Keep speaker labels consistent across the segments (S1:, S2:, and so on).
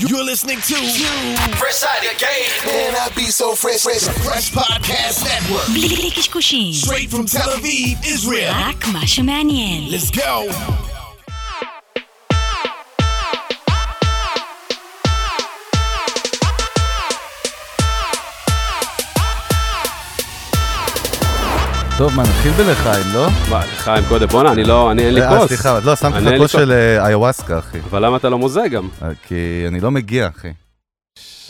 S1: You're listening to Fresh Out of Game. Man, I be so fresh, fresh, fresh podcast network.
S2: בלי בלי קשקושים,
S1: Straight from Tel Aviv, Israel.
S2: רק מה שמעניין.
S1: Let's go.
S3: טוב, מה, נתחיל בלחיים, לא?
S4: וואי, חיים קודם, בואנה, אני לא, אני אין לי
S3: אה,
S4: כוס.
S3: סליחה, לא, שמתי
S4: אני
S3: לך
S4: אין לי
S3: כוס של אה, איוואסקה, אחי.
S4: אבל למה אתה לא מוזה גם?
S3: אה, כי אני לא מגיע, אחי.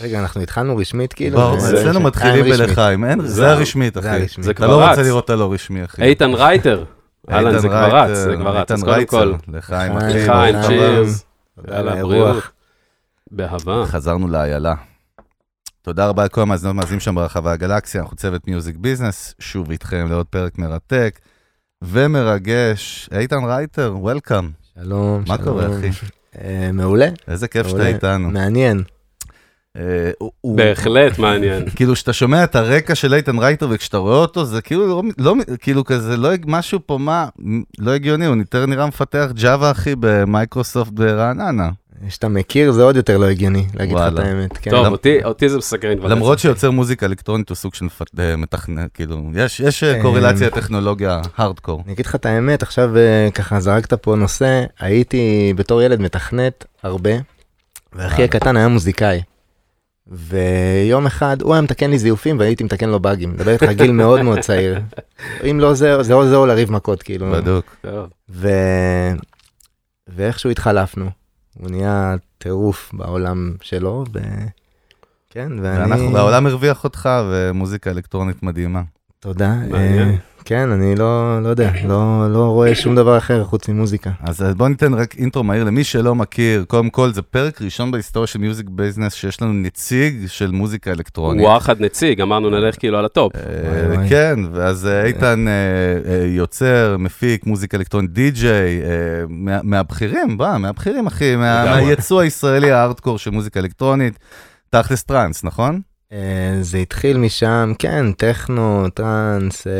S5: רגע, אנחנו התחלנו רשמית כאילו?
S3: ברור,
S5: זה-
S3: אצלנו
S5: אה,
S3: מתחילים
S5: רשמית.
S3: בלחיים, אין-
S4: זה
S3: זה הרשמית,
S5: זה
S3: אחי.
S5: הרשמית.
S4: זה
S3: אתה
S4: כבר
S3: לא
S4: רץ.
S3: רוצה לראות את הלא רשמי, אחי.
S4: איתן רייטר. אהלן, זה
S3: איתן
S4: כבר רץ, זה
S3: רייטר,
S4: כבר רץ.
S3: איתן
S4: אז קודם כל,
S3: רייטר, אה, לחיים,
S5: לחיים,
S3: אחי.
S4: חיים,
S3: ברוך הבא.
S4: צ'ירס. יאללה,
S5: אה,
S4: בריאות.
S5: רוח.
S4: באהבה.
S3: אה. חזרנו לאיילה. תודה רבה לכל המאזינות והמאזינים שם ברחבי הגלקסיה, אנחנו צוות מיוזיק ביזנס, שוב איתכם לעוד פרק מרתק ומרגש. איתן רייטר, וולקאם,
S5: שלום,
S3: מה
S5: שלום.
S3: קורה, אחי?
S5: אה, מעולה.
S3: איזה כיף שאתה
S5: מעולה.
S3: איתנו.
S5: מעניין.
S3: אה, הוא- הוא-
S4: בהחלט מעניין.
S3: כאילו, כשאתה שומע את הרקע של איתן רייטר וכשאתה רואה אותו, זה כאילו, לא, לא, כאילו כזה, לא, משהו פה, מה, לא הגיוני, הוא יותר נראה מפתח ג'אווה, אחי, במייקרוסופט ברעננה.
S5: שאתה מכיר זה עוד יותר לא הגיוני, להגיד לך את
S3: וואלה.
S5: האמת. כן.
S4: טוב,
S3: למ-
S4: אותי- אותי זה מסקרן כבר.
S3: למרות שיוצר מוזיקה אלקטרונית הוא סוג של מפת- אה, מתכנן, כאילו, יש, יש אה,
S5: אה,
S3: קורלציה לטכנולוגיה הארדקור.
S5: אני אגיד לך את האמת, עכשיו אה, ככה זרקת פה נושא, הייתי בתור ילד מתכנת הרבה, ואחי הקטן היה מוזיקאי. ויום אחד הוא היה מתקן לי זיופים והייתי מתקן לו באגים, מדבר איתך גיל מאוד מאוד צעיר. אם לא זה, זה או זה או לריב מכות כאילו.
S3: בדוק.
S4: טוב,
S5: ו... ואיכשהו התחלפנו. הוא נהיה טירוף בעולם שלו, ו... כן, ואני...
S3: ואנחנו, והעולם הרוויח אותך, ומוזיקה אלקטרונית מדהימה.
S5: תודה.
S4: מעניין.
S5: אה, כן, אני לא, לא יודע, לא, לא רואה שום דבר אחר חוץ ממוזיקה.
S3: אז בואו ניתן רק אינטרו מהיר למי שלא מכיר. קודם כל, זה פרק ראשון בהיסטוריה של מיוזיק ביזנס שיש לנו נציג של מוזיקה אלקטרונית.
S4: וואחד נציג, אמרנו נלך כאילו על הטופ.
S3: אה,
S5: וואי, וואי.
S3: כן, ואז אה, איתן אה, אה, יוצר, מפיק, מוזיקה אלקטרונית, די-ג'יי, אה, מה- מהבכירים, בא, מהבכירים, אחי, מה-
S4: לגמרי.
S3: מהיצוא הישראלי הארדקור של מוזיקה אלקטרונית, תכלס טראנס, נכון?
S5: אה, זה התחיל משם, כן, טכנו, טראנס, אה,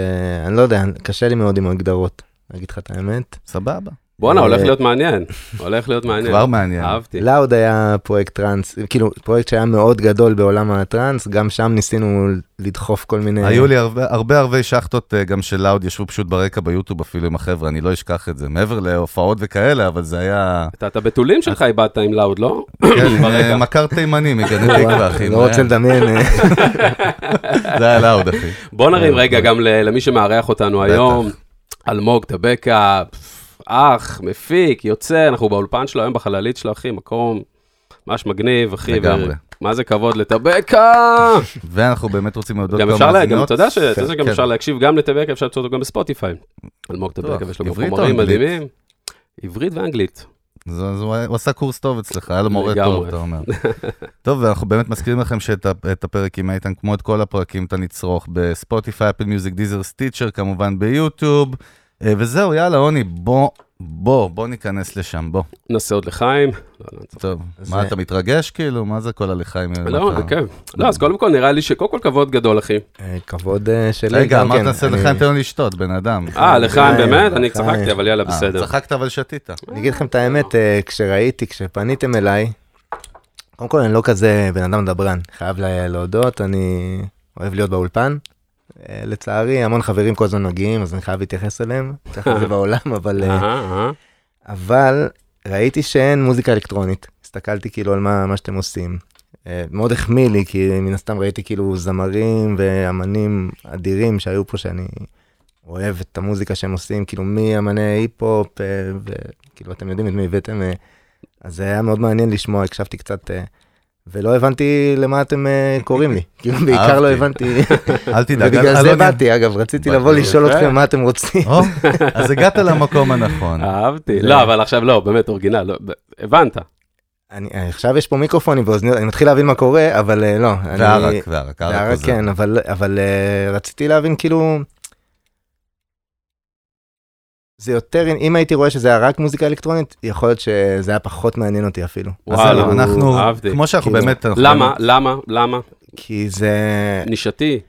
S5: אני לא יודע, קשה לי מאוד עם ההגדרות, להגיד לך את האמת.
S3: סבבה,
S4: בואנה,
S5: אה,
S4: הולך להיות מעניין. הולך להיות מעניין.
S3: כבר מעניין.
S4: אהבתי.
S5: לאוד היה פרויקט טראנס, כאילו, פרויקט שהיה מאוד גדול בעולם הטראנס, גם שם ניסינו לדחוף כל מיני...
S3: היו לי הרבה הרבה הרבה שחטות אה, גם של לאוד, ישבו פשוט ברקע ביוטיוב אפילו עם החבר'ה, אני לא אשכח את זה, מעבר להופעות וכאלה, אבל זה היה...
S4: את- את הבתולים שלך איבדת עם לאוד, לא?
S3: אה, כן,
S4: ברקע.
S3: אה, מכר תימני מגני תקווה, אחי.
S5: לא רוצה לדמיין. אה.
S3: זה היה לאוד, אחי.
S4: בוא נרים רגע גם ל- למי שמארח
S3: אה,
S4: אותנו
S3: אוקיי. בטח.
S4: היום, אלמוג טבקה, פף, אח, מפיק, יוצא, אנחנו באולפן שלו היום בחללית שלו, אחי, מקום ממש מגניב, אחי.
S3: לגמרי.
S4: ו- מה זה כבוד לטבקה?
S3: ואנחנו באמת רוצים להודות
S4: גם אפשר, לה- גם,
S3: למאזינות.
S4: אתה יודע ש- אתה יודע שגם
S3: כן.
S4: אפשר להקשיב גם לטבקה, אפשר למצוא אותו גם בספוטיפיי. אלמוג טבקה,
S3: בטוח.
S4: ויש לו גם
S3: עברית או
S4: חומרים
S3: אנגלית?
S4: מדהימים. עברית ואנגלית.
S3: אז אז הוא היה- הוא עשה קורס טוב אצלך, היה לו מורה
S4: לגמרי.
S3: טוב, אתה אומר. טוב, ואנחנו באמת מזכירים לכם שאת ה- את הפרק עם איתן, כמו את כל הפרקים, אתה נצרוך בספוטיפיי, אפל מיוזיק, דיזר, סטיצ'ר, כמובן ביוטיוב. אה, וזהו, יאללה, עוני, בוא, בוא, בוא ניכנס לשם, בוא.
S4: נעשה עוד לחיים. לא, לא, אני צוחק.
S3: טוב,
S5: אז,
S3: מה,
S5: אה,
S3: אתה מתרגש כאילו? מה זה כל הלחיים האלה?
S4: לא,
S3: אתה-
S4: כן. לא, אז קודם כל נראה לי שקודם כל כבוד גדול, אחי.
S5: אה, כבוד אה, שלי.
S3: רגע,
S5: גם
S3: אמרת
S5: כן,
S3: נעשה
S5: אני-
S3: לחיים, תן לו לשתות, בן אדם.
S4: אה, לחיים
S5: לחיים,
S4: באמת? אני
S5: לחיים.
S4: צחקתי, אבל יאללה,
S3: אה,
S4: בסדר.
S3: צחקת אבל שתית.
S5: אני אגיד לכם את האמת, אה, כשראיתי, כשפניתם אליי, קודם כל אני לא כזה בן אדם דברן, חייב לה- להודות, אני אוהב להיות באולפן. אה, לצערי, המון חברים כל הזמן מגיעים, אז אני חייב להתייחס אליהם, ככה זה בעולם, אבל... אה,
S4: אהה, אהה.
S5: אבל ראיתי שאין מוזיקה אלקטרונית. הסתכלתי כאילו על מה, מה שאתם עושים. אה, מאוד החמיא לי, כי מן הסתם ראיתי כאילו זמרים ואמנים אדירים שהיו פה, שאני אוהב את המוזיקה שהם עושים, כאילו מאמני היפ-הופ, אה, וכאילו אתם יודעים את מי הבאתם, אה, אז זה היה מאוד מעניין לשמוע, הקשבתי קצת, אה, ולא הבנתי למה אתם אה, קוראים לי. כאילו בעיקר לא
S3: אהבתי.
S5: הבנתי,
S3: אל תדאג,
S5: ובגלל
S3: אל-
S5: זה
S3: אלון-
S5: לא באתי אגב, רציתי לבוא לשאול
S4: יפה.
S5: אתכם מה אתם רוצים.
S3: או, אז הגעת למקום הנכון.
S5: אה,
S4: אהבתי.
S5: נכון. זה-
S4: לא, אבל עכשיו לא, באמת, אורגינל. לא, ב- הבנת.
S5: אני, אה, עכשיו יש פה מיקרופונים באוזניות, אני מתחיל להבין מה קורה, אבל אה, לא. אני-
S3: וערק, וערק, ערק
S5: וערק,
S3: עוזר.
S5: כן, אבל, אבל אה, רציתי להבין, כאילו... זה יותר, אם הייתי רואה שזה היה רק מוזיקה אלקטרונית, יכול להיות שזה היה פחות מעניין אותי אפילו.
S3: אז
S4: וואלה,
S3: זהו, אנחנו,
S4: אהבתי.
S3: כמו שאנחנו
S5: כאילו,
S3: באמת, אנחנו
S4: למה? למה? למה?
S5: כי זה...
S4: נישתי.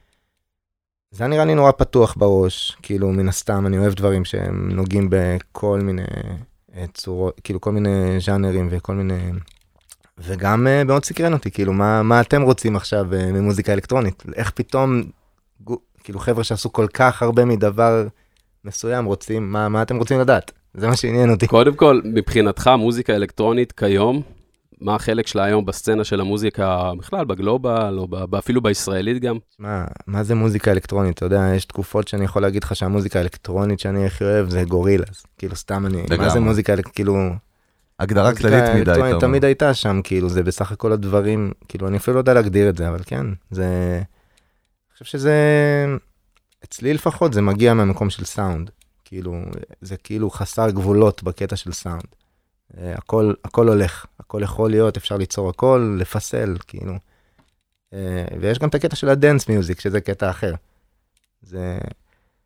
S5: זה היה נראה לי נורא פתוח בראש, כאילו, מן הסתם, אני אוהב דברים שהם נוגעים בכל מיני אה, צורות, כאילו, כל מיני ז'אנרים וכל מיני... וגם אה, מאוד סקרן אותי, כאילו, מה, מה אתם רוצים עכשיו אה, ממוזיקה אלקטרונית? איך פתאום, גו- כאילו, חבר'ה שעשו כל כך הרבה מדבר מסוים רוצים, מה, מה אתם רוצים לדעת? זה מה שעניין אותי.
S4: קודם כל, מבחינתך, מוזיקה אלקטרונית כיום, מה החלק שלה היום בסצנה של המוזיקה בכלל, בגלובל, או ב- אפילו בישראלית גם?
S5: מה, מה זה מוזיקה אלקטרונית? אתה יודע, יש תקופות שאני יכול להגיד לך שהמוזיקה האלקטרונית שאני הכי אוהב זה גורילס. כאילו, סתם אני, מה
S3: לגמרי.
S5: זה מוזיקה, אל- כאילו,
S3: הגדרה
S5: מוזיקה
S3: כללית מדי,
S5: אלקטרונית
S3: אתה אומר.
S5: כן, תמיד הייתה שם, כאילו, זה בסך הכל הדברים, כאילו, אני אפילו לא יודע להגדיר את זה, אבל כן, זה... אני חושב שזה... אצלי לפחות זה מגיע מהמקום של סאונד. כאילו, זה כאילו חסר גבולות בקטע של סאונד. אה, הכל, הכל הולך, הכל יכול להיות, אפשר ליצור הכל, לפסל, כאילו. אה, ויש גם את הקטע של הדנס מיוזיק, שזה קטע אחר. זה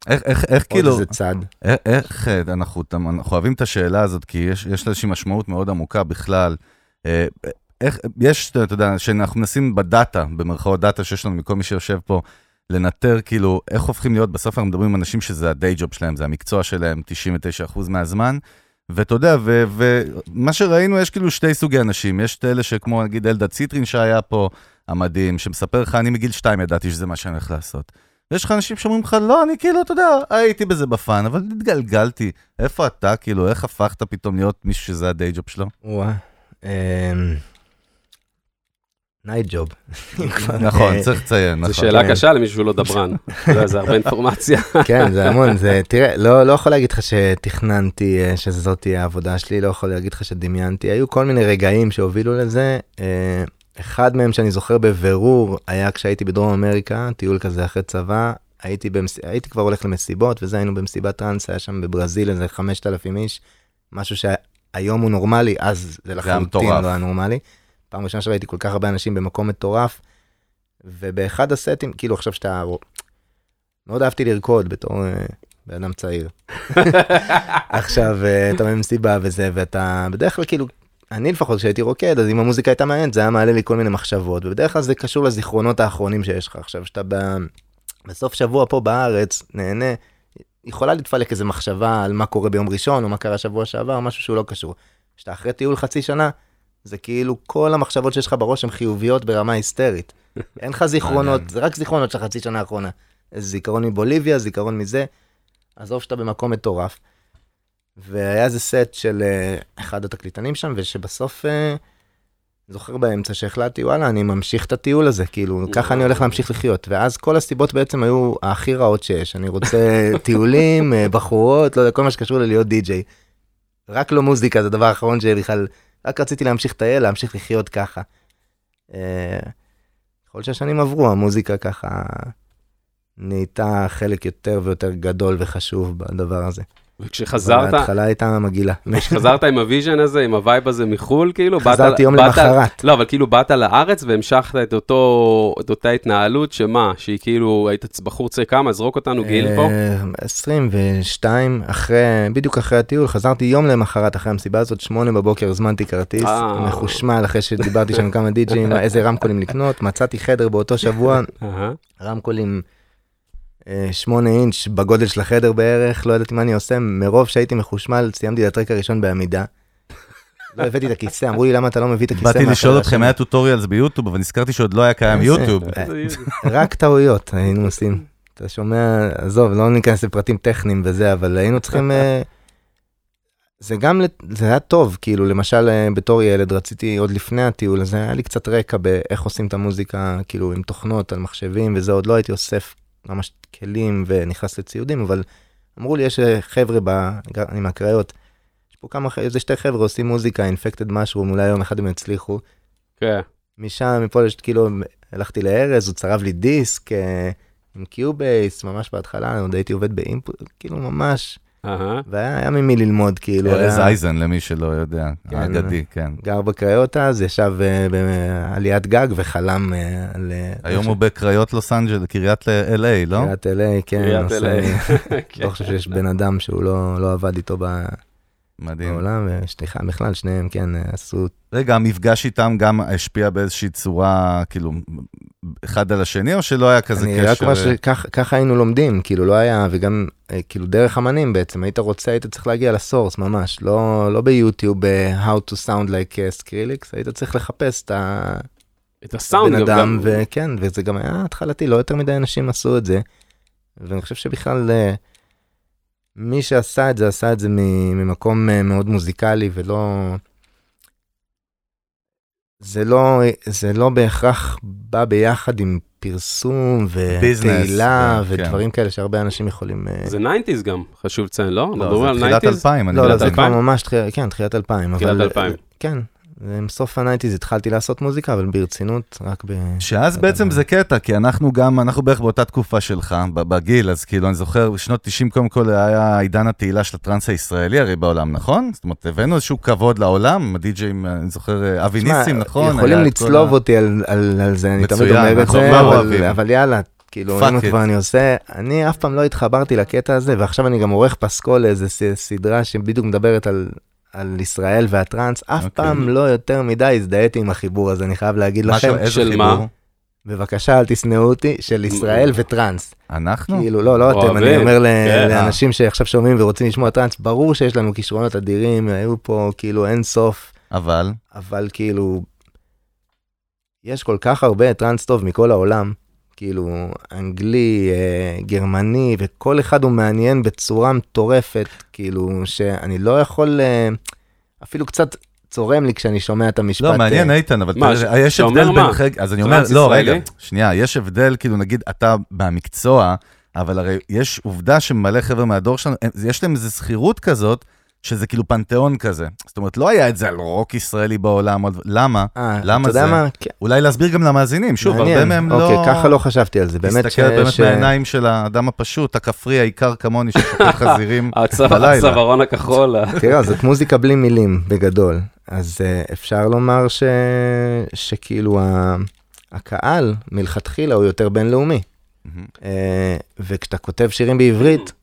S3: איך- איך- איך
S5: כאילו,
S3: כאילו,
S5: עוד איזה צד.
S3: איך- איך אה, אנחנו ת- אנחנו אוהבים את השאלה הזאת, כי יש יש לה איזושהי משמעות מאוד עמוקה בכלל. אה, איך, יש, אתה יודע, שאנחנו מנסים בדאטה, במרכאות דאטה שיש לנו מכל מי שיושב פה, לנטר כאילו איך הופכים להיות, בסוף אנחנו מדברים עם אנשים שזה הדיי ג'וב שלהם, זה המקצוע שלהם 99% מהזמן, ואתה יודע, ו- ומה שראינו, יש כאילו שתי סוגי אנשים, יש את אלה שכמו נגיד אלדד ציטרין שהיה פה, המדהים, שמספר לך, אני מגיל שתיים ידעתי שזה מה שאני הולך לעשות. ויש לך אנשים שאומרים לך, לא, אני כאילו, אתה יודע, הייתי בזה בפאן, אבל התגלגלתי. איפה אתה, כאילו, איך הפכת פתאום להיות מישהו שזה הדיי ג'וב שלו?
S5: וואה. אמ, נייט ג'וב.
S3: נכון, צריך לציין, נכון.
S4: זו שאלה
S5: כן.
S4: קשה למישהו שהוא לא דברן. אתה יודע, זה הרבה אינפורמציה.
S5: כן, זה המון, זה, תראה, לא, לא יכול להגיד לך שתכננתי אה, שזאת תהיה העבודה שלי, לא יכול להגיד לך שדמיינתי, היו כל מיני רגעים שהובילו לזה. אה, אחד מהם שאני זוכר בבירור היה כשהייתי בדרום אמריקה, טיול כזה אחרי צבא, הייתי, במס... הייתי כבר הולך למסיבות, וזה היינו במסיבת טראנס, היה שם בברזיל איזה 5,000 איש, משהו שהיום הוא נורמלי, אז זה לחלוטין
S3: מטורף.
S5: לא היה נורמלי. פעם ראשונה שראיתי כל כך הרבה אנשים במקום מטורף, ובאחד הסטים, כאילו עכשיו שאתה... מאוד אהבתי לרקוד בתור אה, בן אדם צעיר. עכשיו אה, אתה במסיבה וזה, ואתה בדרך כלל כאילו, אני לפחות כשהייתי רוקד, אז אם המוזיקה הייתה מעניינת זה היה מעלה לי כל מיני מחשבות, ובדרך כלל זה קשור לזיכרונות האחרונים שיש לך עכשיו, שאתה ב... בסוף שבוע פה בארץ, נהנה, יכולה להתפלק איזה מחשבה על מה קורה ביום ראשון, או מה קרה שבוע שעבר, משהו שהוא לא קשור. כשאתה אחרי טיול חצי שנה, זה כאילו כל המחשבות שיש לך בראש הן חיוביות ברמה היסטרית. אין לך זיכרונות, זה רק זיכרונות של חצי שנה האחרונה. זיכרון מבוליביה, זיכרון מזה. עזוב שאתה במקום מטורף. והיה איזה סט של אה, אחד התקליטנים שם, ושבסוף, אה, זוכר באמצע שהחלטתי, וואלה, אני ממשיך את הטיול הזה, כאילו, ככה אני הולך להמשיך לחיות. ואז כל הסיבות בעצם היו הכי רעות שיש, אני רוצה טיולים, אה, בחורות, לא יודע, כל מה שקשור ללהיות די-ג'יי. רק לא מוזיקה, זה הדבר האחרון שבכלל, רק רציתי להמשיך לטייל, להמשיך לחיות ככה. אה, ככל שהשנים עברו, המוזיקה ככה נהייתה חלק יותר ויותר גדול וחשוב בדבר הזה. אבל
S4: וכשחזרת,
S5: ההתחלה הייתה מגעילה.
S4: כשחזרת עם הוויז'ן הזה, עם הווייב הזה מחו"ל, כאילו, לא, באת-
S5: חזרתי יום
S4: באת-
S5: למחרת.
S4: לא, אבל כאילו באת לארץ והמשכת את אותו, את אותה התנהלות, שמה, שהיא כאילו, היית צ- בחור צעיר כמה, זרוק אותנו גיל פה.
S5: אה, 22, אחרי, בדיוק אחרי הטיול, חזרתי יום למחרת אחרי המסיבה הזאת, שמונה בבוקר הזמנתי כרטיס,
S4: אה.
S5: מחושמל אחרי שדיברתי שם עם כמה די-ג'ים, איזה רמקולים לקנות, מצאתי חדר באותו שבוע,
S4: אהה.
S5: רמקולים אה, שמונה אינץ' בגודל של החדר בערך, לא ידעתי מה אני עושה, מרוב שהייתי מחושמל, סיימתי את הטרק הראשון בעמידה. לא הבאתי את הכיסא, אמרו לי למה אתה לא מביא את הכיסא.
S3: באתי
S5: מהחדר
S3: לשאול אתכם,
S5: השני?"
S3: היה טוטוריאלס ביוטיוב, אבל נזכרתי שעוד לא היה קיים
S5: איזה-
S3: יוטיוב.
S5: אה, רק טעויות היינו עושים. אתה שומע, עזוב, לא ניכנס לפרטים טכניים וזה, אבל היינו צריכים... אה, זה גם, לת- זה היה טוב, כאילו, למשל, אה, בתור ילד רציתי, עוד לפני הטיול הזה, היה לי קצת רקע באיך עושים את המוזיקה, כאילו, עם תוכנות על מחשבים וזה, עוד לא הייתי אוסף ממש כלים ונכנס לציודים, אבל אמרו לי, יש אה, חבר'ה, ב... אני מהקריות, יש פה כמה, ח- איזה שתי חבר'ה עושים מוזיקה, אינפקטד משהו, אולי יום אחד הם יצליחו.
S4: כן.
S5: משם, מפה, לש- כאילו, הלכתי לארז, הוא צרב לי דיסק אה, עם קיובייס, ממש בהתחלה, אני עוד הייתי עובד באינפוט, כאילו, ממש,
S4: אהה.
S5: והיה היה ממי ללמוד, כאילו,
S3: ארז
S5: היה-
S3: אייזן, לא למי שלא יודע,
S5: כן.
S3: האגדי, כן.
S5: גר בקריות אז, ישב אה, בעליית גג וחלם אה, על... אה,
S3: היום
S5: ש-
S3: הוא בקריות לוס אנג'ל, קריית ל-LA, לא?
S5: קריית LA, כן,
S4: קריית
S3: אה,
S5: עושה-
S3: כן.
S4: LA.
S5: לא חושב שיש בן אדם שהוא לא לא עבד איתו ב-
S3: מדהים.
S5: בעולם, ושליחה בכלל, שניהם, כן, עשו...
S3: רגע, המפגש איתם גם השפיע באיזושהי צורה, כאילו, אחד על השני, או שלא היה כזה
S5: אני
S3: קשר? אה,
S5: רק מה
S4: לא,
S5: שכך ככה היינו לומדים, כאילו, לא היה, וגם, אה, כאילו, דרך אמנים בעצם, היית רוצה, היית צריך להגיע לסורס, ממש, לא לא ביוטיוב, אה, How to sound like סקריליקס, היית צריך לחפש את ה...
S4: את הסאונד
S5: בן
S4: גם.
S5: אדם,
S4: גם.
S5: וכן, וזה גם היה התחלתי, לא יותר מדי אנשים עשו את זה. ואני חושב שבכלל, אה, מי שעשה את זה, עשה את זה מ- ממקום אה, מאוד מוזיקלי, ולא... זה לא, זה לא בהכרח בא ביחד עם פרסום ותהילה
S3: כן, כן.
S5: ודברים כאלה שהרבה אנשים יכולים... אה,
S4: זה 90's גם, חשוב לציין, לא? אנחנו מדברים
S3: לא,
S4: על
S3: זה תחילת
S4: 90's?
S3: אלפיים, אני
S5: לא, לא,
S3: לא
S5: זה
S4: תחילת
S5: כבר
S4: אלפיים?
S5: ממש, תחי- כן, תחילת אלפיים.
S4: תחילת
S5: אבל-
S4: אלפיים.
S5: כן, זה עם סוף הנייטיז התחלתי לעשות מוזיקה, אבל ברצינות, רק ב...
S3: שאז
S5: לא
S3: בעצם
S5: יודע.
S3: זה קטע, כי אנחנו גם, אנחנו בערך באותה תקופה שלך, ב- בגיל, אז כאילו, אני זוכר, בשנות 90 קודם כל היה עידן התהילה של הטראנס הישראלי הרי בעולם, נכון? זאת אומרת, הבאנו איזשהו כבוד לעולם, הדי-ג'אים, אני זוכר, אבי
S5: תשמע,
S3: ניסים, נכון?
S5: יכולים
S3: היה את כל
S5: לצלוב
S3: ה-
S5: אותי על- על על זה, אני תמיד
S3: מצוין,
S5: אומר את
S3: אנחנו
S5: זה,
S3: כבר
S5: אבל-
S3: אוהבים.
S5: אבל יאללה, כאילו,
S3: Fuck
S5: אם
S3: it.
S5: כבר אני עושה, אני אף פעם לא התחברתי לקטע הזה, ועכשיו אני גם עורך פסקול לאיזה ס- סדרה שבדיוק מדברת על... על ישראל והטראנס, אף
S3: אוקיי.
S5: פעם לא יותר מדי הזדהיתי עם החיבור הזה, אני חייב להגיד
S3: מה,
S5: לכם.
S3: איזה
S4: של
S3: חיבור?
S4: מה?
S5: בבקשה, אל תשנאו אותי, של ישראל
S3: אוקיי.
S5: וטראנס.
S3: אנחנו?
S5: כאילו, לא, לא אתם,
S4: אוהבים.
S5: אני אומר ל-
S4: כן.
S5: לאנשים שעכשיו שומעים ורוצים לשמוע טראנס, ברור שיש לנו כישרונות אדירים, היו פה כאילו אין סוף,
S3: אבל,
S5: אבל כאילו, יש כל כך הרבה טראנס טוב מכל העולם, כאילו, אנגלי, אה, גרמני, וכל אחד הוא מעניין בצורה מטורפת, כאילו, שאני לא יכול, אה, אפילו קצת צורם לי כשאני שומע את המשפט.
S3: לא, מעניין
S5: אה,
S3: איתן, אבל
S4: מה,
S3: תראה, יש
S4: אתה אומר
S3: הבדל בין
S4: מה?
S3: חלק, אז אני אומר,
S4: טרנס
S3: לא, רגע,
S4: ישראלי?
S3: שנייה, יש הבדל, כאילו, נגיד, אתה מהמקצוע, אבל הרי יש עובדה שמלא חבר'ה מהדור שלנו, הם- יש להם איזו שכירות כזאת, שזה כאילו פנתיאון כזה. זאת אומרת, לא היה את זה על רוק ישראלי בעולם, או על- למה?
S5: אה,
S3: למה
S5: אתה יודע
S3: זה?
S5: מה? כן,
S3: אולי להסביר גם למאזינים, שוב, הרבה
S5: מעניין.
S3: מהם לא...
S5: אוקיי, ככה לא חשבתי על זה, באמת אה,
S3: תסתכל
S5: ש-
S3: באמת
S5: ש-
S3: מהעיניים של האדם הפשוט, הכפרי, העיקר כמוני, ששוחט חזירים
S5: אה,
S4: הצו-
S3: בלילה.
S4: הצווארון הכחול. אה. ה-
S5: תראה, זאת מוזיקה בלי מילים, בגדול. אז uh, אפשר לומר ש... שכאילו ה... הקהל מלכתחילה הוא יותר בינלאומי.
S3: מהמם.
S5: Uh, וכשאתה כותב שירים בעברית,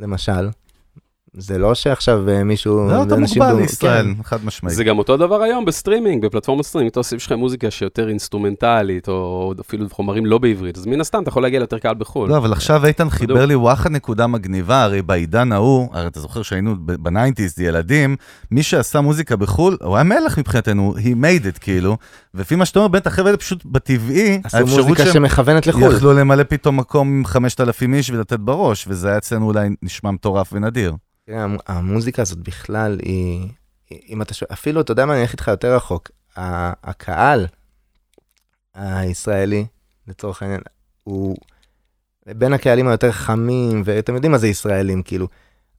S5: למשל, זה לא שעכשיו אה, מישהו...
S3: לא, אתה
S5: ואנשים
S3: מוגבל
S5: דומ-
S3: לישראל,
S5: כן.
S3: חד משמעית.
S4: זה גם אותו דבר היום בסטרימינג, בפלטפורמת סטרימינג, אתה עושה שלך מוזיקה שיותר אינסטרומנטלית, או אפילו חומרים לא בעברית, אז מן הסתם אתה יכול להגיע ליותר קהל בחו"ל.
S3: לא, אבל עכשיו איתן חיבר לי וואחד נקודה מגניבה, הרי בעידן ההוא, הרי אתה זוכר שהיינו בניינטיז ילדים, מי שעשה מוזיקה בחו"ל, הוא היה מלך מבחינתנו, he made it כאילו, ולפי מה שאתה אומר, באמת החבר'ה האלה פשוט בטבעי,
S5: עשו מוזיקה שמכוונת לחו"ל.
S3: יכלו למלא פתאום מקום עם 5,000 איש ולתת בראש, וזה היה אצלנו אולי נשמע מטורף ונדיר.
S5: תראה, המ- המוזיקה הזאת בכלל היא, היא- אם אתה שואל, אפילו, אתה יודע מה, אני אלך איתך יותר רחוק. ה- הקהל הישראלי, לצורך העניין, הוא בין הקהלים היותר חמים, ואתם יודעים מה זה ישראלים, כאילו.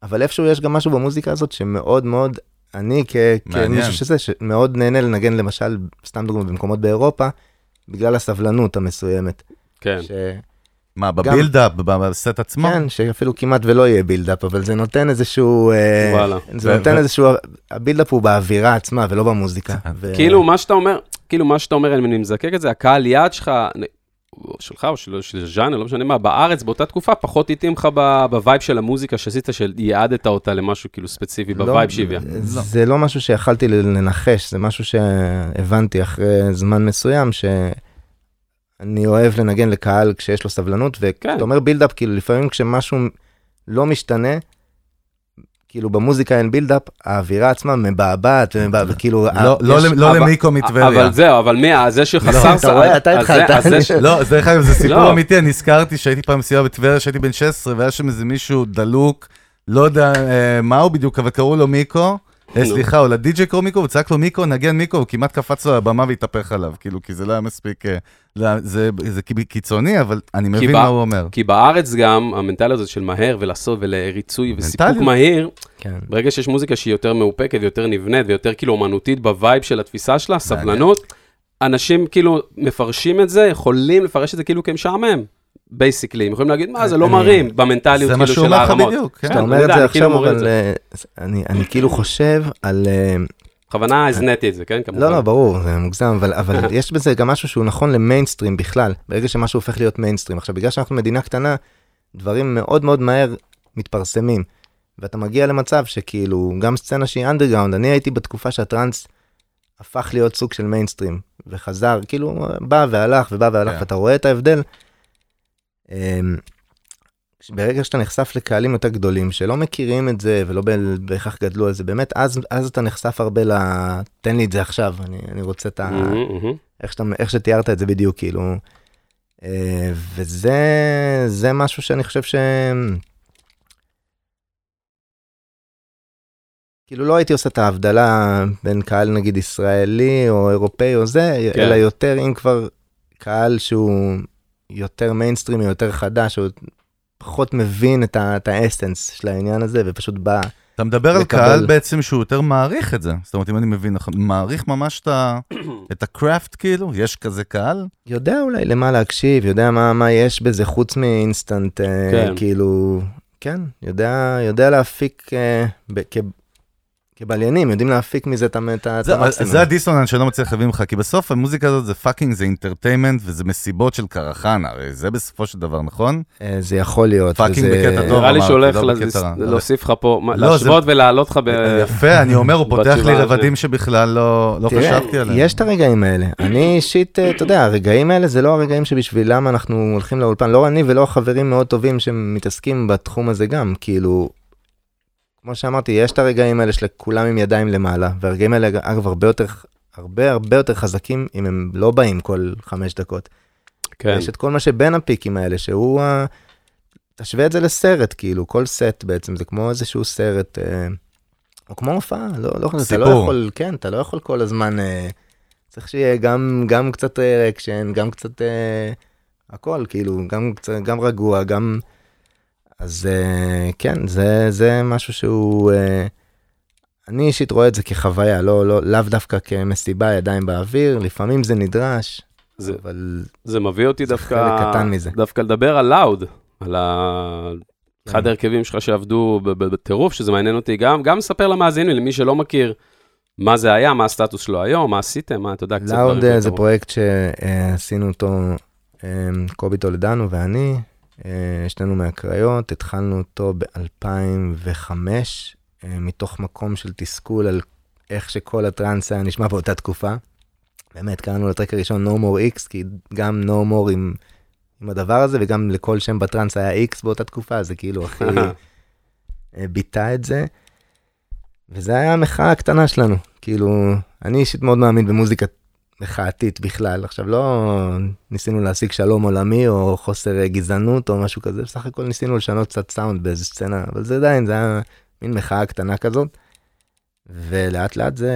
S5: אבל איפשהו יש גם משהו במוזיקה הזאת שמאוד מאוד, אני כ-
S3: מעניין.
S5: כמישהו שזה, שמאוד נהנה לנגן, למשל, סתם דוגמא, במקומות באירופה, בגלל הסבלנות המסוימת.
S4: כן.
S5: ש...
S3: מה, בבילדאפ, בסט עצמו?
S5: כן, שאפילו כמעט ולא יהיה בילדאפ, אבל זה נותן איזשהו... אה,
S4: וואלה.
S5: זה נותן
S3: ו-
S5: איזשהו... הבילדאפ הוא באווירה עצמה ולא במוזיקה. ו-
S4: כאילו מה שאתה אומר, כאילו מה שאתה אומר, אם אני מזקק את זה, הקהל יעד שלך, נ- או שלך או של, של ז'אנר, לא משנה מה, בארץ באותה תקופה פחות התאים לך ב- בווייב של המוזיקה שעשית, שיעדת אותה למשהו כאילו ספציפי
S5: לא,
S4: בווייב שהביאה.
S5: זה לא משהו שיכלתי ל- לנחש, זה משהו שהבנתי אחרי זמן מסוים, שאני אוהב לנגן לקהל כשיש לו סבלנות,
S4: כן.
S5: וכשאתה אומר בילדאפ, כאילו לפעמים כשמשהו לא משתנה, כאילו במוזיקה אין בילדאפ, האווירה עצמה מבעבעת, ומבעבעת, כאילו...
S3: לא- לא
S5: יש-
S3: למ- לא
S4: אבל-
S3: למיקו מטבריה.
S4: אבל זהו, אבל מה, זה שחסר...
S5: אתה רואה, אתה
S4: אז זה-
S5: התחלת,
S4: אז זה
S5: אני-
S4: ש-
S3: לא, זה דרך אגב, זה סיפור
S4: לא.
S3: אמיתי, אני הזכרתי שהייתי פעם סיוע בטבריה, שהייתי בן 16, והיה שם איזה מישהו דלוק, לא יודע אה, מה הוא בדיוק, אבל קראו לו מיקו, אה,
S4: נו.
S3: סליחה, או לדי-ג'יי קראו מיקו, הוא צעק לו מיקו, נגן מיקו, הוא כמעט קפץ לו על הבמה והתהפך עליו, כאילו, כי זה לא היה מספיק, אה, לא, זה זה כי- קיצוני, אבל אני מבין
S4: בא-
S3: מה הוא אומר.
S4: כי בארץ גם, המנטליות הזאת של מהר ולעשות ולריצוי וסיפוק
S3: מנטליות.
S4: מהיר,
S5: כן.
S4: ברגע שיש מוזיקה שהיא יותר מאופקת ויותר נבנית ויותר כאילו אומנותית בווייב של התפיסה שלה, סבלנות, אנשים כאילו מפרשים את זה, יכולים לפרש את זה כאילו כמשעמם, בייסיקלי, הם יכולים להגיד, מה, זה לא
S5: אני-
S4: מרים, במנטליות
S3: זה מה
S4: כאילו
S3: שהוא
S4: של
S3: אומר לך
S4: הרמות.
S3: בדיוק, כן.
S5: אתה
S4: אני
S5: אומר את
S4: יודע,
S5: זה
S4: אני כאילו
S5: עכשיו,
S4: מוריד את
S5: אבל אה, אני אני כאילו חושב על... אה,
S4: בכוונה הזנתי את זה, כן, כמובן.
S5: לא, לא, ברור, זה מוגזם, אבל, אבל יש בזה גם משהו שהוא נכון למיינסטרים בכלל, ברגע שמשהו הופך להיות מיינסטרים. עכשיו, בגלל שאנחנו מדינה קטנה, דברים מאוד מאוד מהר מתפרסמים. ואתה מגיע למצב שכאילו, גם סצנה שהיא אנדרגראונד, אני הייתי בתקופה שהטראנס הפך להיות סוג של מיינסטרים, וחזר, כאילו, בא והלך ובא והלך,
S3: כן.
S5: ואתה רואה את ההבדל. אמ, ברגע שאתה נחשף לקהלים יותר גדולים שלא מכירים את זה ולא ב- בהכרח גדלו על זה באמת אז אז אתה נחשף הרבה ל... תן לי את זה עכשיו אני, אני רוצה את ה...
S4: מהמם, מהמם.
S5: איך, שאתה, איך שתיארת את זה בדיוק כאילו. אה, וזה זה משהו שאני חושב ש... כאילו לא הייתי עושה את ההבדלה בין קהל נגיד ישראלי או אירופאי או זה,
S4: כן.
S5: כן. אלא יותר אם כבר קהל שהוא יותר מיינסטרימי, יותר חדש, הוא פחות מבין את, ה, את האסנס של העניין הזה ופשוט בא.
S3: אתה מדבר על
S5: לקבל.
S3: קהל בעצם שהוא יותר מעריך את זה. זאת אומרת, אם אני מבין נכון, מעריך ממש את ה- את הקראפט, כאילו? יש כזה קהל?
S5: יודע אולי למה להקשיב, יודע מה, מה יש בזה חוץ מאינסטנט, כן.
S4: כן.
S5: כאילו, כן, יודע, יודע להפיק, אה, ב, כ, כבליינים, יודעים להפיק מזה את המ- את ה- את
S3: זה-
S5: המקסימום.
S3: זה הדיסוננס שאני לא מצליח להבין ממך, כי בסוף המוזיקה הזאת זה פאקינג, זה אינטרטיימנט וזה מסיבות של קרחנה, הרי זה בסופו של דבר, נכון?
S5: אה, זה יכול להיות.
S3: פאקינג
S5: וזה-
S3: בקטע טוב.
S4: נראה לי
S3: אמרתי,
S4: שהולך
S3: לא
S4: לז-
S3: בקטע רע.
S4: להוסיף לך פה, מה,
S3: לא, זה-
S4: להשוות ולהעלות לך ב...
S3: יפה, אני אומר, הוא פותח לי
S4: בתשובה
S3: רבדים שבכלל לא לא
S5: תראה,
S3: חשבתי עליהם.
S5: יש את הרגעים האלה. אני אישית, אה, אתה יודע, הרגעים האלה זה לא הרגעים שבשבילם אנחנו הולכים לאולפן. לא אני ולא חברים מאוד טובים שמתעסקים בתחום הזה גם, כאילו, כמו שאמרתי, יש את הרגעים האלה שלכולם עם ידיים למעלה, והרגעים האלה אגב הרבה יותר, הרבה הרבה יותר חזקים אם הם לא באים כל חמש דקות.
S4: כן.
S5: יש את כל מה שבין הפיקים האלה, שהוא ה... תשווה את זה לסרט, כאילו, כל סט בעצם, זה כמו איזשהו סרט, אה, או כמו הופעה, לא, לא, אתה לא
S3: סיפור.
S5: יכול, כן, אתה לא יכול כל הזמן, אה, צריך שיהיה גם, גם קצת אה, אקשן, גם קצת אה, הכל, כאילו, גם, קצת- גם רגוע, גם... אז אה, כן, זה, זה משהו שהוא... אה, אני אישית רואה את זה כחוויה, לא, לא, לאו דווקא כמסיבה, ידיים באוויר, לפעמים זה נדרש,
S4: זה-
S5: אבל
S4: זה מביא אותי
S5: זה
S4: דווקא...
S5: חלק קטן מזה.
S4: דווקא לדבר על לאוד, על ה... אחד
S5: כן.
S4: ההרכבים שלך שעבדו ב- ב- בטירוף, שזה מעניין אותי גם, גם ספר למאזינים, למי שלא מכיר, מה זה היה, מה הסטטוס שלו היום, מה עשיתם, מה, אתה יודע, קצת...
S5: לאוד
S4: דברים
S5: אה, זה
S4: כמוך.
S5: פרויקט שעשינו אותו אה, קובי טולדנו ואני, אה, שנינו מהקריות, התחלנו אותו ב-2005, מתוך מקום של תסכול על איך שכל הטראנס היה נשמע באותה תקופה. באמת, קראנו לטרק הראשון No More X, כי גם No More עם, עם הדבר הזה, וגם לכל שם בטראנס היה X באותה תקופה, אז זה כאילו הכי אה, ביטא את זה. וזה היה המחאה הקטנה שלנו, כאילו, אני אישית מאוד מאמין במוזיקה מחאתית בכלל. עכשיו, לא ניסינו להשיג שלום עולמי או חוסר אה, גזענות או משהו כזה, בסך הכל ניסינו לשנות קצת סאונד באיזה סצנה, אבל זה עדיין, זה היה מין מחאה קטנה כזאת. ולאט לאט זה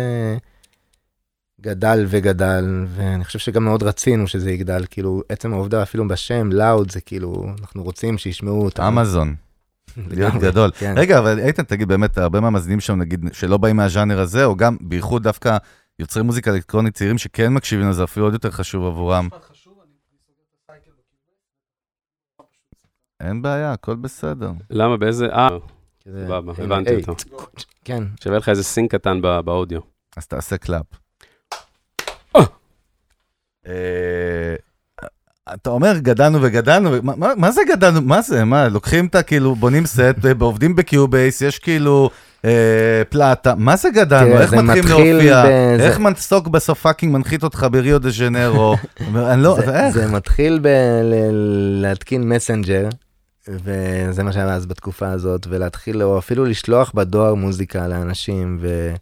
S5: גדל וגדל, ואני חושב שגם מאוד רצינו שזה יגדל, כאילו, עצם העובדה אפילו בשם, לאוד, זה כאילו, אנחנו רוצים שישמעו אותנו.
S3: אמזון, להיות
S5: לגמרי,
S3: גדול.
S5: כן.
S3: רגע, אבל איתן, תגיד, באמת, הרבה מהמאזינים שם, נגיד, שלא באים מהז'אנר הזה, או גם, בייחוד דווקא יוצרי מוזיקה אלקטרונית צעירים שכן מקשיבים לזה, אפילו עוד יותר חשוב עבורם. אין בעיה, הכל בסדר.
S4: למה, באיזה... אה,
S5: כזה-
S4: סבבה,
S5: אה,
S4: הבנתי
S5: אה,
S4: אותו.
S5: כן,
S4: שווה לך איזה סינק קטן ב- באודיו.
S3: אז תעשה קלאפ.
S4: אה.
S3: אה, אתה אומר גדלנו וגדלנו, מה- מה מה זה גדלנו? מה זה? מה, לוקחים את הכאילו, בונים סט, אה, עובדים בקיובייס, יש כאילו אה, פלטה, מה זה גדלנו?
S5: תראה,
S3: איך
S5: זה
S3: מתחילים
S5: מתחיל
S3: להופיע?
S5: ב- זה-
S3: איך מנסוק בסוף פאקינג מנחית אותך בריו דה ז'נרו? אני לא,
S5: זה,
S3: איך?
S5: זה מתחיל בלהתקין מסנג'ר, וזה מה שהיה אז בתקופה הזאת, ולהתחיל, או אפילו לשלוח בדואר מוזיקה לאנשים, ו...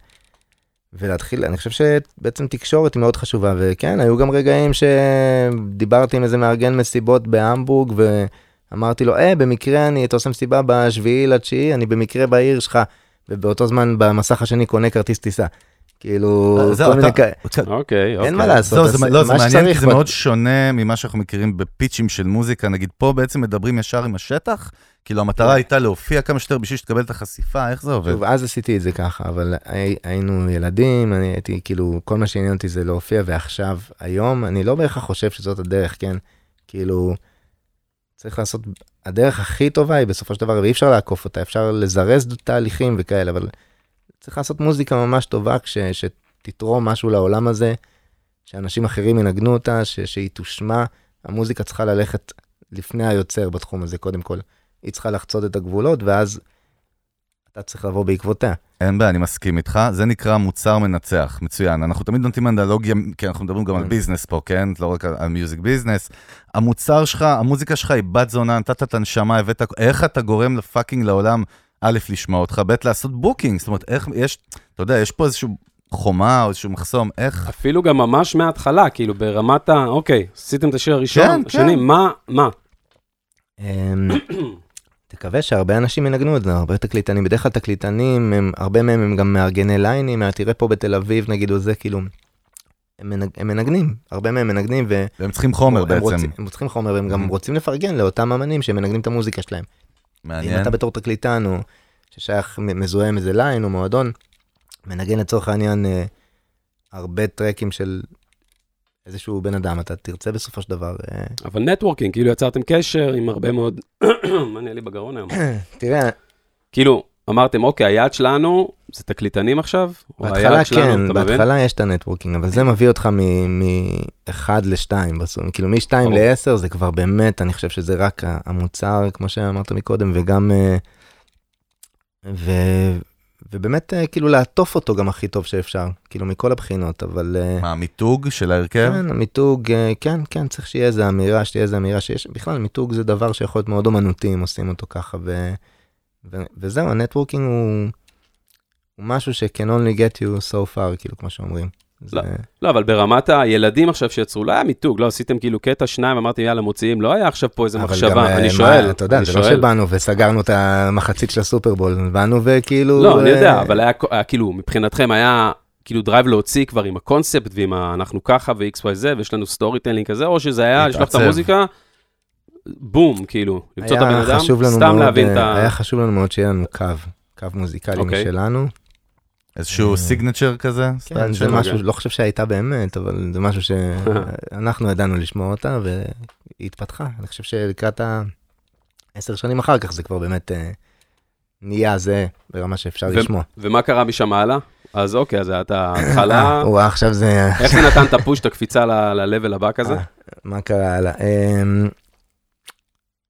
S5: ולהתחיל, אני חושב שבעצם תקשורת היא מאוד חשובה, וכן, היו גם רגעים שדיברתי עם איזה מארגן מסיבות בהמבורג, ואמרתי לו, אה, במקרה אני, אתה עושה מסיבה בשביעי לתשיעי, אני במקרה בעיר שלך, ובאותו זמן במסך השני קונה כרטיס טיסה. כאילו,
S3: אה, זהו,
S5: כל מיני
S3: אתה-
S5: כאלה.
S4: אוקיי, אוקיי.
S5: אין מה לעשות.
S3: זהו, זה,
S5: אז
S3: מ- לא, זה
S5: מה
S3: מעניין, כי
S5: שצריך
S3: זה
S5: ב-
S3: מאוד שונה ממה שאנחנו מכירים בפיצ'ים של מוזיקה. נגיד, פה בעצם מדברים ישר עם השטח, כאילו
S5: כן.
S3: המטרה הייתה להופיע כמה שיותר בשביל שתקבל את החשיפה, איך זה עובד?
S5: שוב, אז עשיתי את זה ככה, אבל הי- היינו ילדים, אני הייתי כאילו, כל מה שעניין אותי זה להופיע, ועכשיו, היום, אני לא בהכרח חושב שזאת הדרך, כן? כאילו, צריך לעשות, הדרך הכי טובה היא בסופו של דבר, ואי אפשר לעקוף אותה, אפשר לזרז תהליכים וכאלה, אבל צריך לעשות מוזיקה ממש טובה, כש, שתתרום משהו לעולם הזה, שאנשים אחרים ינגנו אותה, ש, שהיא תושמע. המוזיקה צריכה ללכת לפני היוצר בתחום הזה, קודם כל. היא צריכה לחצות את הגבולות, ואז אתה צריך לבוא בעקבותיה.
S3: אין בעיה, אני מסכים איתך. זה נקרא מוצר מנצח, מצוין. אנחנו תמיד נותנים אנלוגיה, כי אנחנו מדברים
S5: Mm.
S3: גם על ביזנס פה, כן? לא רק על- על מיוזיק ביזנס. המוצר שלך, המוזיקה שלך היא בת זונה, נתת את הנשמה, הבאת... איך אתה גורם לפאקינג לעולם, א', לשמוע אותך, ב', לעשות בוקינג. זאת אומרת, איך יש, אתה יודע, יש פה איזשהו חומה או איזשהו מחסום, איך...
S4: אפילו גם ממש מההתחלה, כאילו ברמת ה... אוקיי, עשיתם את השיר הראשון,
S3: כן,
S4: השני,
S3: כן.
S4: מה, מה?
S5: אמ, תקווה שהרבה אנשים ינגנו את זה, הרבה תקליטנים, בדרך כלל תקליטנים, הם, הרבה מהם הם גם מארגני ליינים, אה, תראה פה בתל אביב נגיד או זה, כאילו, הם, מנג, הם מנגנים, הרבה מהם מנגנים, ו...
S3: הם צריכים חומר
S5: אה, הם
S3: בעצם. Mm-hmm.
S5: רוצים, הם צריכים חומר, והם גם רוצים לפרגן לאותם אמנים שמנגנים את המוזיקה שלהם. אם
S3: מעניין.
S5: אתה בתור תקליטן, או ששייך, מ- מזוהה עם איזה ליין או מועדון, מנגן לצורך העניין אה, הרבה טרקים של איזשהו בן אדם, אתה תרצה בסופו של דבר. אה,
S4: אבל נטוורקינג, כאילו יצרתם קשר עם הרבה מאוד... מה נהיה לי בגרון היום?
S5: תראה,
S4: כאילו, אמרתם, אוקיי, היעד שלנו זה תקליטנים עכשיו? או
S5: בהתחלה
S4: היעד שלנו, אתה
S5: כן,
S4: מבין?
S5: בהתחלה יש את הנטוורקינג, אבל זה מביא אותך מ-1 ל-2 בסוף, כאילו מ-2
S4: ברור.
S5: ל-10 זה כבר באמת, אני חושב שזה רק ה- המוצר, כמו שאמרת מקודם, וגם, אה, ו- ובאמת אה, כאילו לעטוף אותו גם הכי טוב שאפשר, כאילו מכל הבחינות, אבל... אה,
S3: מה, המיתוג של ההרכב?
S5: כן, המיתוג, אה, כן, כן, צריך שיהיה איזה אמירה, שתהיה איזה אמירה שיש, בכלל, מיתוג זה דבר שיכול להיות מאוד אומנותי אם עושים אותו ככה, ו, ו, וזהו, הנטוורקינג הוא, הוא משהו ש- can only get you so far, כאילו, כמו שאומרים. זה,
S4: לא. לא, אבל ברמת הילדים עכשיו שיצרו, לא היה מיתוג, לא, עשיתם כאילו קטע שניים, אמרתי, יאללה, מוציאים, לא היה עכשיו פה איזה
S5: אבל
S4: מחשבה,
S5: אה,
S4: אני
S5: מה,
S4: שואל,
S5: אתה יודע,
S4: אני
S5: זה לא
S4: שואל.
S5: שבאנו וסגרנו את המחצית של הסופרבול, באנו וכאילו...
S4: לא, אני
S5: אה,
S4: יודע, אבל היה, היה כאילו, מבחינתכם היה כאילו דרייב להוציא כבר עם הקונספט ועם ה- אנחנו ככה ו-XYZ, ויש לנו סטורי טיילינג כזה, או שזה היה, יש לך את
S3: להתעצב.
S4: המוזיקה, בום, כאילו, למצוא את
S5: היה
S4: הבן אדם,
S5: חשוב לנו
S4: סתם
S5: מאוד,
S4: להבין את
S5: אה,
S4: ה...
S5: היה חשוב לנו מאוד שיהיה לנו קו, קו מוזיקלי
S4: אוקיי.
S5: משלנו.
S3: איזשהו סיגנצ'ר כזה?
S5: אה. כן,
S3: סטייל
S5: זה
S3: של-
S5: משהו, לא חושב שהייתה באמת, אבל זה משהו שאנחנו ידענו לשמוע אותה והיא התפתחה. אני חושב שלקראת עשר שנים אחר כך זה כבר באמת אה, נהיה זה ברמה שאפשר
S4: ו-
S5: לשמוע.
S4: ומה קרה משם הלאה? אז אוקיי, אז היה את ההתחלה,
S5: וואו, עכשיו זה...
S4: איך זה נתן את הפוש, את הקפיצה ל- ל-level הבא כזה?
S5: אה, מה קרה הלאה? אמ,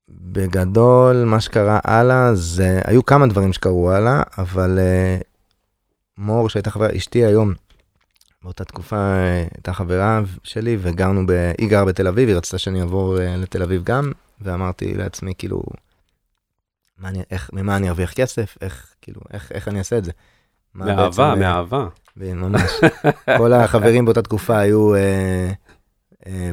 S5: בגדול, מה שקרה הלאה זה, היו כמה דברים שקרו הלאה, אבל אה, מור שהייתה חברה, אשתי היום, באותה תקופה אה, הייתה חברה שלי וגרנו, ב, היא גרה בתל אביב, היא רצתה שאני אעבור אה, לתל אביב גם, ואמרתי לעצמי כאילו, מה אני, איך, ממה אני ארוויח כסף, איך, כאילו, איך, איך אני אעשה את זה. מה בעצם,
S4: מאהבה,
S5: אה,
S4: מאהבה.
S5: ממש. כל החברים באותה תקופה היו אה, אה,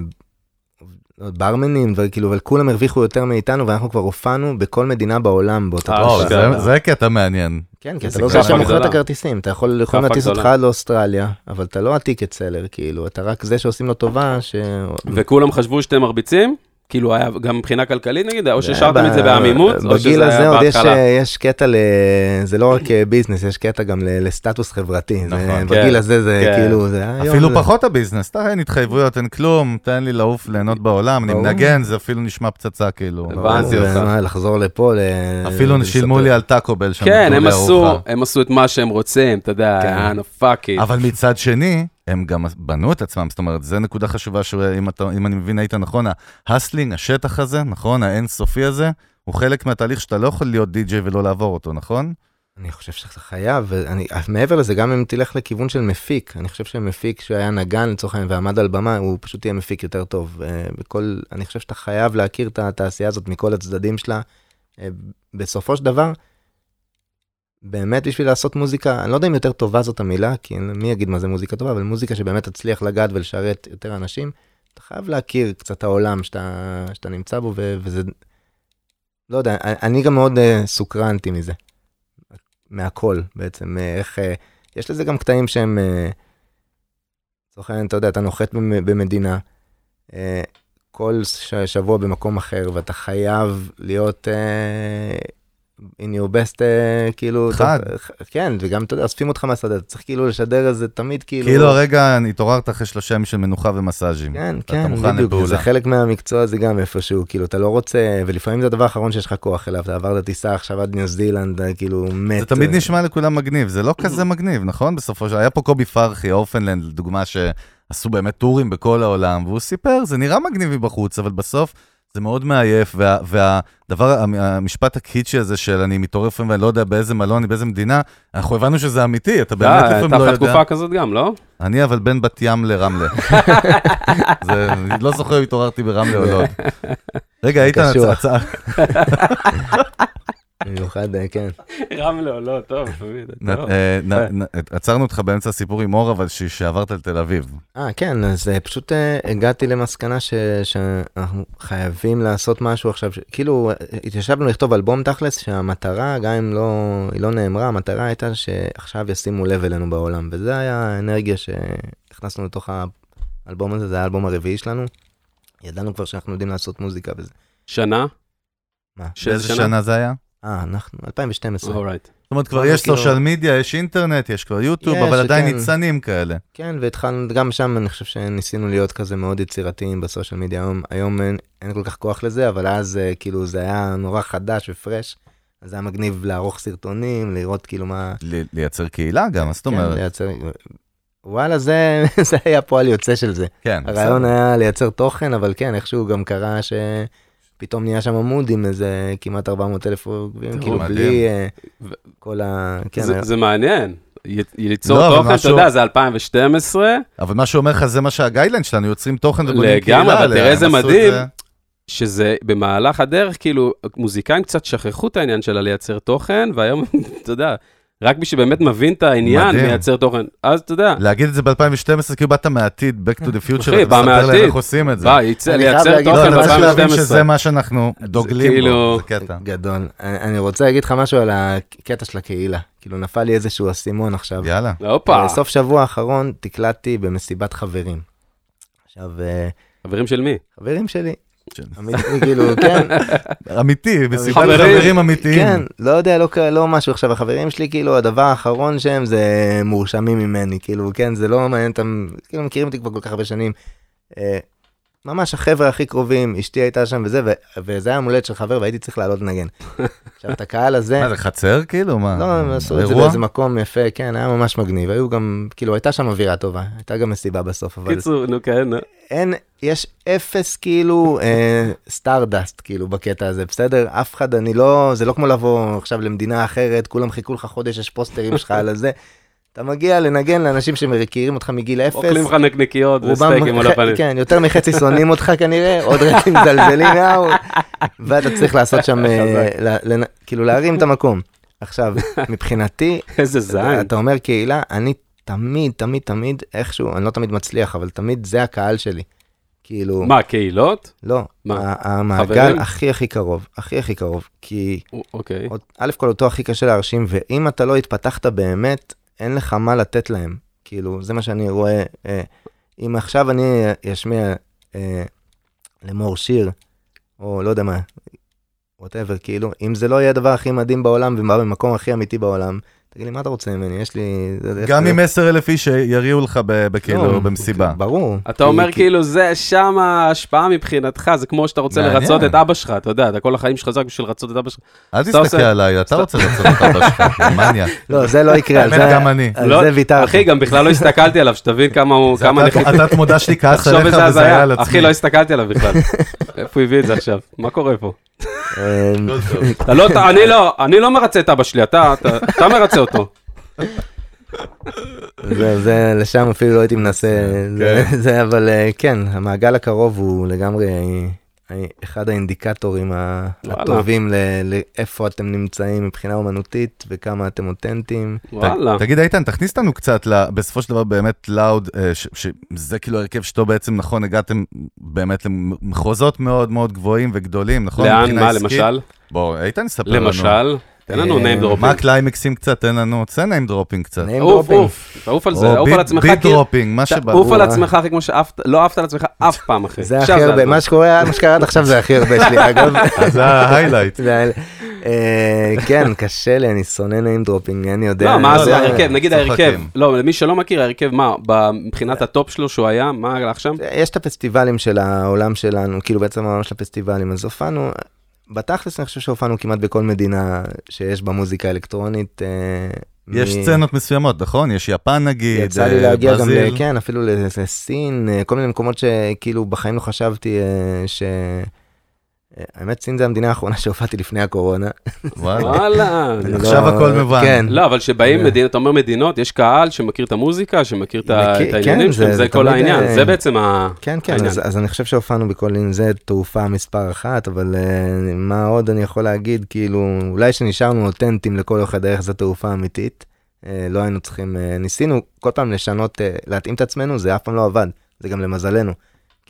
S5: ברמנים, דברים כאילו, אבל כולם הרוויחו יותר מאיתנו, ואנחנו כבר הופענו בכל מדינה בעולם באותה
S4: אה,
S3: וואו,
S5: תקופה.
S3: זה-
S4: אוקיי.
S3: זה קטע מעניין.
S5: כן, כי
S4: איזה
S5: אתה לא
S4: כאפה
S5: זה שמוכר את
S4: גדולה.
S5: הכרטיסים, אתה יכול יכולים
S4: כאפה
S5: להטיס אותך
S4: גדולה.
S5: עד לאוסטרליה, אבל אתה לא הטיקט סלר, כאילו, אתה רק זה שעושים לו טובה, ש...
S4: וכולם חשבו שאתם מרביצים? כאילו היה גם מבחינה כלכלית נגיד, או
S5: ב-
S4: שהשארתם את זה בעמימות, או
S5: בגיל
S4: שזה
S5: הזה
S4: היה
S5: עוד יש,
S4: בהתחלה?
S5: אה, יש קטע, ל... זה לא רק אה, ביזנס, יש קטע גם ל- לסטטוס חברתי. זה-
S3: נכון,
S5: בגיל
S4: כן,
S5: הזה זה
S4: כן.
S5: כאילו, זה היום...
S3: אפילו
S5: זה-
S3: פחות הביזנס, אתה אין התחייבויות, אין כלום, תן לי לעוף, ליהנות בעולם, אני
S5: ברור.
S3: מנגן, זה אפילו נשמע פצצה כאילו.
S4: הבנתי
S3: ברור.
S4: אותך.
S5: ומה, לחזור לפה, ל-
S3: אפילו שילמו לי על טאקו בל שם.
S4: כן,
S3: נתנו
S4: הם
S3: לי
S4: עשו,
S3: ארוחה.
S4: הם עשו את מה שהם רוצים, אתה יודע,
S5: כן.
S4: אנא פאק איט.
S3: אבל מצד שני, הם גם בנו את עצמם, זאת אומרת, זו נקודה חשובה שאם אתה- אם אני מבין היית נכון, ההסלינג, השטח הזה, נכון, האינסופי הזה, הוא חלק מהתהליך שאתה לא יכול להיות די-ג'יי ולא לעבור אותו, נכון?
S5: אני חושב שאתה חייב, ואני, אף מעבר לזה, גם אם תלך לכיוון של מפיק, אני חושב שמפיק שהיה נגן לצורך העניין ועמד על במה, הוא פשוט יהיה מפיק יותר טוב. אה, בכל, אני חושב שאתה חייב להכיר את התעשייה הזאת מכל הצדדים שלה. אה, בסופו של דבר, באמת בשביל לעשות מוזיקה, אני לא יודע אם יותר טובה זאת המילה, כי אין- מי יגיד מה זה מוזיקה טובה, אבל מוזיקה שבאמת תצליח לגעת ולשרת יותר אנשים, אתה חייב להכיר קצת את העולם שאתה, שאתה נמצא בו, ו, וזה... לא יודע, אני- אני גם מאוד אה, סוקרנטי מזה. מהכל בעצם, אה, איך... אה, יש לזה גם קטעים שהם... אה, לצורך העניין, אתה יודע, אתה נוחת במ- במדינה, אה, כל ש- שבוע במקום אחר, ואתה חייב להיות אה, in your best, אה, כאילו...
S3: חד.
S5: אתה- ח- כן, וגם, אתה יודע, אוספים אותך מהשדה, אתה צריך כאילו לשדר איזה תמיד, כאילו...
S3: כאילו הרגע התעוררת אחרי שלושה ימים של מנוחה ומסאז'ים.
S5: כן,
S3: אתה
S5: כן,
S3: מוכן
S5: בדיוק, זה
S3: לפעולה.
S5: חלק מהמקצוע הזה גם איפשהו, כאילו, אתה לא רוצה, ולפעמים זה הדבר האחרון שיש לך כוח אליו, אתה עברת טיסה עכשיו עד ניו זילנד, אתה כאילו מת.
S3: זה תמיד
S5: אה,
S3: נשמע לכולם מגניב, זה לא כזה מגניב, נכון? בסופו של... היה פה קובי פרחי, אורפנלנד, לדוגמה, שעשו באמת טורים בכל העולם, והוא סיפר, זה נראה מגניב מבחוץ, אבל בסוף זה מאוד מעייף, וה, והדבר, המ- המשפט הקיצ'י הזה של אני מתעורר לפעמים ואני לא יודע באיזה מלון, אני באיזה מדינה, אנחנו הבנו שזה אמיתי, אתה באמת
S4: אתה
S3: לפעמים לא
S4: הייתה לך
S3: יודע.
S4: תקופה כזאת גם, לא?
S3: אני אבל בין בת ים לרמלה. זה, אני לא זוכר אם התעוררתי ברמלה או לא. רגע, איתן, הצ-
S5: קשוח.
S3: הצעה,
S5: במיוחד, אה, כן.
S4: רמלה או לא, טוב, תמיד,
S3: נ-
S4: טוב.
S3: אה, נ- נ- עצרנו אותך באמצע הסיפור עם אור, אבל ש- שעברת לתל אביב.
S5: אה, כן, אז אה, פשוט אה, הגעתי למסקנה ש... שאנחנו חייבים לעשות משהו עכשיו, ש... כאילו אה, התיישבנו לכתוב אלבום תכלס, שהמטרה, גם אם לא, היא לא נאמרה, המטרה הייתה שעכשיו ישימו לב אלינו בעולם, וזה היה האנרגיה שהכנסנו לתוך האלבום הזה, זה היה האלבום הרביעי שלנו. ידענו כבר שאנחנו יודעים לעשות מוזיקה וזה.
S4: שנה?
S5: מה?
S4: שזה
S3: באיזה שנה זה היה?
S5: אה, אנחנו, 2012.
S3: אוקיי.
S4: אורייט.
S3: זאת אומרת, כבר
S5: אנחנו
S3: יש
S5: כאילו-
S3: סושיאל מדיה, יש אינטרנט, יש כבר יוטיוב,
S5: יש,
S3: אבל עדיין
S5: כן.
S3: ניצנים כאלה.
S5: כן, והתחלנו, גם שם אני חושב שניסינו להיות כזה מאוד יצירתיים בסושיאל מדיה, היום, היום אין, אין כל כך כוח לזה, אבל אז אה, כאילו זה היה נורא חדש ופרש, אז זה היה מגניב לערוך סרטונים, לראות כאילו מה...
S3: ל- לייצר קהילה גם, מה זאת
S5: כן,
S3: אומרת?
S5: לייצר... וואלה, זה, זה היה פועל יוצא של זה.
S3: כן,
S5: הרעיון
S3: בסדר.
S5: היה לייצר תוכן, אבל כן, איכשהו גם קרה שפתאום נהיה שם עמוד עם איזה כמעט 400 אלף עוקבים,
S4: טירוף.
S5: כאילו
S3: מדהים.
S5: בלי אה,
S4: ו-
S5: כל ה... כן,
S4: זה-
S5: היה-
S4: זה מעניין. י- ליצור
S3: לא, אבל
S4: תוכן, אתה
S3: משהו-
S4: יודע, זה 2012,
S3: אבל מה שאומר לך זה מה שהגיידליין שלנו, יוצרים תוכן ובונים
S4: לגמרי,
S3: קהילה.
S4: אבל
S3: עליה,
S4: תראה
S3: הם
S4: איזה
S3: עשו את
S4: מדהים.
S3: זה.
S4: שזה במהלך הדרך, כאילו, מוזיקאים קצת שכחו את העניין שלה לייצר תוכן, והיום, אתה יודע, רק מי שבאמת מבין את העניין,
S3: מדהים.
S4: מייצר תוכן. אז אתה יודע,
S3: להגיד את זה ב-2012, כאילו באת מהעתיד, Back to the Future,
S4: אחי,
S3: אתה
S4: בא
S3: מספר להם
S4: מהעתיד.
S3: איך עושים את זה.
S4: בא, יצא-
S5: אני חייב
S4: לייצר
S5: להגיד,
S3: לא,
S4: תוכן
S3: אתה צריך להבין שזה
S4: ב-2012.
S3: מה שאנחנו דוגלים בו,
S4: כאילו-
S3: זה קטע.
S5: גדול. אני, אני רוצה להגיד לך משהו על הקטע של הקהילה. כאילו נפל לי איזשהו אסימון עכשיו.
S3: יאללה.
S4: הופה,
S5: בסוף שבוע האחרון תקלטתי במסיבת חברים. עכשיו, אה,
S4: חברים של מי?
S5: חברים שלי,
S3: של-
S5: אמיתי, כאילו, כן,
S3: אמיתי, בסיבת
S4: חברים.
S3: חברים אמיתיים.
S5: כן, לא יודע, לא, ק- לא משהו. עכשיו, החברים שלי, כאילו, הדבר האחרון שהם זה מורשמים ממני, כאילו, כן, זה לא מעניין אותם, כאילו, מכירים אותי כבר כל כך הרבה שנים. אה, ממש החבר'ה הכי קרובים, אשתי הייתה שם וזה, ו- וזה היה יום הולדת של חבר והייתי צריך לעלות לנגן. עכשיו, את הקהל הזה...
S3: מה, זה חצר כאילו? מה?
S5: לא,
S4: אה,
S5: הם עשו את זה
S3: אירוע?
S5: באיזה מקום יפה, כן, היה ממש מגניב. היו גם, כאילו, הייתה שם אווירה טובה, הייתה גם מסיבה בסוף, אבל
S4: קיצור, נו כן, נו.
S5: אין, יש אפס כאילו אה, סטארדסט, כאילו, בקטע הזה, בסדר? אף אחד, אני לא, זה לא כמו לבוא עכשיו למדינה אחרת, כולם חיכו לך חודש, יש פוסטרים שלך על הזה. אתה מגיע לנגן לאנשים שמכירים אותך מגיל אפס.
S4: אוכלים לך נקניקיות וסטייקים על
S5: ח-
S4: הפנים.
S5: כן, יותר מחצי שונאים אותך כנראה, עוד רצים מזלזלים, יאו, ואתה צריך לעשות שם, אה, ל- לנ- כאילו להרים את המקום. עכשיו, מבחינתי,
S4: איזה זין.
S5: אתה אומר קהילה, אני תמיד, תמיד, תמיד, איכשהו, אני לא תמיד מצליח, אבל תמיד זה הקהל שלי. כאילו,
S4: מה, קהילות?
S5: לא,
S4: מה?
S5: ה- המעגל
S4: חברים?
S5: הכי הכי קרוב, הכי הכי קרוב, כי
S4: א- אוקיי.
S5: עוד- א' כל אותו הכי קשה להרשים, ואם אתה לא התפתחת באמת, אין לך מה לתת להם. כאילו, זה מה שאני רואה. אה, אם עכשיו אני אשמיע אה, למור שיר, או לא יודע מה, ווטאבר, כאילו, אם זה לא יהיה הדבר הכי מדהים בעולם, ומה במקום הכי אמיתי בעולם, תגיד לי, מה אתה רוצה ממני? יש לי...
S3: גם עם 10 אלף איש שיריעו לך ב-
S5: לא,
S3: בכאילו במסיבה.
S5: ברור.
S4: אתה אומר
S5: כי-
S4: כאילו זה שם ההשפעה מבחינתך, זה כמו שאתה רוצה
S3: מעניין.
S4: לרצות את אבא שלך, אתה יודע, אתה כל החיים שלך זה רק בשביל לרצות את אבא שלך.
S3: אל
S4: סתם
S3: תסתכל
S4: עושה-
S3: עליי, אתה רוצה לעשות את הבא שלך, כאילו, מניאק.
S5: לא, זה לא יקרה, על
S3: האמת,
S5: זה...
S3: גם אני.
S5: על
S4: כאילו- לא,
S5: זה ויתרתי.
S4: אחי, גם בכלל לא הסתכלתי עליו, שתבין כמה הוא,
S3: זה
S4: כמה
S3: אתה-
S4: נחיתות.
S3: אתה תמודה שלי כעס
S4: תחשוב
S3: עליך
S4: איזה
S3: וזה היה
S4: הזיה.
S3: על עצמי.
S4: אחי, לא הסתכלתי עליו בכלל. איפה הוא הביא את זה עכשיו? מה קורה פה?
S5: אמ,
S4: אתה לא, אתה- אני לא, אני לא מרצה את אבא שלי, אתה אתה- אתה מרצה אותו.
S5: זה, זה, לשם אפילו לא הייתי מנסה, זה, זה, אבל אה, כן, המעגל הקרוב הוא לגמרי אה, אה, אחד האינדיקטורים ה-
S4: וואלה.
S5: הטובים ל- לאיפה אתם נמצאים מבחינה אומנותית וכמה אתם אותנטיים.
S4: וואלה.
S3: תגיד, איתן, תכניס אותנו קצת, ל- בסופו של דבר באמת אה, לאוד, שזה כאילו ההרכב שאתו בעצם, נכון, הגעתם באמת למחוזות מאוד מאוד גבוהים וגדולים, נכון?
S4: לאן,
S3: מבחינה
S4: מה,
S3: עסקית? לא,
S4: למשל?
S3: בוא, איתן, ספר לנו.
S4: למשל? תן לנו
S5: אה,
S4: name
S3: מה
S4: dropping.
S3: הקליימקסים קצת? תן לנו, תעשה name dropping קצת.
S5: name
S4: עוף,
S5: dropping.
S4: עוף, תעוף על זה,
S3: או
S4: עוף
S3: beat-
S4: על עצמך.
S3: beat
S4: כאילו-
S3: dropping, מה שבא.
S4: תעוף על
S5: אה.
S4: עצמך אחי כמו שעפת, לא עפת על עצמך אף פעם אחי.
S5: זה הכי
S4: כן. עכשיו
S5: הרבה,
S4: הזמן.
S5: מה שקורה, מה שקרה עד עכשיו זה הכי הרבה שלי, אגב.
S3: אז זה ההיילייט.
S5: זה היה- אה, כן, קשה לי, אני שונא name dropping, אני יודע.
S4: לא, מה
S3: לא,
S4: זה
S3: לא,
S4: ההרכב, נגיד
S3: צוחקים.
S4: ההרכב, לא, למי שלא מכיר, ההרכב, מה, ב- מבחינת הטופ שלו שהוא היה, מה הלך שם?
S5: יש את הפסטיבלים של העולם שלנו, כאילו בעצם העולם של הפסטיבלים, אז הופענו, בתכלס אני חושב שהופענו כמעט בכל מדינה שיש בה מוזיקה אלקטרונית. אה,
S3: יש
S5: מ-
S3: סצנות מסוימות, נכון? יש יפן נגיד,
S5: יצא
S3: אה,
S5: לי להגיע גם,
S3: ברזיל.
S5: ל- כן, אפילו לסין, אה, כל מיני מקומות שכאילו בחיים לא חשבתי אה, ש... אה, האמת, סין זה המדינה האחרונה שהופעתי לפני הקורונה.
S4: אה?
S3: וואלה.
S4: וואלה.
S5: אני
S3: עכשיו
S5: לא-
S3: הכל מובן.
S5: כן.
S4: לא, אבל שבאים
S5: אה.
S4: מדינות, אתה אומר מדינות, יש קהל שמכיר את המוזיקה, שמכיר את ה-
S5: מכיר,
S4: את
S5: כן,
S4: העניינים שלהם,
S5: זה-
S4: זה
S5: זה
S4: כל
S5: תמיד,
S4: העניין,
S5: אה,
S4: זה בעצם ה...
S5: כן, כן,
S4: העניין.
S5: אז, אז אני חושב שהופענו בכל עניין, זה תעופה מספר אחת, אבל uh, מה עוד אני יכול להגיד, כאילו, אולי שנשארנו אותנטיים לכל אורך הדרך, זו תעופה אמיתית. Uh, לא היינו צריכים, uh, ניסינו כל פעם לשנות, uh, להתאים את עצמנו, זה אף פעם לא עבד, זה גם למזלנו.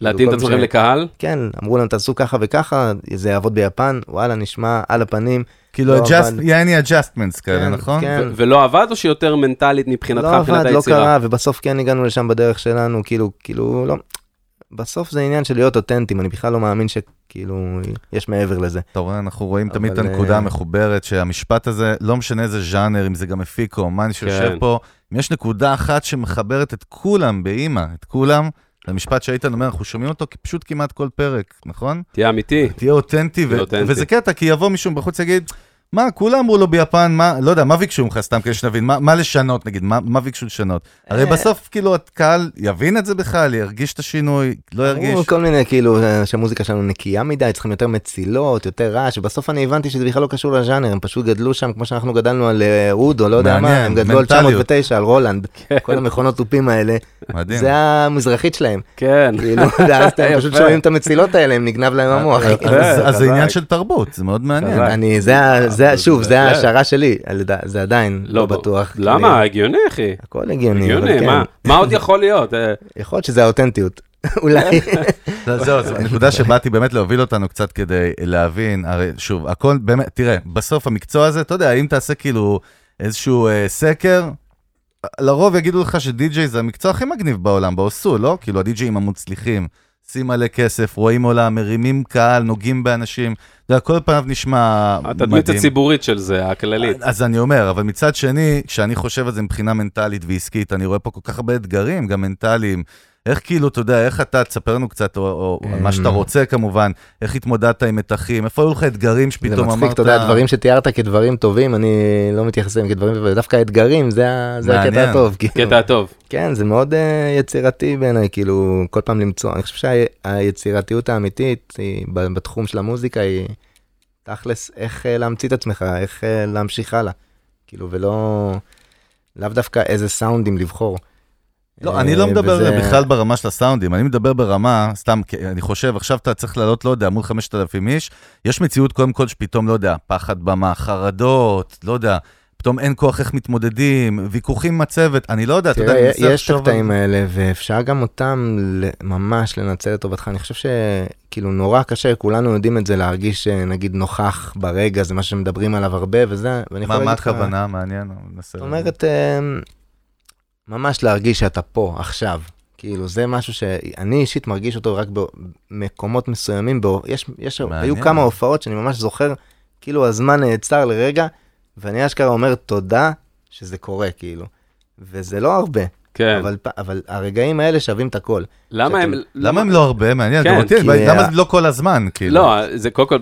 S4: להתאים
S5: כאילו,
S4: את
S5: כל
S4: עצמכם
S5: ש-
S4: לקהל.
S5: כן, אמרו לנו תעשו ככה וככה, זה יעבוד ביפן, וואלה, נשמע על הפנים.
S3: כאילו,
S5: לא
S3: adjust-
S5: עבד.
S3: יעני adjustments כאלה,
S5: כן,
S3: נכון?
S5: כן.
S4: ו- ולא עבד או שיותר מנטלית מבחינתך,
S5: לא
S4: מבחינת
S5: עבד, לא
S4: היצירה?
S5: קרה, ובסוף כן הגענו לשם בדרך שלנו, כאילו, כאילו, לא. בסוף זה עניין של להיות אותנטיים, אני בכלל לא מאמין שכאילו, יש מעבר לזה.
S3: אתה רואה, אנחנו רואים תמיד את
S5: אבל,
S3: הנקודה
S5: אה,
S3: המחוברת, שהמשפט הזה, לא משנה איזה ז'אנר, אם זה גם מפיק או אומן שיושב
S4: כן.
S3: פה, אם יש נקודה אחת שמחברת את כולם באימא, את כולם, זה משפט שאיתן אומר, אנחנו שומעים אותו פשוט כמעט כל פרק, נכון?
S4: תהיה אמיתי.
S3: תהיה אותנטי, ו-
S4: תהיה אותנטי.
S3: וזה קטע, כי יבוא מישהו מבחוץ ויגיד, מה, כולם אמרו לו ביפן, מה, לא יודע, מה ביקשו ממך סתם כדי שנבין, מה, מה לשנות, נגיד, מה, מה ביקשו לשנות? הרי
S5: אה.
S3: בסוף, כאילו, הקהל יבין את זה בכלל, ירגיש את השינוי, לא ירגיש.
S5: אמרו כל מיני כאילו אה, שהמוזיקה שלנו נקייה מדי צריכים יותר מצילות יותר רעש ובסוף אני הבנתי שזה בכלל לא קשור לז'אנר הם פשוט גדלו שם כמו שאנחנו גדלנו על אה, אוד או לא יודע מה
S3: מעניין,
S5: הם גדלו על
S3: מנטליות.
S5: 909 על רולנד
S4: כן.
S5: כל המכונות תופים האלה
S3: מדהים.
S5: זה המזרחית שלהם
S4: כן.
S5: כאילו ואז הם פשוט
S4: יפה. אה,
S5: שומעים את המצילות האלה הם נגנב להם המוח.
S3: אז- אז- אז זה
S4: חזק.
S3: עניין של תרבות, זה מאוד מעניין.
S4: חזק.
S5: אני זה ה- זה ה- שוב
S4: אה, זה-
S5: זה ההשערה שלי על יד- זה עדיין לא
S4: בוא-
S5: בטוח.
S4: למה?
S5: כאילו,
S4: הגיוני, אחי.
S5: הכל הגיוני. אבל
S4: הגיוני,
S5: כן,
S4: מה? מה עוד יכול להיות? אה,
S5: יכול להיות שזה האותנטיות. אולי.
S3: כן, זה- לא, זהו, זו נקודה שבאתי באמת להוביל אותנו קצת כדי להבין, הרי שוב, הכל באמת, תראה, בסוף המקצוע הזה, אתה יודע, אם תעשה כאילו איזשהו אה, סקר, לרוב יגידו לך שדי-ג'יי זה המקצוע הכי מגניב בעולם, בעשו, לא? כאילו, הדי-ג'אים המוצליחים, שים מלא כסף, רואים עולם, מרימים קהל, נוגעים באנשים, אתה יודע, כל פניו נשמע מדהים.
S4: התדמית הציבורית של זה, הכללית.
S5: אה,
S3: אז אני אומר, אבל מצד שני, כשאני חושב על זה מבחינה מנטלית ועסקית, אני רואה פה כל כך הרבה אתגרים, גם מנטליים. איך כאילו, אתה יודע, איך אתה, תספר לנו קצת, או, או על מה
S5: אמ.
S3: שאתה רוצה כמובן, איך התמודדת עם מתחים, איפה היו לך אתגרים
S5: זה
S3: שפתאום אמרת...
S5: מצחיק, אתה יודע, הדברים שתיארת כדברים טובים, אני לא מתייחס אליהם כדברים טובים, דווקא האתגרים, זה ה- זה
S3: מעניין.
S5: הקטע הטוב. כאילו.
S4: קטע טוב.
S5: כן, זה מאוד אה, יצירתי בעיניי, כאילו, כל פעם למצוא, אני חושב שהיצירתיות האמיתית היא ב- בתחום של המוזיקה היא תכלס, איך אה, להמציא את עצמך, איך אה, להמשיך הלאה, כאילו, ולא, לאו דווקא איזה סאונדים לבחור.
S3: לא,
S5: אה,
S3: אני לא מדבר
S5: וזה-
S3: בכלל ברמה של הסאונדים, אני מדבר ברמה, סתם, כי אני חושב, עכשיו אתה צריך לעלות, לא יודע, מול 5,000 איש, יש מציאות קודם כל שפתאום, לא יודע, פחד במה, חרדות, לא יודע, פתאום אין כוח איך מתמודדים, ויכוחים עם הצוות, אני לא יודע, אתה יודע, אני
S5: תראה,
S3: מנסה
S5: יש את
S3: לחשוב על
S5: הקטעים האלה, ואפשר גם אותם ל- ממש לנצל לטובתך. אני חושב שכאילו נורא קשה, כולנו יודעים את זה, להרגיש אה, נגיד נוכח ברגע, זה מה שמדברים עליו הרבה, וזה, ואני יכול
S3: מה, מה
S5: להגיד לך...
S3: הכוונה? מעניין, אני מנסה...
S5: זאת
S3: להבין.
S5: אומרת, אה, ממש להרגיש שאתה פה, עכשיו. כאילו, זה משהו שאני אישית מרגיש אותו רק במקומות מסוימים. בא- יש, יש,
S3: מעניין.
S5: היו כמה הופעות שאני ממש זוכר, כאילו הזמן נעצר לרגע, ואני אשכרה אומר תודה שזה קורה, כאילו. וזה לא הרבה.
S4: כן.
S5: אבל, פ- אבל הרגעים האלה שווים את הכל.
S4: למה הם...
S5: שאתם-
S3: למה הם לא הרבה? מעניין,
S4: כן,
S3: גם אותי,
S5: כי
S3: למה
S5: ה-
S3: זה לא כל הזמן, כאילו?
S4: לא, זה קודם כל...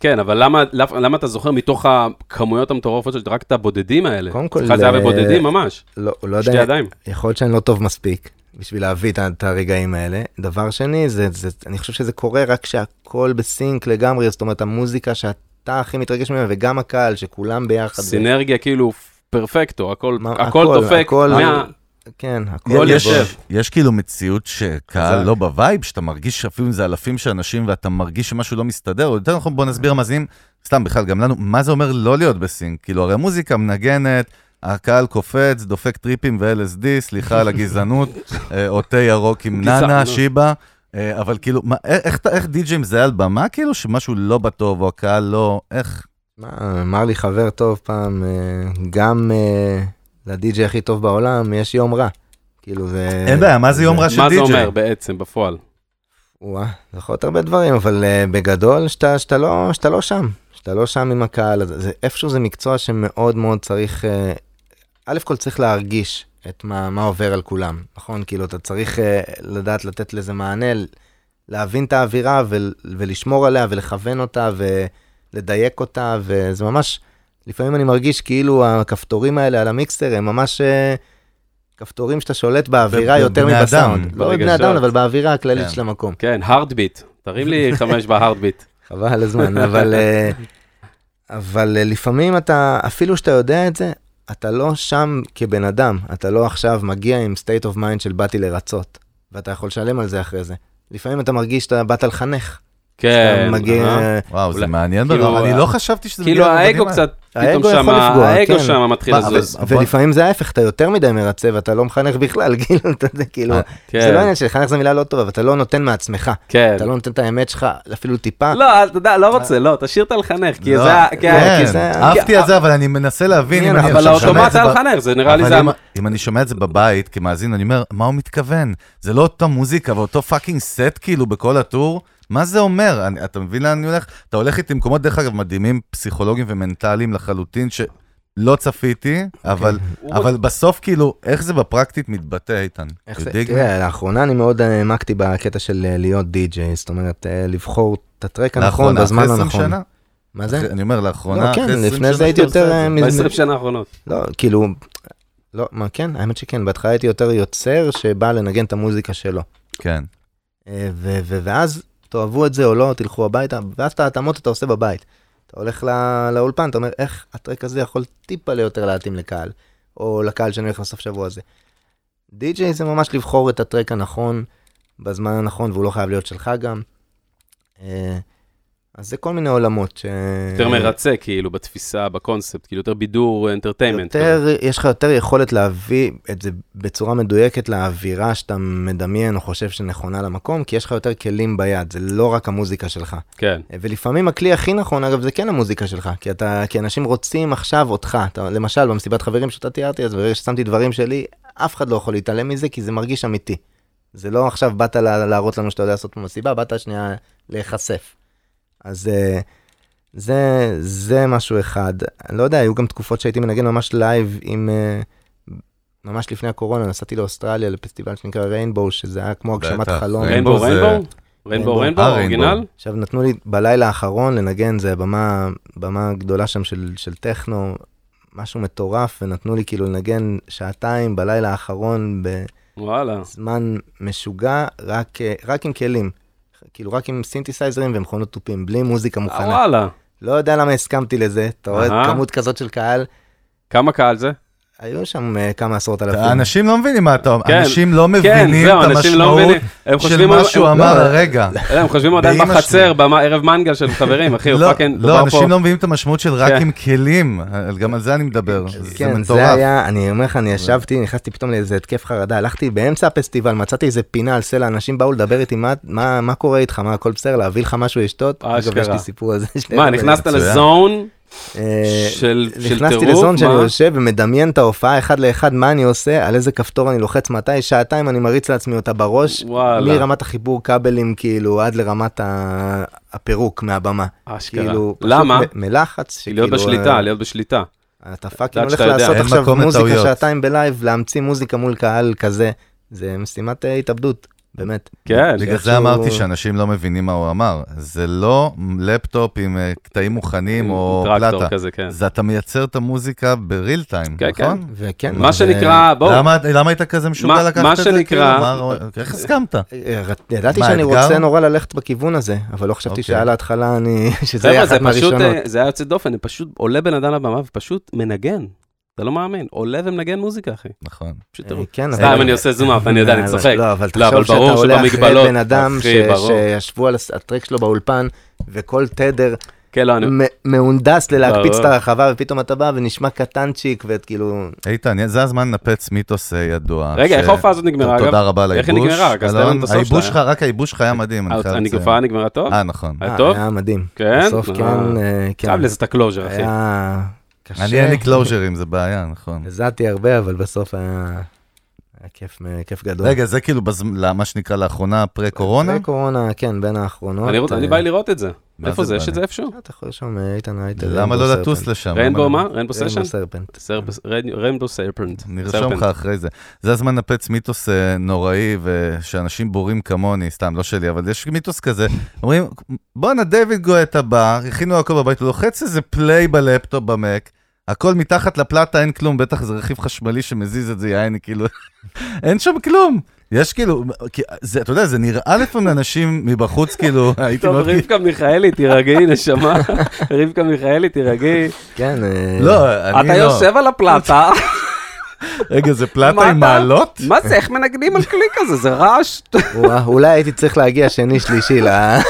S4: כן, אבל למה- למה למה אתה זוכר מתוך הכמויות המטורפות של רק את הבודדים האלה?
S5: קודם כל,
S4: אצלך זה היה
S5: אה,
S4: בבודדים ממש.
S5: לא, לא
S4: שתי
S5: יודע,
S4: ידיים.
S5: יכול להיות שאני לא טוב מספיק בשביל להביא את, ה- את הרגעים האלה. דבר שני, זה, זה, אני חושב שזה קורה רק כשהכול בסינק לגמרי, זאת אומרת, המוזיקה שאתה הכי מתרגש ממנה, וגם הקהל, שכולם ביחד.
S4: סינרגיה כאילו פרפקטו, הכל
S5: מה-
S4: הכל
S5: הכל,
S4: דופק.
S5: הכל-
S4: מה-
S5: כן,
S4: גול
S5: הכל
S3: יש-
S4: יושב.
S3: יש כאילו מציאות שקהל
S5: חזק.
S3: לא בווייב, שאתה מרגיש אפילו אם זה אלפים של אנשים ואתה מרגיש שמשהו לא מסתדר, או יותר נכון, בוא נסביר מאזינים, סתם בכלל, גם לנו, מה זה אומר לא להיות בסינק? כאילו, הרי המוזיקה מנגנת, הקהל קופץ, דופק טריפים ו-LSD, סליחה על הגזענות, אה, או תה ירוק עם נאנה,
S4: גזענות.
S3: שיבה. אה, אבל כאילו, מה, איך- איך, אתה- איך די.ג'י זה על במה? כאילו שמשהו לא בטוב, או הקהל לא, איך?
S5: מה, אמר לי חבר טוב פעם, אה, גם אה, לדי-ג'יי הכי טוב בעולם, יש יום רע. כאילו זה...
S3: אין בעיה, מה זה יום רע של
S4: מה זה
S3: די.ג'י?
S4: אומר בעצם בפועל?
S5: וואה, זה יכול להיות הרבה דברים, אבל uh, בגדול שאתה, שאתה, לא, שאתה לא שם, שאתה לא שם עם הקהל, הזה. זה, איפשהו זה מקצוע שמאוד מאוד צריך, uh, א' כל צריך להרגיש את מה, מה עובר על כולם, נכון? כאילו אתה צריך uh, לדעת לתת לזה מענה, להבין את האווירה ול, ולשמור עליה ולכוון אותה ולדייק אותה, וזה ממש, לפעמים אני מרגיש כאילו הכפתורים האלה על המיקסר הם ממש... Uh, כפתורים שאתה שולט באווירה
S3: ב-
S5: יותר
S3: בבני אדם,
S5: מבסאונד. לא בבני
S4: ברגשות.
S5: אדם, אבל באווירה הכללית
S3: כן.
S5: של המקום.
S4: כן, הארדביט. תרים לי חמש בהארדביט.
S5: חבל על הזמן, אבל, אה, אבל אה, לפעמים אתה, אפילו שאתה יודע את זה, אתה לא שם כבן אדם, אתה לא עכשיו מגיע עם state of mind של באתי לרצות, ואתה יכול לשלם על זה אחרי זה. לפעמים אתה מרגיש שאתה באת לחנך.
S4: כן,
S5: אתה מגיע,
S4: אה.
S3: וואו, זה
S4: אולי-
S3: מעניין
S4: כאילו,
S3: ברמה, אני
S4: ה-
S3: לא חשבתי שזה
S4: כאילו
S3: מגיע
S4: האגו
S3: לממדים האלה.
S4: קצת, פתאום
S5: האגו
S4: שם,
S5: יכול לפגוע,
S4: האגו
S5: כן.
S4: שם מתחיל
S3: מה, אבל-
S4: לזוז.
S3: אבל-
S5: ולפעמים זה ההפך, אתה יותר מדי מרצה ואתה לא מחנך בכלל, כאילו, אתה יודע, כאילו,
S3: אה,
S5: זה לא
S4: כן,
S5: עניין של לחנך זו מילה לא טובה, ואתה לא נותן מעצמך,
S4: כן.
S5: אתה לא נותן את האמת שלך אפילו טיפה.
S4: לא, אל- אתה יודע, לא רוצה, לא, תשאיר את הלחנך, כי
S3: אה. לא,
S4: זה... ה- כן,
S3: כן,
S5: כי זה-
S3: אהבתי את זה, אבל אני מנסה להבין אם אני
S4: אבל
S3: עכשיו שומע את
S4: האוטומט
S3: זה...
S4: היה
S3: ב-
S4: לחנך, זה נראה לי
S3: אבל
S4: זה...
S3: אם-
S4: ה-
S3: אם אני שומע את זה בבית כמאזין, אני אומר, מה הוא מתכוון? זה לא אותה מוזיקה ואותו פאקינג סט כאילו בכל הטור? מה זה אומר? אני, אתה מבין לאן אני הולך? אתה הולך איתי למקומות, דרך אגב, מדהימים, פסיכולוגיים ומנטליים לחלוטין, שלא צפיתי, אבל,
S4: אוקיי. הוא-
S3: אבל בסוף כאילו, איך זה בפרקטית מתבטא, איתן?
S5: איך זה,
S3: יודעים?
S5: תראה, לאחרונה אני מאוד אה, העמקתי בקטע של אה, להיות די-ג'יי, זאת אומרת, אה, לבחור את הטרק הנכון
S4: נכון,
S3: לאחרונה,
S5: בזמן
S3: אחרי 20
S5: הנכון.
S3: שנה?
S5: מה זה?
S3: אחרי- אני אומר, לאחרונה,
S5: לא, כן,
S3: אחרי 20
S5: לפני זה
S3: שנה
S5: הייתי
S3: שאתה עושה
S5: יותר, אה,
S3: את זה.
S5: מזמן.
S4: ב-20 שנה האחרונות.
S3: אה.
S5: לא, כאילו, לא, מה כן, האמת שכן, בהתחלה הייתי יותר יוצר שבא לנגן את המוזיקה שלו.
S3: כן.
S5: אה, ו- ו- ואז תאהבו את זה או לא, תלכו הביתה, ואז את ההתאמות אתה עושה בבית. אתה הולך לא, לאולפן, אתה אומר, איך הטרק הזה יכול טיפה ליותר להתאים לקהל, או לקהל שאני הולך לסוף שבוע הזה. די-ג'יי זה ממש לבחור את הטרק הנכון, בזמן הנכון, והוא לא חייב להיות שלך גם. אה, אז זה כל מיני עולמות ש...
S4: יותר מרצה, כאילו, בתפיסה, בקונספט, כאילו, יותר בידור, אנטרטיימנט.
S5: יותר, יש לך יותר יכולת להביא את זה בצורה מדויקת לאווירה שאתה מדמיין או חושב שנכונה למקום, כי יש לך יותר כלים ביד, זה לא רק המוזיקה שלך.
S4: כן.
S5: אה, ולפעמים הכלי הכי נכון, אגב, זה כן המוזיקה שלך, כי, אתה, כי אנשים רוצים עכשיו אותך. אתה, למשל, במסיבת חברים שאתה תיארתי, אז ברגע ששמתי דברים שלי, אף אחד לא יכול להתעלם מזה, כי זה מרגיש אמיתי. זה לא עכשיו באת לה, להראות לנו שאתה יודע לעשות פה מסיבה, באת שנייה להיחשף. אז אה, זה, זה משהו אחד. אני לא יודע, היו גם תקופות שהייתי מנגן ממש לייב עם... אה, ממש לפני הקורונה, נסעתי לאוסטרליה לפסטיבל שנקרא ריינבואו, שזה היה כמו הגשמת
S3: בטח,
S5: חלום.
S4: ריינבואו,
S3: זה-
S4: ריינבואו? ריינבואו, ריינבואו,
S3: אה,
S4: אורגינל?
S3: ריינבואו.
S5: עכשיו נתנו לי בלילה האחרון לנגן, זה במה, במה גדולה שם של, של טכנו, משהו מטורף, ונתנו לי כאילו לנגן שעתיים בלילה האחרון
S4: וואלה.
S5: בזמן משוגע, רק, אה, רק עם כלים. כאילו רק עם סינתסייזרים ומכונות תופים, בלי מוזיקה
S4: אה,
S5: מוכנה.
S4: וואלה.
S5: לא יודע למה הסכמתי לזה, אתה רואה
S4: אהה.
S5: כמות כזאת של קהל,
S4: כמה קהל זה?
S5: היו שם אה, כמה עשרות אלפים.
S3: אנשים לא מבינים מה אתה
S4: כן,
S3: אומר, אנשים לא
S4: כן,
S3: מבינים
S4: זהו,
S3: את
S4: אנשים לא
S3: המשמעות
S4: מבינים. הם
S3: של
S4: חושבים...
S3: מה
S4: על-
S3: שהוא
S4: הם-
S3: אמר
S4: לא,
S3: הרגע.
S4: לא, הם חושבים עדיין
S3: באמא
S4: בחצר, במה- ערב מנגל של חברים, אחי, הוא
S3: לא,
S4: פאקינג...
S3: לא,
S4: דובר
S3: אנשים
S4: פה-
S3: לא מבינים את המשמעות של רק
S4: כן.
S3: עם כלים, על- גם על זה אני מדבר, זה
S5: כן,
S3: מטורף.
S5: זה היה, אני אומר לך, אני ישבתי, נכנסתי פתאום לאיזה התקף חרדה, הלכתי באמצע הפסטיבל, מצאתי איזה פינה על סלע, אנשים באו לדבר איתי, מה- מה מה קורה איתך, מה הכל בסדר, להביא לך משהו לשתות? אגב,
S4: אשכרה.
S5: יש לי סיפור על זה. שני
S4: מה,
S5: חברים.
S4: נכנסת
S3: לא- מצוין.
S4: לזון
S5: אה,
S4: של של טירוף?
S5: נכנסתי לזון שאני
S4: מה?
S5: יושב ומדמיין את ההופעה אחד לאחד, מה אני עושה, על איזה כפתור אני לוחץ מתי, שעתיים אני מריץ לעצמי אותה בראש,
S4: וואלה.
S5: מרמת החיבור כבלים כאילו עד לרמת ה- הפירוק מהבמה.
S4: אשכרה.
S5: כאילו, פשוט
S4: למה?
S5: מ- מלחץ,
S4: כי להיות
S5: שכאילו, אה,
S4: בשליטה, להיות בשליטה.
S5: אתה פאקינג הולך
S4: שאתה יודע,
S5: לעשות
S3: אין
S5: עכשיו
S3: מקום
S5: מוזיקה
S3: לטעויות.
S5: שעתיים בלייב, להמציא מוזיקה מול קהל כזה, זה משימת אה, התאבדות, באמת.
S4: כן.
S3: בגלל
S5: איכשהו-
S3: זה אמרתי שאנשים לא מבינים מה הוא אמר. זה לא לפטופ עם אה, קטעים מוכנים או
S4: טרקטור
S3: פלטה.
S4: כזה, כן.
S3: זה אתה מייצר את המוזיקה בריל טיים,
S4: כן,
S3: נכון?
S5: וכן,
S4: מה
S5: זה-
S4: שנקרא, בואו,
S3: למה- למה היית כזה משוגע
S4: מה-
S3: לקחת
S4: מה
S3: את זה?
S4: שנקרא-
S3: כאילו, מה- איך הסכמת?
S5: אה, ר- ידעתי
S3: מה,
S5: שאני
S3: אתגר?
S5: רוצה נורא ללכת בכיוון הזה, אבל לא חשבתי
S3: אוקיי.
S5: שעל ההתחלה אני, שזה יהיה
S4: חבר'ה, זה
S5: אחת
S4: פשוט,
S5: מהראשונות.
S4: אה, זה היה יוצא דופן, פשוט עולה בן אדם לבמה ופשוט מנגן. אתה לא מאמין, עולה ומנגן מוזיקה, אחי.
S3: נכון.
S4: פשוט
S5: אה,
S4: טירוף.
S5: כן, אבל-
S4: סתם, אני עושה זום-אפ, אני יודע, אני
S5: אה,
S4: צוחק.
S5: לא, אבל
S4: לא, אבל
S5: תחשוב שאתה
S4: ברור
S5: עולה אחרי
S4: שבמגבלות,
S5: בן אדם
S4: אחי,
S5: ש-
S4: ברור.
S5: שישבו על הס- הטרק שלו באולפן, וכל תדר
S4: כן, לא, אני...
S5: מ- מהונדס ללהקפיץ
S4: ברור.
S5: את הרחבה, ופתאום אתה בא ונשמע קטנצ'יק, וכאילו,
S3: איתן, זה הזמן לנפץ מיתוס אה, ידוע.
S4: רגע,
S3: ש-
S4: איך ההופעה הזאת נגמרה, אגב?
S3: תודה רבה על
S4: איך
S3: הייבוש.
S4: היא נגמרה? רק, אז תן לנו
S3: אלון,
S4: את הסוף
S3: הייבוש
S4: שלה.
S3: שלך, רק הייבוש שלך היה מדהים, אני חייב לציין.
S4: הנגופה אה, נגמרה טוב?
S3: אה, נכון.
S4: היה
S5: אה,
S4: טוב?
S5: היה מדהים.
S4: כן?
S5: בסוף
S4: אה.
S5: כן, אה, כן.
S4: חייב לזה את הקלוז'ר, אחי.
S5: היה קשה.
S4: אה,
S3: אני אין לי קלוז'רים, זה בעיה, נכון.
S5: הזעתי הרבה, אבל בסוף היה, היה כיף, כיף
S4: אה.
S5: גדול.
S3: רגע, זה כאילו, בז- מה שנקרא לאחרונה, פרה-קורונה?
S5: אחרי קורונה, כן, בין האחרונות.
S4: אני רוצה- אני
S5: אה,
S4: בא לי לראות את זה.
S3: מה
S4: איפה
S3: זה
S4: זה? יש
S3: בא
S4: את זה איפשהו?
S5: אתה יכול לרשום אה, איתן רייטר.
S3: למה לא לטוס לשם?
S4: ריינבו
S3: למה
S4: מה?
S3: לא?
S4: ריינבו סשן?
S5: סשן? סרפנט.
S4: ריינבו סרפנט.
S3: נרשום לך אחרי זה. זה הזמן לנפץ מיתוס אה, נוראי, ושאנשים בורים כמוני, סתם, לא שלי, אבל יש מיתוס כזה. אומרים, בואנה, דיוויד גואטה בא, הכינו הכל בבית, הוא לוחץ איזה פליי בלפטופ במק, הכל מתחת לפלטה, אין כלום, בטח זה רכיב חשמלי שמזיז את זה, יעני, כאילו, אין שם כלום. יש כאילו, כי זה, אתה יודע, זה נראה לפעמים לאנשים מבחוץ, כאילו, הייתי
S4: טוב,
S3: מאוד...
S4: רבקה מיכאלי, תירגעי, נשמה. רבקה מיכאלי, תירגעי.
S5: כן, אה,
S3: לא, אני
S4: אתה
S3: לא.
S4: יושב על הפלטה.
S3: רגע, זה
S4: מה
S3: פלטה עם
S4: אתה-
S3: מעלות?
S4: מה זה, איך מנגנים על כלי כזה? זה רעש.
S5: וואו, אולי הייתי צריך להגיע שני שלישי ל-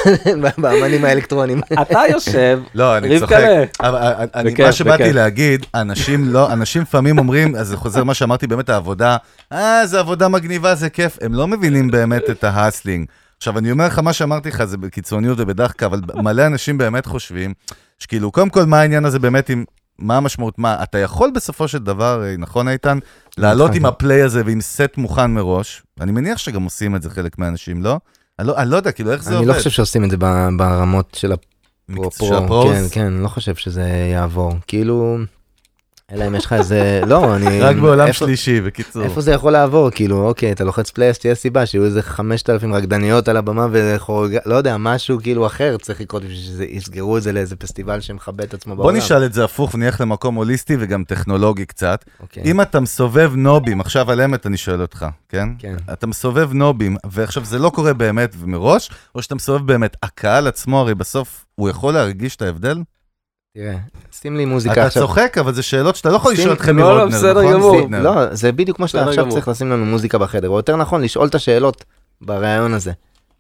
S5: באמנים האלקטרונים.
S4: אתה יושב,
S3: לא, אני צוחק.
S4: רבקה,
S3: אבל אני- אני-
S4: בכיף,
S3: מה שבאתי
S4: בכיף.
S3: להגיד, אנשים לא, אנשים לפעמים אומרים, אז זה חוזר מה שאמרתי באמת, העבודה, אה, זו עבודה מגניבה, זה כיף. הם לא מבינים באמת את ההסלינג. עכשיו, אני אומר לך, מה שאמרתי לך זה בקיצוניות ובדחקה, אבל מלא אנשים באמת חושבים, שכאילו, קודם כל, מה העניין הזה באמת עם... מה המשמעות? מה, אתה יכול בסופו של דבר, אה, נכון איתן, לעלות עם הפליי הזה ועם סט מוכן מראש? אני מניח שגם עושים את זה חלק מהאנשים, לא? אני לא, אני לא יודע, כאילו, איך זה
S5: אני
S3: עובד?
S5: לא חושב שעושים את זה ב- ברמות של
S3: מקצוע
S5: הפרו.
S3: פרוס?
S5: כן, כן, אני לא חושב שזה יעבור. כאילו, אלא אם יש לך איזה, לא, אני...
S3: רק בעולם
S5: איפה-
S3: שלישי, בקיצור.
S5: איפה זה יכול לעבור? כאילו, אוקיי, אתה לוחץ פליי, אז תהיה סיבה שיהיו איזה 5,000 רקדניות על הבמה וחורגה, לא יודע, משהו כאילו אחר צריך לקרות בשביל שיסגרו את זה לאיזה פסטיבל שמכבה את עצמו
S3: בוא
S5: בעולם.
S3: נשאל את זה הפוך ונלך למקום הוליסטי וגם טכנולוגי קצת.
S5: אוקיי.
S3: אם אתה מסובב נובים, עכשיו על אמת אני שואל אותך, כן?
S5: כן.
S3: אתה מסובב נובים, ועכשיו זה לא קורה באמת ומראש, או שאתה מסובב באמת, הקהל עצמו הרי בסוף, הוא יכול להרגיש את ההבדל?
S5: תראה, שים לי מוזיקה
S3: אתה
S5: עכשיו.
S3: צוחק, אבל זה שאלות שאתה לא יכול
S5: שים-
S3: לשאול את חמי
S4: לא, לא,
S3: רודנר,
S4: בסדר
S3: נכון?
S4: גמור.
S3: סיטנר.
S5: לא, זה בדיוק מה שאתה
S4: בסדר
S5: עכשיו
S4: גמור.
S5: צריך לשים לנו מוזיקה בחדר, או יותר נכון, לשאול את השאלות בראיון הזה.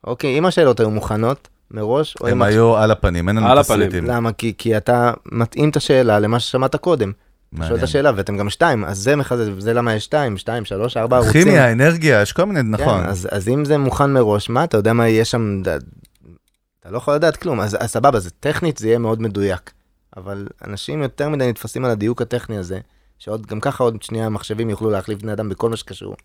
S5: אוקיי, אם השאלות היו מוכנות מראש, או
S3: הם
S5: אם...
S3: היו על הפנים, אין לנו
S4: על
S3: תסריטים.
S5: למה? כי, כי אתה מתאים את השאלה למה ששמעת קודם. שואל את
S3: מעניין.
S5: השאלה, ואתם גם שתיים, אז זה מחזק, זה למה יש שתיים, שתיים, שלוש, ארבע ערוצים.
S3: כימיה, אנרגיה, יש כל מיני, נכון.
S5: כן, אז, אז אם זה מוכן מראש, מה אתה יודע מה יהיה שם, ד- אתה לא יכול לדעת כלום, אז, אז סבבה, זה טכנית, זה יהיה מאוד מדויק. אבל אנשים יותר מדי נתפסים על הדיוק הטכני הזה, שעוד גם ככה עוד שנייה המחשבים יוכלו להחליף בני אדם בכל מה שקשור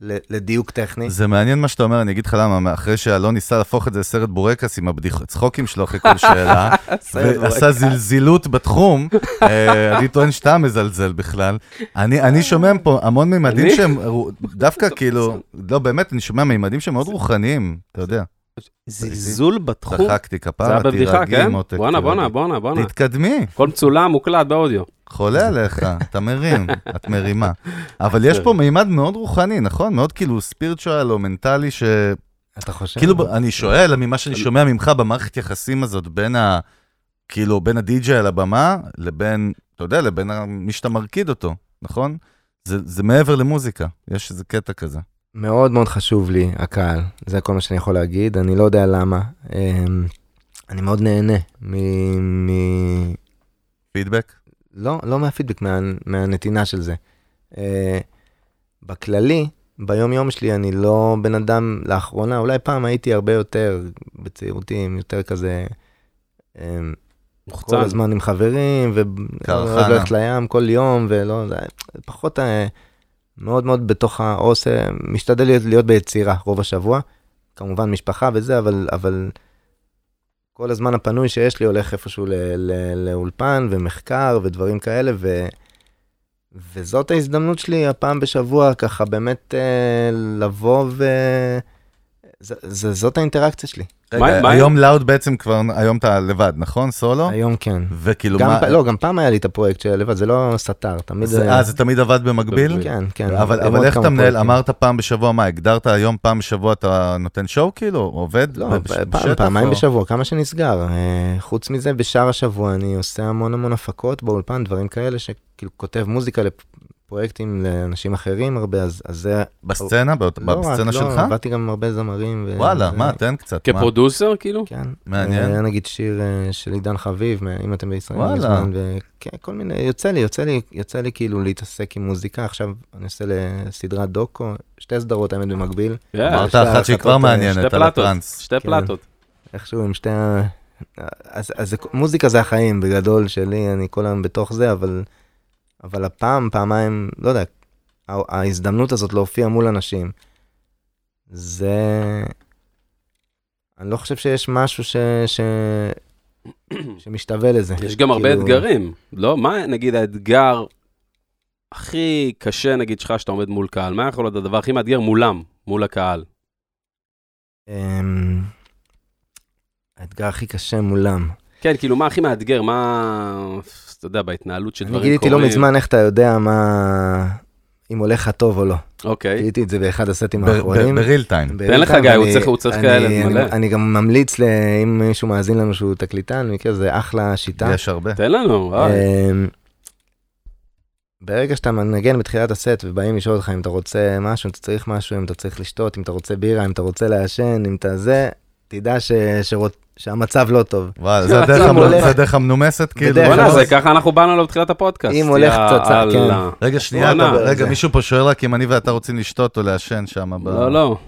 S5: ל- לדיוק טכני.
S3: זה מעניין מה שאתה אומר, אני אגיד לך למה, אחרי שאלון ניסה להפוך את זה לסרט בורקס עם הבדיחות, צחוקים שלו אחרי כל שאלה,
S4: סרט
S3: ועשה זלזילות בתחום, אה, אני טוען שאתה מזלזל בכלל. אני אני שומע פה המון מימדים
S4: אני?
S3: שהם רו- דווקא כאילו, לא באמת, אני שומע מימדים שהם מאוד רוחניים, אתה יודע.
S4: זלזול בתחום.
S3: צחקתי
S4: זה היה
S3: כפרה,
S4: בבדיחה,
S3: תירגעי
S4: כן?
S3: מותק.
S4: בואנה, בואנה,
S3: תירגעי.
S4: בואנה, בואנה.
S3: תתקדמי,
S4: הכל מצולם, מוקלט באודיו.
S3: חולה עליך, אתה מרים, את מרימה. אבל יש פה מימד מאוד רוחני, נכון? מאוד כאילו ספירצ'ואל או מנטלי, ש...
S5: אתה חושב?
S3: כאילו, ב- אני שואל, ממה שאני שומע ממך במערכת יחסים הזאת בין ה... כאילו, בין הדי-ג'יי על הבמה, לבין, אתה יודע, לבין ה- מי שאתה מרקיד אותו, נכון? זה, זה מעבר למוזיקה, יש איזה קטע כזה.
S5: מאוד מאוד חשוב לי הקהל, זה כל מה שאני יכול להגיד, אני לא יודע למה. אמ, אני מאוד נהנה מ... מ...
S3: פידבק?
S5: לא, לא מהפידבק, מה, מהנתינה של זה. אה, בכללי, ביום יום שלי אני לא בן אדם, לאחרונה, אולי פעם הייתי הרבה יותר בצעירותי, עם יותר כזה, אה, כל
S4: מוחצן.
S5: הזמן עם חברים,
S3: קרחנה.
S5: וללכת לים כל יום, ולא, זה פחות, אה, מאוד מאוד בתוך העוס, אה, משתדל להיות, להיות ביצירה רוב השבוע, כמובן משפחה וזה, אבל, אבל כל הזמן הפנוי שיש לי הולך איפשהו ל, ל, לאולפן ומחקר ודברים כאלה, ו, וזאת ההזדמנות שלי הפעם בשבוע, ככה באמת אה, לבוא ו... זה, זה, זאת האינטראקציה שלי,
S4: מה-
S3: רגע,
S4: מה-
S3: אה, היום לאוד בעצם כבר, היום אתה לבד, נכון? סולו?
S5: היום כן.
S3: וכאילו,
S5: גם,
S3: מה...
S5: פ- לא, גם פעם היה לי את הפרויקט של לבד, זה לא סתר, תמיד...
S3: זה-
S5: היה-
S3: אה, זה תמיד עבד במקביל?
S5: כן, כן.
S3: אבל,
S5: היו
S3: אבל
S5: עוד
S3: איך
S5: כמה
S3: אתה מנהל,
S5: פרויקטים.
S3: אמרת פעם בשבוע, מה, הגדרת היום פעם בשבוע אתה נותן שואו כאילו, עובד?
S5: לא,
S3: בש-
S5: פעם-
S3: בשטח,
S5: פעמיים
S3: או-
S5: בשבוע, כמה שנסגר. אה, חוץ מזה, בשאר השבוע אני עושה המון המון הפקות באולפן, דברים כאלה, שכאילו כותב מוזיקה לפרויקטים לאנשים אחרים הרבה, אז אז זה...
S3: בסצנה? באות-
S5: לא רק,
S3: בסצנה
S5: לא,
S3: שלך?
S5: עבדתי גם עם הרבה זמרים. ו-
S3: וואלה,
S5: זה-
S3: מה, תן קצת, מה?
S4: כפרודוסר, כאילו?
S5: כן.
S3: מעניין.
S5: היה נגיד שיר אה, של עידן חביב, מה- אם אתם בישראל.
S3: וואלה.
S5: מזמן, וכן, כל מיני, יוצא לי, יוצא לי, יוצא לי כאילו להתעסק עם מוזיקה. עכשיו אני עושה לסדרת דוקו, שתי סדרות האמת במקביל.
S4: כן,
S3: אמרת
S5: שתי
S3: אחת שהיא
S5: הרחקות,
S3: כבר
S5: אה,
S4: שתי
S3: מעניינת, על
S4: פלטות.
S3: הטראנס.
S4: שתי
S5: כן.
S4: פלטות.
S5: איכשהו עם שתי ה... אז, אז זה, מוזיקה זה החיים בגדול שלי, אני כל היום בתוך זה, אבל, אבל הפעם, פעמיים, לא יודע, ה- ההזדמנות הזאת להופיע מול אנשים, זה... אני לא חושב שיש משהו ש... ש... שמשתווה לזה.
S4: יש גם הרבה
S5: כאילו,
S4: אתגרים, לא? מה נגיד האתגר הכי קשה, נגיד, שלך, שאתה עומד מול קהל? מה יכול להיות הדבר הכי מאתגר מולם, מול הקהל?
S5: אמ, האתגר הכי קשה מולם.
S4: כן, כאילו, מה הכי מאתגר? מה, אתה יודע, בהתנהלות
S5: אני לא
S4: שדברים קורים?
S5: גיליתי לא מזמן איך אתה יודע מה... אם הולך לך טוב או לא.
S4: אוקיי.
S5: ראיתי את זה באחד הסטים האחרונים.
S3: בריל טיים.
S5: בריל
S4: לך,
S5: טיים,
S4: גיא, הוא
S5: ואני-
S4: צריך- הוא צריך
S5: אני-
S4: כאלה,
S5: אני-
S4: מלא.
S5: אני גם ממליץ, ל- אם מישהו מאזין לנו שהוא תקליטן, במקרה זה אחלה שיטה.
S3: יש הרבה.
S4: תן לנו, וואי.
S5: אמ, ברגע שאתה מנגן בתחילת הסט ובאים לשאול אותך אם אתה רוצה משהו, אם אתה צריך משהו, אם אתה צריך לשתות, אם אתה רוצה בירה, אם אתה רוצה לעשן, אם אתה זה, תדע ש... שרוצ... שהמצב לא טוב.
S3: וואלה,
S4: אה,
S3: זה הדרך המ-
S5: הולך-
S3: זה הדרך המנומסת, כאילו.
S5: בדרך
S4: בוא'נה,
S5: אבל-
S4: זה ככה אנחנו באנו אליו בתחילת הפודקאסט.
S5: אה, אם הולך
S4: יא
S5: פצצה, כן.
S4: אללה.
S3: רגע, שנייה,
S4: בואנה.
S3: אתה- רגע,
S5: זה-
S3: מישהו פה שואל רק אם אני ואתה רוצים לשתות או לעשן שם. ב-
S4: לא, לא.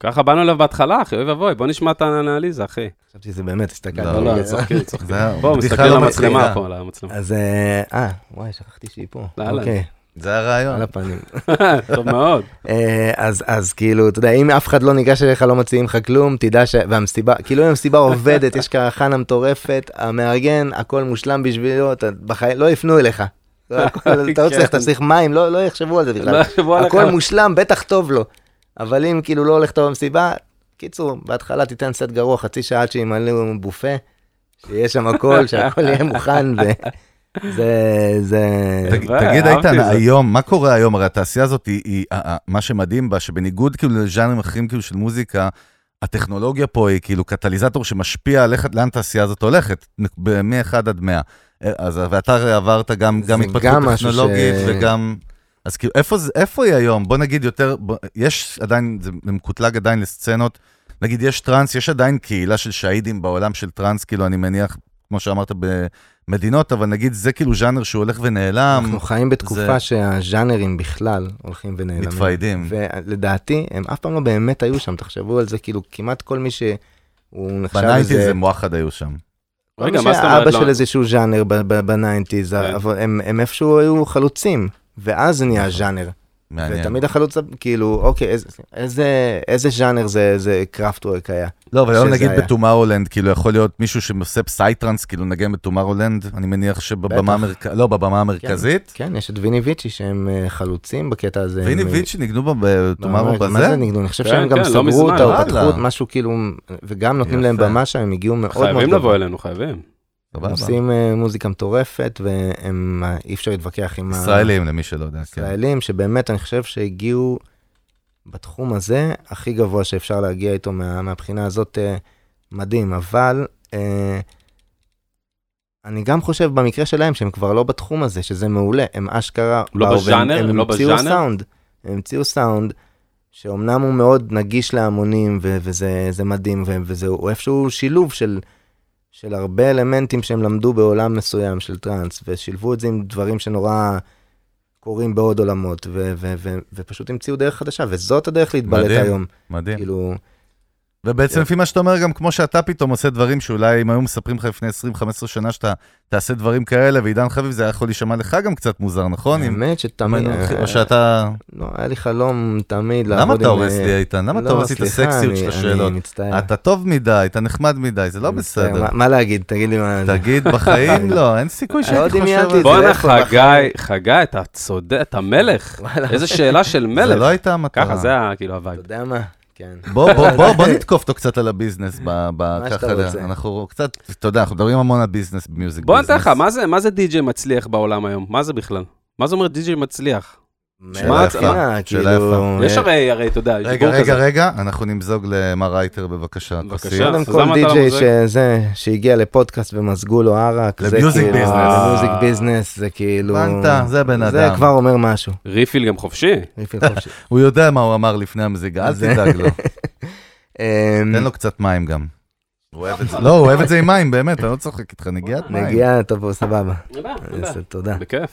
S4: ככה באנו אליו בהתחלה, אחי, אוי ואבוי, בוא נשמע את האנליזה, אחי.
S5: חשבתי שזה באמת, הסתכלתי.
S3: לא,
S4: לא,
S5: אה,
S4: לא, צוחקים, צוחקים.
S3: זה היה
S4: בוא,
S3: בדיחה
S4: מסתכל
S3: לא
S4: על המצלמה
S3: מצחיקה.
S4: פה, על המצלמה.
S5: אז אה, אה, וואי, שכחתי שהיא פה.
S4: לא, לא.
S5: אוקיי,
S3: זה הרעיון.
S5: על הפנים.
S4: טוב מאוד.
S5: אה, אז, אז כאילו, אתה יודע, אם אף אחד לא ניגש אליך, לא מציעים לך כלום, תדע ש... והמסיבה, כאילו אם המסיבה עובדת, יש קרחנה מטורפת, המארגן, הכל מושלם בשבילו, אתה בחיים, לא יפנו אליך. לא, הכל- אתה לא צריך, אתה צריך מים, לא, לא יחשבו על זה
S4: לא
S5: בכלל.
S4: יחשבו עליך.
S5: הכל מושלם, בטח טוב לו. אבל אם כאילו לא הולך טוב במסיבה, קיצור, בהתחלה תיתן סט גרוע, חצי שעה עד שימלאו בופה, שיהיה שם הכל, שהכל יהיה מוכן, ו... זה, זה...
S3: תגיד,
S4: אה,
S3: תגיד,
S4: אהבתי
S3: איתן,
S4: את זה.
S3: היום, מה קורה היום? הרי התעשייה הזאת, היא, היא, ה- ה- מה שמדהים בה, שבניגוד כאילו לז'אנרים אחרים כאילו של מוזיקה, הטכנולוגיה פה היא כאילו קטליזטור שמשפיע על איך- לאן התעשייה הזאת הולכת, מ-1 עד 100. אה, אז ואתה הרי עברת גם,
S5: זה
S3: גם התפתחות
S5: גם משהו
S3: טכנולוגית
S5: ש-
S3: וגם... אז כאילו, איפה, זה- איפה היא היום? בוא נגיד יותר, בוא, יש עדיין, זה מקוטלג עדיין לסצנות, נגיד יש טראנס, יש עדיין קהילה של שהידים בעולם של טראנס, כאילו, אני מניח, כמו שאמרת, במדינות, אבל נגיד זה כאילו ז'אנר שהוא הולך ונעלם.
S5: אנחנו חיים
S3: זה-
S5: בתקופה שהז'אנרים בכלל הולכים ונעלמים.
S3: מתפיידים.
S5: ולדעתי, הם אף פעם לא באמת היו שם, תחשבו על זה, כאילו, כמעט כל מי שהוא נחשב
S3: בניינטיז
S5: איזה...
S3: הם וואחד היו שם.
S5: כל
S4: רגע,
S5: מי
S4: מה זאת אומרת?
S5: שאבא
S4: לא.
S5: של איזשהו ז'אנר ב- ב- בניינטיז,
S4: כן.
S5: אבל הם הם איפשהו היו חלוצים, ואז זה נהיה ז'אנר.
S3: נכון. מעניין.
S5: ותמיד החלוץ, כאילו, אוקיי, איזה- איזה- איזה ז'אנר זה- זה קראפטוורק היה?
S3: לא, אבל היום
S5: שזה
S3: נגיד
S5: היה.
S3: בטומארולנד, כאילו יכול להיות מישהו שעושה פסייטרנס, כאילו נגן בטומארולנד, אני מניח שבבמה המרכזית, לא, בבמה המרכזית.
S5: כן, יש את ויני ויצ'י שהם אה, חלוצים בקטע הזה.
S3: והנה
S5: הם-
S3: ויצ'י ניגנו בה בטומארו
S5: מה זה
S3: בזה?
S5: נגדו? אני חושב
S4: כן,
S5: שהם
S4: כן,
S5: גם
S4: לא
S5: סגרו
S4: מזמן.
S5: אותה, או
S3: וואלה.
S5: פתחו את משהו כאילו, וגם נותנים
S3: יפה.
S5: להם במה שם, הם הגיעו מאוד מאוד
S4: חייבים
S5: גבוה.
S4: לבוא אלינו, חייבים.
S5: הם
S3: סבבה.
S5: עושים אה, מוזיקה מטורפת, והם, אה, אי אפשר להתווכח עם ה-
S3: ישראלים, למי שלא יודע, כן.
S5: ישראלים, שבאמת אני חושב שהגיעו בתחום הזה הכי גבוה שאפשר להגיע איתו מה, מהבחינה הזאת, אה, מדהים, אבל אה, אני גם חושב במקרה שלהם שהם כבר לא בתחום הזה, שזה מעולה, הם אשכרה,
S4: לא
S5: באו והם-
S4: בז'אנר? הם לא
S5: המציאו
S4: בז'אנר?
S5: סאונד, הם המציאו סאונד. שאומנם הוא מאוד נגיש להמונים, ו- וזה זה מדהים, ו- וזה הוא איפשהו שילוב של, של הרבה אלמנטים שהם למדו בעולם מסוים של טראנס, ושילבו את זה עם דברים שנורא קורים בעוד עולמות, ו- ו- ו- ופשוט המציאו דרך חדשה, וזאת הדרך להתבלט
S3: מדהים.
S5: היום.
S3: מדהים.
S5: כאילו,
S3: ובעצם
S5: כן.
S3: לפי מה שאתה אומר, גם כמו שאתה פתאום עושה דברים שאולי אם היו מספרים לך לפני 20-15 שנה שאתה תעשה דברים כאלה, ועידן חביב זה היה יכול להישמע לך גם קצת מוזר, נכון? אם-
S5: האמת אה, שתמיד,
S3: או שאתה...
S5: לא, היה לי חלום תמיד
S3: למה
S5: לעבוד
S3: אתה
S5: עם,
S3: הורס לי,
S5: אה,
S3: איתן? למה אתה
S5: לא,
S3: הורס לי את
S5: סליחה,
S3: הסקסיות
S5: אני-
S3: של השאלות?
S5: אני מצטער.
S3: אתה טוב מדי, אתה נחמד מדי, זה לא
S5: אה. אני מצטער.
S3: בסדר.
S5: מה- מה להגיד? תגיד לי מה...
S3: תגיד, בחיים לא, אין סיכוי
S5: לא
S3: שהייתי חושב
S5: דמיינתי
S3: על
S5: את
S3: זה.
S5: זה.
S4: בואנה,
S5: איפה
S4: חגי, חגי, אתה צודק, אתה מלך.
S5: וואלה.
S4: איזה שאלה של
S3: זה לא
S4: מלך.
S3: הייתה המטרה.
S4: ככה, זה ה- כאילו
S5: אתה
S4: הווייב.
S5: יודע מה? כן.
S3: בוא, בוא, בוא, בוא נתקוף אותו קצת על הביזנס, ב- ב-
S5: מה
S3: ככה,
S5: שאתה רוצה.
S3: אנחנו קצת, אתה יודע, אנחנו מדברים המון על ביזנס במיוזיק ביזנס.
S4: בוא נתן לך, מה זה- מה זה די-ג'יי מצליח בעולם היום? מה זה בכלל? מה זה אומר די-ג'יי מצליח?
S3: שאלה
S5: מהבחינה,
S3: יפה,
S5: כאילו,
S3: שאלה יפה.
S4: יש הרי, הרי, אתה יודע, יש
S3: אה, רגע,
S4: דיבור כזה.
S3: רגע, רגע, אנחנו נמזוג למר רייטר בבקשה.
S4: בבקשה.
S3: כוסית.
S5: קודם
S4: אז למה
S5: כל
S4: אתה לא
S5: די.ג'יי
S4: מוזג?
S5: שזה, שהגיע לפודקאסט ומזגו לו ערק, זה
S3: למיוזיק
S5: כאילו-
S3: ביזנס.
S4: אה.
S5: למיוזיק ביזנס, זה כאילו...
S3: הבנת, זה בן
S5: זה
S3: אדם.
S5: כבר אומר משהו.
S4: ריפיל גם חופשי?
S5: ריפיל חופשי.
S3: הוא יודע מה הוא אמר לפני המזיגה, אל
S5: זה-
S3: תדאג לו.
S5: אמ,
S3: תן לו קצת מים גם. הוא אוהב את זה. לא, הוא אוהב את זה עם מים, באמת, אני לא צוחק איתך, נגיעת מים.
S5: נגיעה, טוב, סבבה.
S4: תודה,
S5: אז תודה.
S4: בכיף.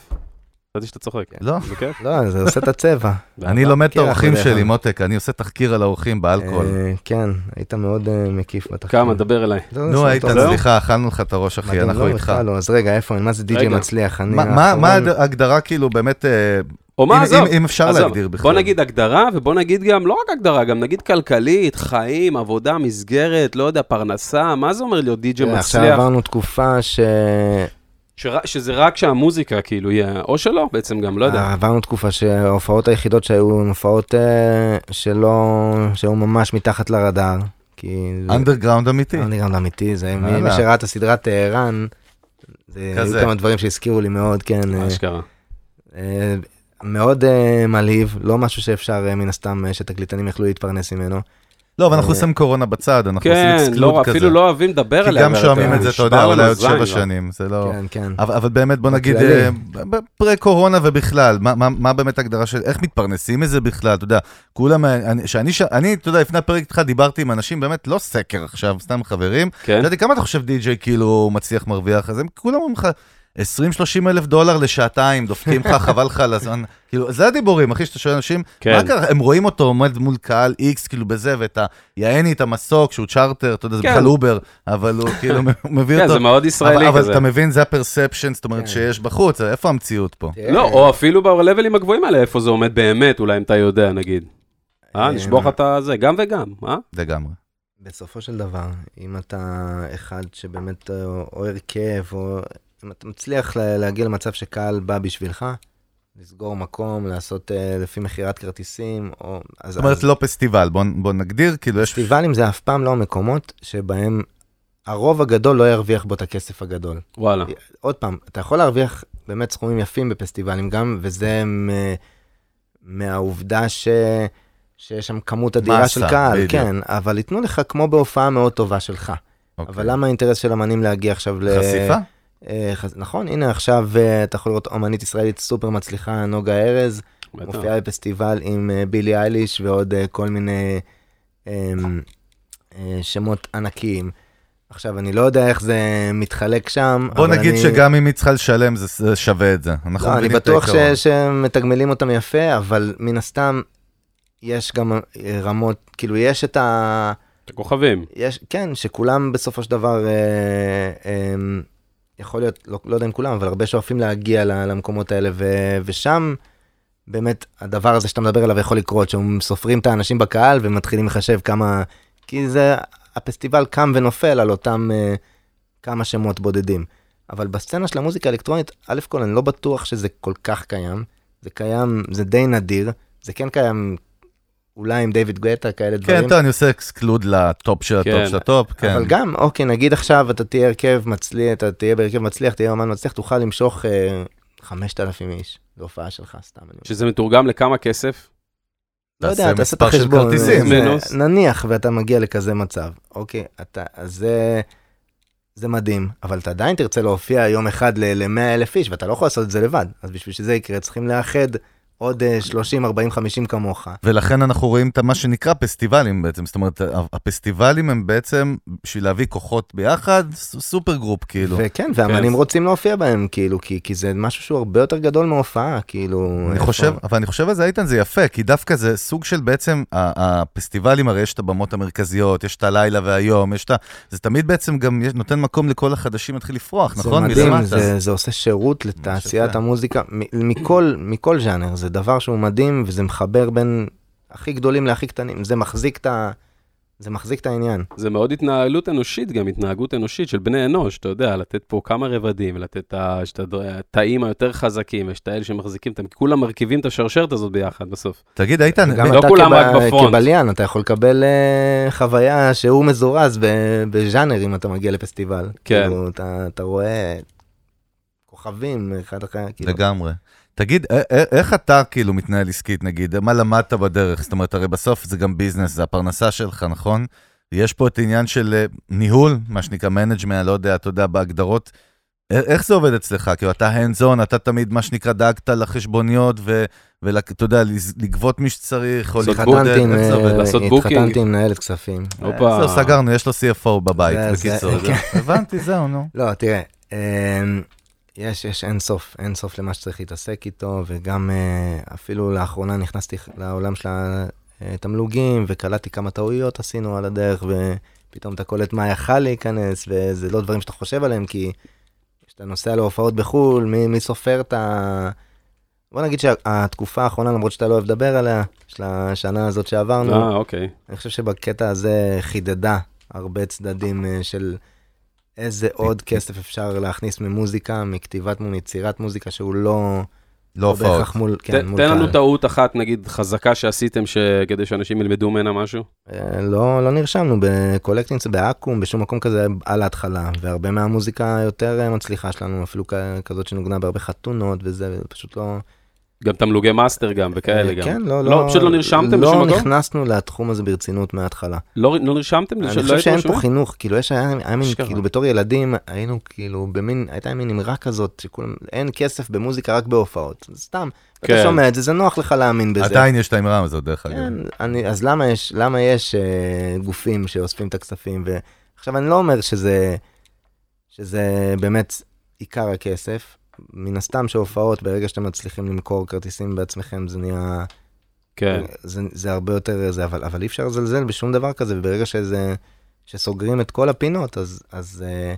S4: חשבתי שאתה צוחק.
S3: לא,
S4: בכיף.
S5: לא, זה עושה את הצבע.
S3: אני לא- לומד את
S5: מכיר
S3: האורחים
S5: אחריך.
S3: שלי, מותק, אני עושה תחקיר על האורחים באלכוהול.
S5: אה, כן, היית מאוד אה, מקיף בתחקיר.
S4: כמה, דבר אליי.
S5: לא,
S3: נו,
S5: זה
S3: איתן,
S5: טוב.
S3: סליחה, אכלנו לך את הראש, אחי,
S5: מדהים,
S3: אנחנו
S5: לא,
S3: איתך.
S5: בכלל לא, אז רגע, איפה, מה זה די.ג'יי
S4: רגע.
S5: מצליח? אני
S3: מה- מה
S5: האחרון.
S3: מה ההגדרה, כאילו, באמת, אה,
S4: או מה,
S3: אם-
S4: עזוב.
S3: אם- אם אפשר
S4: עזוב,
S3: להגדיר בכלל.
S4: בוא נגיד הגדרה, ובוא נגיד גם, לא רק הגדרה, גם נגיד כלכלית, חיים, עבודה, מסגרת, לא יודע, פרנסה, מה זה אומר להיות די-ג'י
S5: אה, עכשיו
S4: מצליח?
S5: עברנו תקופה ש...
S4: שר- שזה רק שהמוזיקה, כאילו, יהיה, או שלא, בעצם גם, לא יודע.
S5: אה, עברנו תקופה שההופעות היחידות שהיו הן הופעות אה, שלא... שהיו ממש מתחת לרדאר. כי... זה-
S3: אנדרגראונד אמיתי.
S5: אנדרגראונד אמיתי, זה מי
S3: וואלה.
S5: מי שראה את הסדרה טהרן, זה היו
S3: כזה.
S5: כמה דברים שהזכירו לי מאוד, כן. אה,
S4: אשכרה.
S5: אה, מאוד אה, מלהיב, לא משהו שאפשר אה, מן הסתם אה, שתקליטנים יכלו להתפרנס ממנו.
S3: לא, אבל
S5: אה.
S3: אנחנו שמים קורונה בצד, אנחנו עושים
S4: כן,
S3: אקסקלוד
S4: לא,
S3: כזה.
S4: אפילו לא אוהבים לדבר
S3: כי
S4: עליה.
S3: גם
S4: אבל
S3: שומעים את זה, אתה יודע,
S4: נשבר
S3: אולי
S4: לנו
S3: עוד
S4: זין,
S3: שבע
S4: לא?
S3: שנים, זה לא...
S5: כן, כן.
S3: אבל, אבל באמת, בוא נגיד,
S5: בכללי.
S3: אה, ב- ב- פרה-קורונה ובכלל, מה, מה, מה באמת ההגדרה של איך מתפרנסים מזה בכלל, אתה יודע, כולם, אה, אני, שאני, ש- אני, אתה יודע, לפני הפרק איתך דיברתי עם אנשים, באמת, לא סקר עכשיו, סתם חברים,
S4: כן.
S3: ידעתי, כמה אתה חושב די-ג'יי כאילו מצליח, מרוויח? אז הם כולם אומרים לך, 20-30 אלף דולר לשעתיים, דופקים לך, חבל לך על הזמן. כאילו, זה הדיבורים, אחי, שאתה שואל אנשים,
S4: כן.
S3: מה קרה? הם רואים אותו עומד מול קהל איקס, כאילו בזה, ואת היעני, את המסוק, שהוא צ'רטר, אתה יודע, זה
S4: כן.
S3: בכלל אובר, אבל הוא כאילו מביא
S4: כן,
S3: אותו.
S4: זה מאוד ישראלי
S3: אבל- אבל
S4: כזה.
S3: אתה מבין, זה הפרספשן, זאת
S5: כן.
S3: אומרת, שיש בחוץ, איפה המציאות פה?
S4: לא, או אפילו בלבלים הגבוהים האלה, איפה זה עומד באמת, אולי אם אתה יודע, נגיד. אה,
S5: אה,
S4: נשבור לך את הזה, גם וגם, אה?
S3: לגמרי.
S5: בסופו של דבר, אם אתה אחד שבאמת אה, או הרכב, או אם אתה מצליח לה- להגיע למצב שקהל בא בשבילך, לסגור מקום, לעשות אה, לפי מכירת כרטיסים, או... אז,
S3: זאת אומרת,
S5: אז
S3: לא פסטיבל, בוא- בוא נגדיר, כאילו, יש...
S5: פסטיבלים זה אף פעם לא המקומות שבהם הרוב הגדול לא ירוויח בו את הכסף הגדול.
S4: וואלה.
S3: אה,
S5: עוד פעם, אתה יכול להרוויח באמת סכומים יפים בפסטיבלים גם, וזה מ... מהעובדה ש... שיש שם כמות אדירה
S3: מסה,
S5: של קהל,
S3: בדיוק.
S5: כן, אבל ייתנו לך כמו בהופעה מאוד טובה שלך.
S3: אוקיי.
S5: אבל למה האינטרס של אמנים להגיע עכשיו ל...
S3: חשיפה?
S5: אה, חס- נכון, הנה עכשיו אה, אתה יכול לראות אומנית ישראלית סופר מצליחה, נוגה ארז,
S4: בטח.
S5: מופיעה בפסטיבל עם אה, בילי אייליש ועוד אה, כל מיני אה, אה, שמות ענקיים. עכשיו, אני לא יודע איך זה מתחלק שם,
S3: בוא
S5: אבל
S3: נגיד
S5: אני...
S3: שגם אם היא צריכה לשלם, זה- זה שווה את זה. אנחנו
S5: לא, אני
S3: מבינים את
S5: בטוח ש...
S3: העיקרון.
S5: שהם מתגמלים אותם יפה, אבל מן הסתם, יש גם אה, רמות, כאילו, יש את ה...
S4: את הכוכבים.
S5: יש, כן, שכולם בסופו של דבר, אה, אה, יכול להיות, לא, לא יודע אם כולם, אבל הרבה שואפים להגיע ל- למקומות האלה, ו, ושם באמת הדבר הזה שאתה מדבר עליו יכול לקרות, שהם סופרים את האנשים בקהל ומתחילים לחשב כמה, כי זה, הפסטיבל קם ונופל על אותם אה, כמה שמות בודדים. אבל בסצנה של המוזיקה האלקטרונית, א' כל אני לא בטוח שזה כל כך קיים, זה קיים, זה די נדיר, זה כן קיים אולי עם דיוויד גואטה, כאלה דברים.
S3: כן, טוב, אני עושה אקסקלוד לטופ של הטופ
S4: כן.
S3: של הטופ,
S5: כן.
S3: כן.
S5: אבל גם, אוקיי, נגיד עכשיו אתה תהיה הרכב מצליח, אתה תהיה בהרכב מצליח, תהיה אמן מצליח, תוכל למשוך אה, 5,000 איש להופעה שלך, סתם. אני אומר.
S4: שזה מתורגם לכמה כסף?
S5: לא יודע,
S3: תעשה
S5: תעשה את
S3: מספר של
S5: החשבון.
S3: כרטיסים.
S5: זה-
S4: מינוס.
S5: נניח ואתה מגיע לכזה מצב, אוקיי, אתה, אז זה, זה מדהים, אבל אתה עדיין תרצה להופיע יום אחד ל-100 אלף איש, ואתה לא יכול לעשות את זה לבד, אז בשביל שזה יקרה צריכים לאחד עוד אה, 30, 40, 50 כמוך.
S3: ולכן אנחנו רואים את מה שנקרא פסטיבלים בעצם, זאת אומרת, ה- הפסטיבלים הם בעצם בשביל להביא כוחות ביחד, ס- סופר גרופ כאילו.
S5: וכן, ואמנים
S4: כן.
S5: רוצים להופיע בהם, כאילו, כי, כי זה משהו שהוא הרבה יותר גדול מהופעה, כאילו...
S3: אני
S5: איפה-
S3: חושב, אבל אני חושב על זה, איתן, זה יפה, כי דווקא זה סוג של בעצם, ה- הפסטיבלים, הרי יש את הבמות המרכזיות, יש את הלילה והיום, יש את ה... זה תמיד בעצם גם יש- נותן מקום לכל החדשים להתחיל לפרוח, נכון?
S5: זה מדהים,
S3: מלמטה.
S5: זה, זה עושה שירות לתעשיית
S3: יפה.
S5: המוזיקה מ- מכל, מכל ז'אנר, זה דבר שהוא מדהים וזה מחבר בין הכי גדולים להכי קטנים, זה מחזיק את, ה... זה מחזיק את העניין.
S4: זה מאוד התנהלות אנושית, גם התנהגות אנושית של בני אנוש, אתה יודע, לתת פה כמה רבדים, לתת את ה- יש את הד- התאים היותר חזקים, יש את האלה שמחזיקים אותם, כולם מרכיבים את השרשרת הזאת ביחד בסוף.
S3: תגיד, איתן,
S5: גם
S4: לא
S5: אתה
S4: כולם
S5: כב-
S4: רק בפרונט.
S5: כבליין, אתה יכול לקבל אה, חוויה שהוא מזורז ב- בז'אנר אם אתה מגיע לפסטיבל.
S4: כן.
S5: כאילו, אתה, אתה רואה כוכבים אחד אחרי, כאילו,
S3: לגמרי. תגיד, א- א- איך אתה כאילו מתנהל עסקית, נגיד? מה למדת בדרך? זאת אומרת, הרי בסוף זה גם ביזנס, זה הפרנסה שלך, נכון? יש פה את העניין של אה, ניהול, מה שנקרא מנג'מנט, לא יודע, אתה יודע, בהגדרות. א- איך זה עובד אצלך? כאילו, אתה hands on, אתה תמיד, מה שנקרא, דאגת לחשבוניות, ואתה יודע, לז- לגבות מי שצריך, או
S4: לעשות
S3: להתמודד,
S5: התחתנתי עם,
S3: איך זה עובד?
S5: אה,
S4: לעשות בוקינג.
S5: התחתנתי עם מנהלת כספים.
S4: הופה.
S3: זהו, אה, סגרנו, יש לו CFO בבית,
S5: זה- כן. זה-
S3: בקיצור. זהו. הבנתי, זהו, נו.
S5: לא, תראה, אמ, יש, יש אין סוף, אין סוף למה שצריך להתעסק איתו, וגם אה, אפילו לאחרונה נכנסתי לעולם של התמלוגים, וקלטתי כמה טעויות עשינו על הדרך, ופתאום אתה קולט מה יכל להיכנס, וזה לא דברים שאתה חושב עליהם, כי כשאתה נוסע להופעות בחו"ל, מי, מי סופר את ה... בוא נגיד שהתקופה האחרונה, למרות שאתה לא אוהב לדבר עליה, של השנה הזאת שעברנו,
S4: אה, אוקיי.
S5: אני חושב שבקטע הזה חידדה הרבה צדדים אה, של איזה עוד כסף אפשר להכניס ממוזיקה, מכתיבת מיצירת מוזיקה שהוא לא...
S3: לא
S5: לא
S3: הופעות.
S5: בהכרח מול, כן,
S4: ת-
S5: מול
S4: תן לנו
S5: קהל.
S4: טעות אחת, נגיד, חזקה שעשיתם ש- כדי שאנשים ילמדו ממנה משהו.
S5: אה, לא, לא נרשמנו בקולקטינגס, באקו"ם, בשום מקום כזה על ההתחלה, והרבה מהמוזיקה היותר אה, מצליחה שלנו, אפילו כ- כזאת שנוגנה בהרבה חתונות וזה, פשוט לא...
S4: גם תמלוגי מאסטר גם
S3: אה,
S4: וכאלה גם.
S5: כן, לא, לא.
S4: פשוט לא נרשמתם בשום
S5: לא
S4: מקום?
S5: נכנסנו לתחום הזה ברצינות מההתחלה.
S4: לא לא נרשמתם?
S5: אני
S4: לא
S5: חושב
S4: הייתם
S5: שאין
S4: רשומים?
S5: פה חינוך, כאילו יש, היה היה מין,
S4: אשכרה.
S5: כאילו בתור ילדים היינו כאילו במין, הייתה מין אמרה כזאת, שכולם, אין כסף במוזיקה רק בהופעות, סתם,
S4: כן.
S5: אתה שומע את זה, זה נוח לך להאמין בזה.
S3: עדיין יש את האמרה הזאת, דרך אגב.
S5: כן, אני, אז למה יש, למה יש אה, גופים שאוספים את הכספים, ועכשיו אני לא אומר שזה, שזה באמת עיקר הכסף, מן הסתם שהופעות, ברגע שאתם מצליחים למכור כרטיסים בעצמכם, זה נהיה...
S3: אה,
S4: כן.
S5: זה, זה הרבה יותר זה, אבל, אבל אי אפשר לזלזל בשום דבר כזה, וברגע שזה, שסוגרים את כל הפינות, אז, אז אה,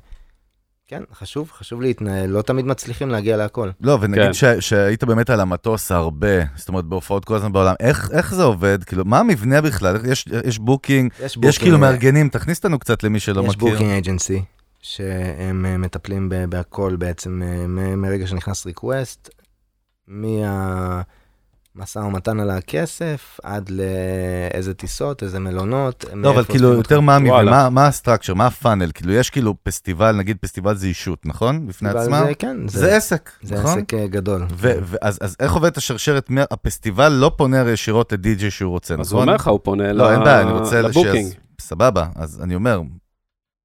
S5: כן, חשוב, חשוב להתנהל, לא תמיד מצליחים להגיע להכל.
S3: לא, ונגיד
S4: כן.
S3: ש, שהיית באמת על המטוס הרבה, זאת אומרת בהופעות כל הזמן בעולם, איך, איך זה עובד? כאילו, מה המבנה בכלל? איך- יש, יש בוקינג,
S5: יש,
S3: יש כאילו מארגנים, תכניס אותנו קצת למי שלא
S5: יש
S3: מכיר.
S5: בוקינג אג'נסי, שהם אה, מטפלים ב- בהכל בעצם, אה, מ- מרגע שנכנס ריקווסט, מהמשא ומתן על הכסף, עד לאיזה טיסות, איזה מלונות.
S3: לא, אבל
S5: מאיפה
S3: כאילו,
S5: עוזבים
S3: יותר
S5: אותך.
S3: מה המבנה,
S4: וואלה.
S3: מה- מה הסטרקצ'ר, מה הפאנל? כאילו, יש כאילו פסטיבל, נגיד פסטיבל זה אישות, נכון? בפני
S5: אבל
S3: עצמה?
S5: זה- כן,
S3: זה
S5: זה
S3: עסק,
S5: זה
S3: נכון?
S5: עסק אה, גדול.
S3: ו- ואז אז איך עובדת השרשרת? מה- הפסטיבל לא פונה הרי ישירות לדי-ג'יי שהוא רוצה, נכון?
S4: אז הוא אומר לך, הוא פונה
S3: לא, אין
S4: ל-
S3: בעיה, אני רוצה... לש-
S4: לבוקינג.
S3: אז- סבבה, אז אני אומר,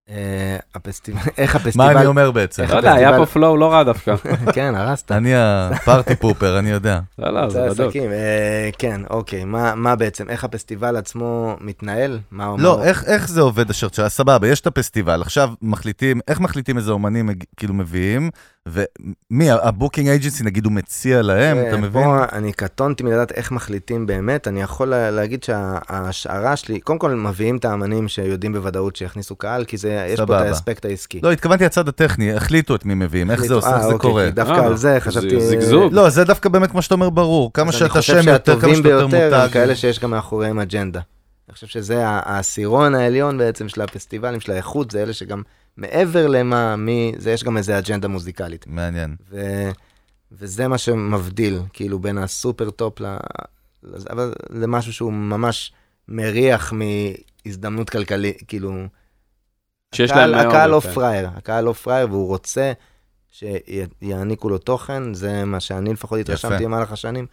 S5: אה, הפסטיבל, איך הפסטיבל,
S3: מה אני אומר בעצם?
S5: איך
S4: לא יודע, היה
S5: הפסטיבל-
S4: פה פלואו לא רע דווקא.
S5: כן, הרסת.
S3: אני הפארטי פופר, אני יודע.
S4: לא, לא,
S5: זה
S4: זה בדוק.
S5: עסקים, אה, כן, אוקיי, מה מה בעצם, איך הפסטיבל עצמו מתנהל? מה הוא
S3: לא,
S5: אמר?
S3: איך, איך זה עובד השרשרה? סבבה, יש את הפסטיבל, עכשיו מחליטים, איך מחליטים איזה אומנים מג- כאילו מביאים, ומי, הבוקינג אייג'נסי נגיד הוא מציע להם,
S5: אה,
S3: אתה מבין?
S5: פה אני קטונתי מלדעת איך מחליטים באמת, אני יכול לה- להגיד שההשערה שלי, קודם כל מביאים את האמנים שיודעים בוודאות שיכניסו קהל, כי זה, יש פה את
S3: סבבה.
S5: האספקט העסקי.
S3: לא, התכוונתי הצד הטכני, החליטו את מי מביאים, איך זה עושה,
S5: אה,
S3: איך זה
S5: אוקיי,
S3: קורה.
S5: כי דווקא
S4: אה,
S5: על זה
S4: זה
S5: חשבתי...
S4: זיגזוג.
S3: לא, זה דווקא באמת, כמו שאתה אומר, ברור. כמה
S5: אז אני
S3: שאתה
S5: חושב
S3: שם יותר, כמה
S5: שהטובים
S3: שאתה יותר
S5: ביותר הם
S3: מותג.
S5: כאלה שיש גם מאחוריהם אג'נדה. אני חושב שזה ה- העשירון העליון בעצם של הפסטיבלים, של האיכות, זה אלה שגם מעבר למה, מי, זה יש גם איזה אג'נדה מוזיקלית.
S3: מעניין.
S5: ו... וזה מה שמבדיל, כאילו, בין הסופר טופ ל... לזה, אבל למשהו שהוא ממש מריח מהזדמנות כלכלית, כאילו...
S4: שיש
S5: הקהל-
S4: להם היום,
S5: הקהל לא
S4: כן.
S5: פראייר, הקהל לא פראייר, והוא רוצה שיעניקו לו תוכן, זה מה שאני לפחות התרשמתי במהלך השנים.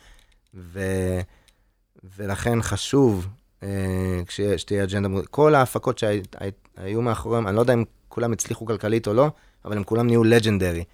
S5: ו... ולכן חשוב אה, כש- שתהיה אג'נדה, מוז- כל ההפקות שהיו מאחוריהם, אני לא יודע אם כולם הצליחו כלכלית או לא, אבל הם כולם נהיו לג'נדרי.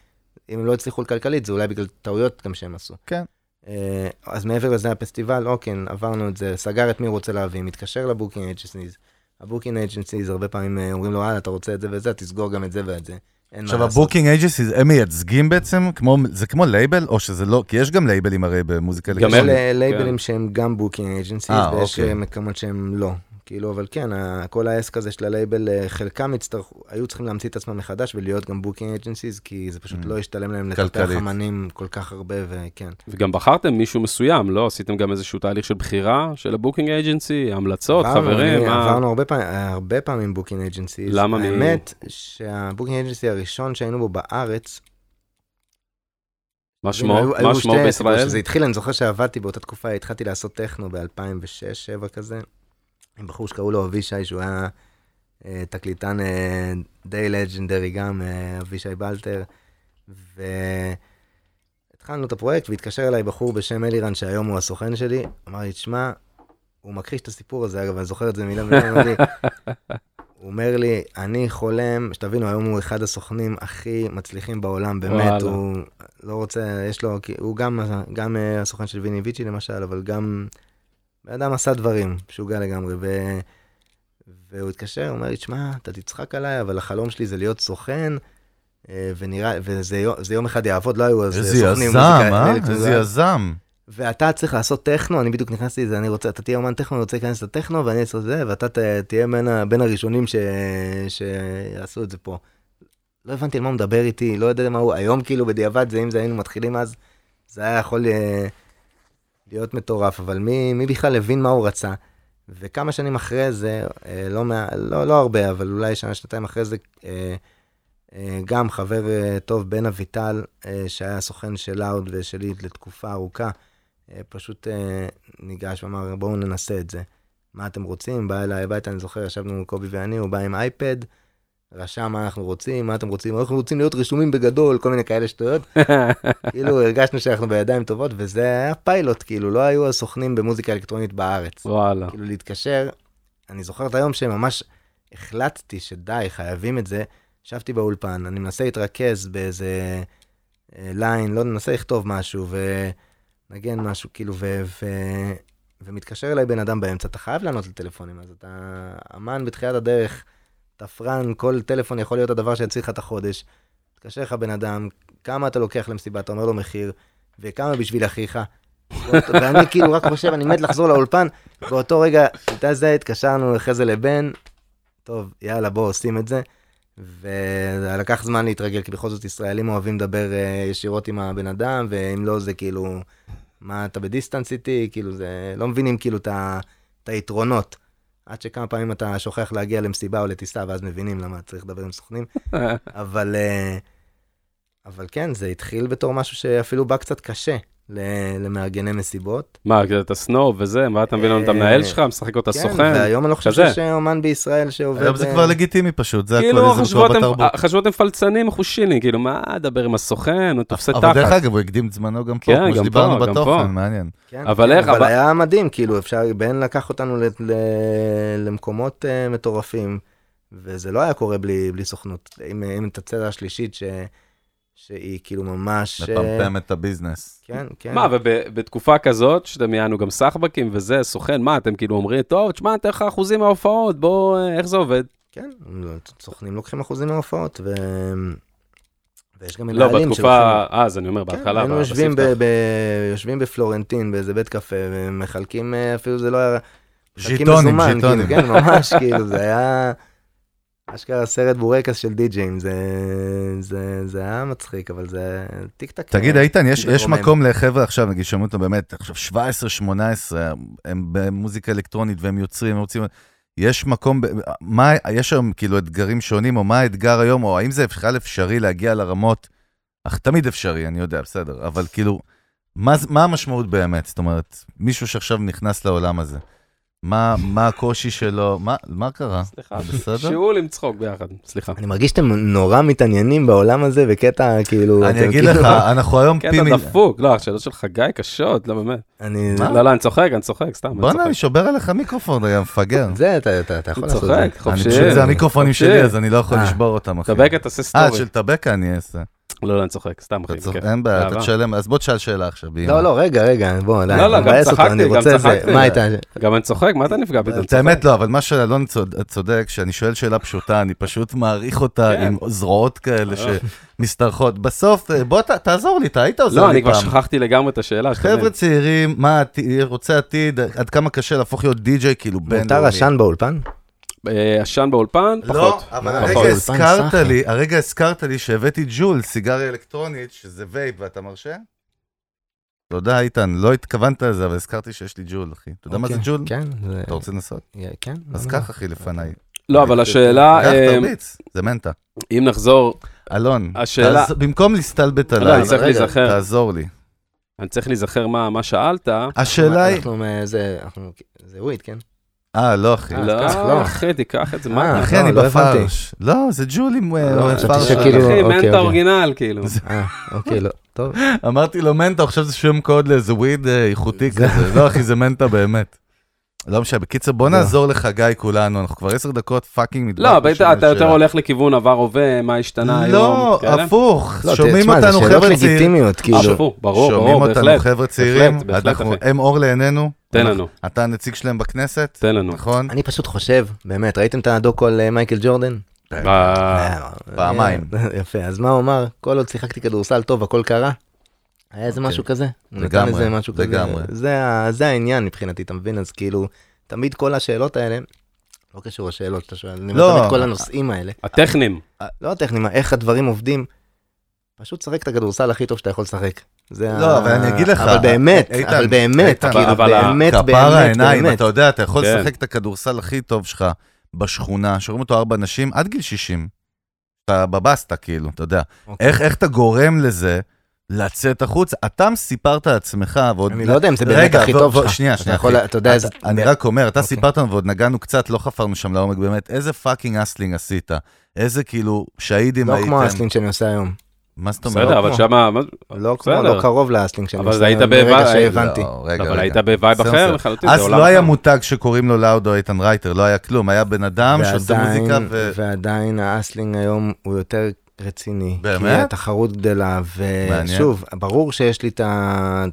S5: אם הם לא הצליחו כלכלית, זה אולי בגלל טעויות גם שהם עשו.
S3: כן.
S5: אה, אז מעבר לזה, הפסטיבל, אוקיי, עברנו את זה, סגר את מי הוא רוצה להביא, מתקשר לבוקינג אג'נסיז. הבוקינג אג'נסיז, הרבה פעמים אה, אומרים לו, אה, אתה רוצה את זה וזה, תסגור גם את זה ואת זה. אין מה
S3: עכשיו,
S5: לעשות.
S3: הבוקינג אייג'נסי, הם מייצגים בעצם, כמו- זה כמו לייבל, או שזה לא, כי יש גם לייבלים הרי במוזיקה
S4: גם
S5: יש
S3: אלקטרונית.
S4: הם-
S5: ל- לייבלים
S4: כן.
S5: שהם גם בוקינג אג'נסיז,
S3: אה,
S5: ויש
S3: אוקיי.
S5: אה, מקומות שהם לא. כאילו, אבל כן, ה- כל העסק הזה של הלייבל, אה, חלקם הצטרכו, היו צריכים להמציא את עצמם מחדש ולהיות גם בוקינג אג'נסיז, כי זה פשוט לא השתלם להם לטפח
S3: כלכלית.
S5: אמנים כל כך הרבה, וכן.
S4: וגם בחרתם מישהו מסוים, לא? עשיתם גם איזשהו תהליך של בחירה של הבוקינג אייג'נסי, המלצות,
S5: עברנו,
S4: חברים,
S5: אני-
S4: מה...
S5: עברנו הרבה פעמים, הרבה פעמים בוקינג אג'נסי.
S4: למה מי-
S5: האמת שהבוקינג אג'נסי הראשון שהיינו בו בארץ,
S4: מה שמו?
S5: היו-
S4: מה
S5: היו
S4: שמו
S5: שתי הסיבות
S4: בישראל?
S5: שזה התחיל, אני זוכר שעבדתי באותה תקופה, התחלתי לעשות טכנו ב-2006-2007 כזה, עם בחור שקראו לו אבישי, שהוא היה אה, תקליטן אה, די לג'נדרי גם, אה, אבישי בלטר, והתחלנו את הפרויקט, והתקשר אליי בחור בשם אלירן, שהיום הוא הסוכן שלי, אמר לי, תשמע, הוא מכחיש את הסיפור הזה, אגב, אני זוכר את זה מילה מילה, הוא אומר לי, הוא אומר לי, אני חולם, שתבינו, היום הוא אחד הסוכנים הכי מצליחים בעולם,
S4: וואלה.
S5: באמת, הוא לא רוצה, יש לו, כי הוא גם, גם אה, הסוכן של ויני ויצ'י למשל, אבל גם, בן אדם עשה דברים, משוגע לגמרי, ו... והוא התקשר, הוא אומר לי, שמע, אתה תצחק עליי, אבל החלום שלי זה להיות סוכן, אה, ונראה, וזה יו- זה יום אחד יעבוד, לא היו אז אה,
S3: איזה
S5: סוכנים.
S3: יזם,
S5: מוזיקה-
S3: אה?
S5: אלקטרוניקה.
S3: איזה יזם.
S5: ואתה צריך לעשות טכנו, אני בדיוק נכנסתי לזה, אני רוצה, אתה תהיה אומן טכנו, אני רוצה להיכנס לטכנו, ואני אעשה את זה, ואתה ת, תהיה בין, ה, בין הראשונים ש, שיעשו את זה פה. לא הבנתי על מה הוא מדבר איתי, לא יודע מה הוא, היום כאילו בדיעבד, זה אם זה היינו מתחילים אז, זה היה יכול אה, להיות מטורף, אבל מי, מי בכלל הבין מה הוא רצה? וכמה שנים אחרי זה, אה, לא, מה, לא, לא הרבה, אבל אולי שנה, שנתיים אחרי זה, אה, אה, גם חבר אה, טוב, בן אביטל, אה, שהיה סוכן של לאוד ושלי לתקופה ארוכה, אה, פשוט אה, ניגש ואמר, בואו ננסה את זה. מה אתם רוצים? בא אליי הביתה, אני זוכר, ישבנו קובי ואני, הוא בא עם אייפד, רשם מה אנחנו רוצים, מה אתם רוצים, אנחנו רוצים להיות רשומים בגדול, כל מיני כאלה שטויות. כאילו הרגשנו שאנחנו בידיים טובות, וזה היה פיילוט, כאילו לא היו הסוכנים במוזיקה אלקטרונית בארץ.
S4: וואלה.
S5: כאילו להתקשר, אני זוכר את היום שממש החלטתי שדי, חייבים את זה. ישבתי באולפן, אני מנסה להתרכז באיזה אה, ליין, לא מנסה לכתוב משהו ונגן משהו, כאילו, ו... ו... ומתקשר אליי בן אדם באמצע, אתה חייב לענות לטלפונים, אז אתה אמן בתחילת הדרך, תפרן, כל טלפון יכול להיות הדבר שיציל לך את החודש. מתקשר לך בן אדם, כמה אתה לוקח למסיבה, אתה אומר לו מחיר, וכמה בשביל אחיך. ואני כאילו רק חושב, אני מת לחזור לאולפן, באותו רגע, אתה זה, התקשרנו אחרי זה לבן, טוב, יאללה, בוא, עושים את זה. ולקח זמן להתרגל, כי בכל זאת ישראלים אוהבים לדבר אה, ישירות עם הבן אדם, ואם לא, זה כאילו, מה, אתה בדיסטנס איתי? כאילו, זה, לא מבינים כאילו את ה- את היתרונות. עד שכמה פעמים אתה שוכח להגיע למסיבה או לטיסה, ואז מבינים למה צריך לדבר עם סוכנים. אבל, אה, אבל כן, זה התחיל בתור משהו שאפילו בא קצת קשה ל- למארגני מסיבות.
S4: מה, כאילו, אתה סנוב וזה, מה אתה מביא לנו את המנהל שלך, משחק אותה
S5: כן,
S4: סוכן?
S5: והיום אני לא חושב
S4: כזה.
S5: שיש אומן בישראל שעובד...
S3: היום זה
S5: אה,
S3: כבר לגיטימי פשוט, זה
S4: כאילו,
S3: הכלליזם
S4: חשבו
S3: שלו
S4: אתם-
S3: בתרבות.
S4: חשבו אתם פלצנים, חושיני, כאילו, מה, דבר עם הסוכן, הוא תופסי
S3: אבל דרך
S4: תחת.
S3: אגב, הוא הקדים את זמנו גם פה,
S4: כן, גם
S3: כמו
S4: פה,
S3: שדיברנו
S4: גם פה.
S3: בתוכן, מעניין.
S5: כן,
S4: אבל
S5: כן,
S4: איך,
S5: אבל
S4: אבל-
S5: היה מדהים, כאילו, אפשר, בן לקח אותנו ל- ל- למקומות אה, מטורפים, וזה לא היה קורה בלי בלי סוכנות. אם אם את הצד השלישית, ש- שהיא כאילו ממש... אה,
S3: לפמפם את הביזנס.
S5: כן, כן.
S4: מה, ובתקופה כזאת, שאתם יענו גם סחבקים וזה, סוכן, מה, אתם כאילו אומרים, טוב, תשמע, אתן לך אחוזים מההופעות, בוא, אה, איך זה עובד?
S5: כן, סוכנים לוקחים אחוזים מההופעות, ו... ויש גם
S4: לא,
S5: מנהלים
S4: בתקופה, אז אני אומר,
S5: כן,
S4: בהתחלה,
S5: היינו
S4: בספתח.
S5: יושבים, ב- ב- יושבים בפלורנטין באיזה בית קפה ומחלקים אה, אפילו זה לא היה מחלקים
S3: ז'יטונים,
S5: מזומן,
S3: ז'יטונים.
S5: כאילו, כן ממש כאילו זה היה אשכרה סרט בורקס של די-ג'אים זה, זה, זה היה מצחיק אבל זה טיק טק. אה,
S3: תגיד, איתן, יש,
S5: זה
S3: יש
S5: רומם.
S3: מקום לחבר'ה עכשיו, נגיד, שומעים אותם באמת, עכשיו 17-18, הם במוזיקה אלקטרונית והם יוצרים, הם רוצים... יש מקום, ב- מה, יש היום כאילו אתגרים שונים, או מה האתגר היום, או האם זה בכלל אפשרי להגיע לרמות, אך תמיד אפשרי, אני יודע, בסדר, אבל כאילו, מה, זה- מה המשמעות באמת? זאת אומרת, מישהו שעכשיו נכנס לעולם הזה, מה, מה הקושי שלו, מה, מה קרה?
S4: סליחה,
S3: בסדר?
S4: שיעול עם צחוק ביחד, סליחה.
S5: אני מרגיש שאתם נורא מתעניינים בעולם הזה בקטע כאילו
S3: אני
S5: אתם
S3: אגיד
S5: כאילו-
S3: לך, אנחנו היום
S4: קטע
S3: פי מיליון...
S4: דפוק, לא, השאלות שלך גיא קשות, לא באמת.
S5: אני
S3: מה?
S4: לא, לא, אני צוחק, אני צוחק, סתם, אני
S3: אה? בואנה, אני
S4: צוחק.
S3: שובר עליך מיקרופון, היה מפגר.
S5: כן. זה אתה, אתה, אתה יכול
S4: אני
S5: לעשות את
S4: צוחק,
S5: זה.
S3: אני
S4: חופשי.
S3: פשוט, זה המיקרופונים
S4: חופשי.
S3: שלי, אז אני לא יכול
S5: אה.
S3: לשבור אותם, אחי.
S4: טבקה תעשה
S3: אה,
S4: סטורי.
S3: של טבקה אני אעשה.
S4: לא, לא, אני צוחק, סתם, אחי.
S3: אתה צוחק,
S4: בכיף.
S3: אין בעיה, אתה
S4: אהבה.
S3: תשלם, אז בוא תשאל שאלה עכשיו. באמא.
S5: לא לא רגע רגע בוא די,
S4: לא,
S5: אתה
S4: גם
S5: מבאס אותו,
S4: צחקתי,
S5: אני
S4: גם
S5: רוצה זה.
S4: צחקתי.
S5: מה הייתה
S4: גם אני צוחק, מה אתה נפגע פתאום?
S3: את האמת לא, אבל מה שאלון צוד- צודק, שאני שואל שאלה פשוטה, אני פשוט מעריך אותה
S4: כן. אה.
S3: עם זרועות כאלה שמשתרכות. בסוף, אה, בוא ת- תעזור לי, אתה היית עוזר
S4: לא, אני
S3: לי
S4: כבר
S3: פעם.
S4: שכחתי לגמרי את השאלה. שאתה
S3: חבר'ה
S4: מבין.
S3: צעירים, מה, העתיד- רוצה עתיד, עד כמה קשה להפוך להיות די-ג'יי כאילו בינלאומי.
S5: מותר עשן באולפן?
S4: אה, עשן באולפן?
S3: לא,
S4: פחות.
S3: אבל
S4: פחות.
S3: הרגע הזכרת
S5: סחר.
S3: לי, הרגע הזכרת לי שהבאתי ג'ול, סיגריה אלקטרונית, שזה וייב, ואתה מרשה? תודה, איתן, לא התכוונת לזה, אבל הזכרתי שיש לי ג'ול, אחי. אתה יודע מה זה
S5: אוקיי,
S3: ג'ול?
S5: כן, זה-
S3: אתה רוצה לנסות?
S5: כן.
S3: אז
S5: לא,
S3: קח, אחי, לפניי.
S4: לא, אבל השאלה,
S3: קח,
S4: אה,
S3: תרביץ, זה מנטה.
S4: אם נחזור,
S3: אלון,
S4: השאלה-
S3: תעז- במקום להסתלבט
S4: לא,
S3: עליי,
S4: אני צריך
S5: רגע,
S4: להיזכר,
S3: תעזור לי.
S4: אני צריך להיזכר מה מה שאלת.
S3: אה, השאלה היא...
S5: אנחנו מ- זה, אנחנו, זה וויד, כן?
S3: אה, לא, אחי.
S4: לא,
S5: לא.
S4: אחי, תיקח את זה,
S5: אה,
S4: מה?
S3: אחי, אני
S5: לא, לא הבנתי.
S3: בפרש. לא, זה ג'ול עם אה,
S5: לא, חשבתי
S3: פרש.
S5: שכאילו-
S4: אחי,
S5: אוקיי,
S4: מנטה
S5: אוקיי.
S4: אורגינל, כאילו.
S5: אה, אוקיי, לא, טוב.
S3: אמרתי לו מנטה, הוא חושב שזה שם קוד לאיזה וויד אה, איכותי כזה. לא, אחי, זה מנטה באמת. לא משנה, בקיצר, בוא
S5: לא.
S3: נעזור לך, גיא, כולנו, אנחנו כבר עשר דקות פאקינג נדבר.
S4: לא, אבל אתה אתה יותר הולך לכיוון עבר הווה, מה השתנה היום.
S3: לא,
S4: כאלה.
S3: הפוך,
S5: לא,
S3: שומעים
S5: תשמע,
S3: אותנו
S5: זה שאלות
S3: חבר'ה צעירים.
S5: לגיטימיות,
S4: אה,
S5: כאילו.
S4: ברור, ברור,
S3: שומעים
S4: ברור,
S3: אותנו
S4: בהחלט.
S3: חבר'ה צעירים,
S4: בהחלט,
S3: אנחנו-
S4: אחי.
S3: הם אור לעינינו.
S4: תן
S3: אנחנו-
S4: לנו,
S3: אתה הנציג שלהם בכנסת,
S4: תן לנו.
S3: נכון?
S5: אני פשוט חושב, באמת, ראיתם את הדוקו על אה, מייקל ג'ורדן?
S4: אה,
S5: אה,
S3: פעמיים.
S5: אה, יפה, אז מה הוא אמר? כל עוד שיחקתי כדורסל טוב, הכל קרה? היה איזה
S3: אוקיי.
S5: משהו כזה? הוא נתן
S3: לגמרי,
S5: איזה משהו כזה.
S3: לגמרי.
S5: זה ה- זה העניין מבחינתי, אתה מבין? אז כאילו, תמיד כל השאלות האלה, לא קשור לשאלות שאתה שואל, אני
S3: לא.
S5: אומר תמיד כל הנושאים האלה.
S4: הטכנים.
S5: לא הטכנימה, איך הדברים עובדים. פשוט שחק את הכדורסל הכי טוב שאתה יכול לשחק. זה
S3: לא, אבל אני אגיד לך,
S5: אבל באמת,
S3: איתן,
S5: אבל באמת,
S3: איתן,
S5: כאילו,
S4: אבל
S5: באמת,
S3: כפר
S5: באמת,
S3: העיניים,
S5: באמת.
S3: אתה יודע, אתה יכול
S4: כן.
S3: לשחק את הכדורסל הכי טוב שלך בשכונה, שרואים אותו ארבע נשים עד גיל 60. אתה בבסטה, כאילו, אתה יודע.
S5: אוקיי.
S3: איך איך אתה גורם לזה לצאת החוצה. אתה סיפרת לעצמך, ועוד...
S5: אני לא יודע אם זה באמת
S3: רגע,
S5: הכי
S3: ו-
S5: טוב
S3: ו-
S5: שלך.
S3: שנייה,
S5: אתה
S3: שנייה,
S5: יכול-
S3: אחי.
S5: אתה יודע איזה-
S3: אני רק אומר, אתה
S5: אוקיי.
S3: סיפרת לנו ועוד נגענו קצת, לא חפרנו שם לעומק באמת, איזה פאקינג אסלינג עשית? איזה כאילו שהידים
S5: לא
S3: הייתם?
S5: כמו האסלינג שאני עושה היום.
S3: מה זאת אומרת?
S4: בסדר, אבל
S5: כמו.
S4: שמה... מה-
S5: לא כמו,
S4: בסדר.
S5: לא קרוב לאסלינג שאני
S4: אבל
S5: עושה
S4: זה היית
S5: היום, ברגע
S4: ב-
S5: שהבנתי.
S3: לא, רגע,
S4: אבל
S3: רגע.
S4: היית בווייב
S3: בסדר,
S4: אחר
S3: בסדר.
S4: לחלוטין, זה
S3: אז
S4: עולם
S3: לא היה
S4: אחר.
S3: מותג שקוראים לו לאוד או איתן רייטר, לא היה כלום, היה בן אדם שעושה
S5: ועדיין-
S3: מוזיקה ו...
S5: ועדיין האסלינג היום הוא יותר רציני.
S3: באמת?
S5: כי התחרות גדלה,
S3: מעניין.
S5: ושוב, ברור שיש לי את ה...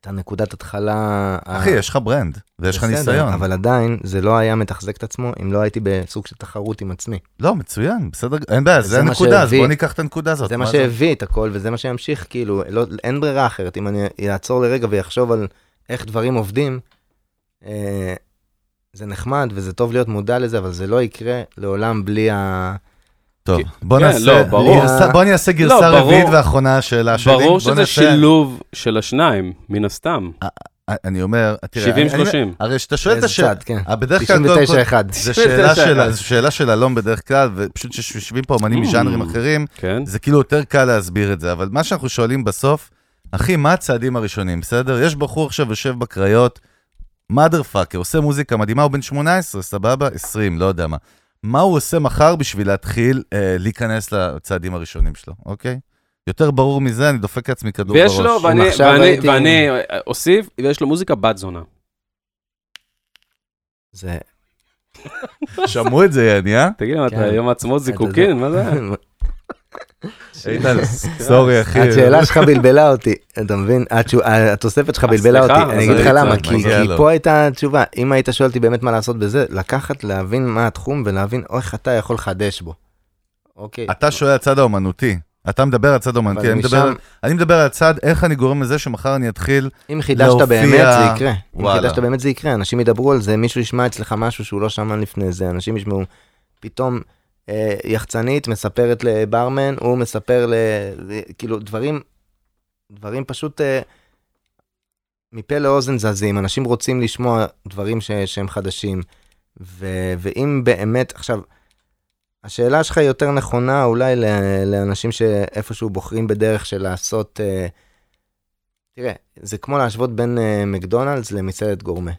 S5: את הנקודת התחלה. ה-
S3: אחי, יש לך ברנד, ויש לך
S5: בסדר,
S3: ניסיון.
S5: אבל עדיין, זה לא היה מתחזק את עצמו אם לא הייתי בסוג של תחרות עם עצמי.
S3: לא, מצוין, בסדר, אין בעיה, זה
S5: זה מה
S3: הנקודה, אז
S5: שהביא-
S3: בוא ניקח את הנקודה הזאת.
S5: זה מה
S3: זה?
S5: שהביא את הכל, וזה מה שימשיך, כאילו, לא, אין ברירה אחרת. אם אני אעצור לרגע ויחשוב על איך דברים עובדים, אה, זה נחמד וזה טוב להיות מודע לזה, אבל זה לא יקרה לעולם בלי ה...
S3: טוב, בוא
S4: כן,
S3: נעשה,
S4: לא, ברור.
S3: גרסה- בוא אני אעשה גרסה
S4: ברור.
S3: רביעית ואחרונה השאלה שלי. בוא
S4: ברור שזה
S3: נעשה-
S4: שילוב של השניים, מן הסתם.
S3: אני אומר, תראה,
S4: 70-30.
S3: אני- הרי כשאתה שואל את
S5: באיזה
S3: השאלה, אה,
S5: צד, כן.
S3: בדרך כלל, קודם כל,
S5: 99-1.
S3: זה שאלה
S4: 99.
S3: של- זו שאלה של אלון בדרך כלל, ופשוט כשיושבים פה אמנים
S4: Mm.
S3: מז'אנרים אחרים,
S4: כן?
S3: זה כאילו יותר קל להסביר את זה, אבל מה שאנחנו שואלים בסוף, אחי, מה הצעדים הראשונים, בסדר? יש בחור עכשיו יושב בקריות, mother fucker, עושה מוזיקה מדהימה, הוא בן 18, סבבה? 20, לא יודע מה. מה הוא עושה מחר בשביל להתחיל אה, להיכנס לצעדים הראשונים שלו, אוקיי? יותר ברור מזה, אני דופק לעצמי כדור
S4: ויש
S3: בראש.
S4: לו, ואני-
S5: אם עכשיו
S4: ואני-
S5: הייתי-
S4: ואני אה, אוסיף, ויש לו מוזיקה בת זונה.
S5: זה...
S3: שמעו את זה, יעני, אה?
S4: תגיד להם,
S5: כן.
S4: אתה יום העצמאות זיקוקין, מה זה?
S3: איתן, סורי, אחי.
S4: כן.
S5: השאלה שלך בלבלה אותי, אתה מבין? התשו- התוספת שלך בלבלה
S4: אה, סליחה,
S5: אותי, אני
S4: אז
S5: אגיד לך
S4: אני
S5: למה,
S4: צריך,
S5: כי
S3: מגיע
S5: כי
S3: לו.
S5: פה הייתה התשובה, אם היית שואל אותי באמת מה לעשות בזה, לקחת, להבין מה התחום ולהבין איך אתה יכול לחדש בו. אוקיי.
S4: אה,
S3: אתה שואל על הצד האומנותי. אתה מדבר על הצד האומנותי,
S4: כן,
S5: אבל
S3: אני מדבר
S5: משם-
S3: על- אני מדבר על הצד איך אני גורם לזה שמחר אני אתחיל
S5: אם חידשת
S3: להופיע-
S5: באמת זה יקרה, אם
S3: וואלה.
S5: חידשת באמת זה יקרה, אנשים ידברו על זה, מישהו ישמע אצלך משהו שהוא לא שמע לפני זה, אנשים ישמעו, פתאום אה, יחצנית מספרת לברמן, הוא מספר ל... ל- כאילו דברים, דברים פשוט אה, מפה לאוזן זזים, אנשים רוצים לשמוע דברים ש, שהם חדשים, ו, ואם באמת, עכשיו, השאלה שלך היא יותר נכונה אולי ל, לאנשים שאיפשהו בוחרים בדרך של לעשות... אה, תראה, זה כמו להשוות בין אה, מקדונלדס למסעדת גורמה,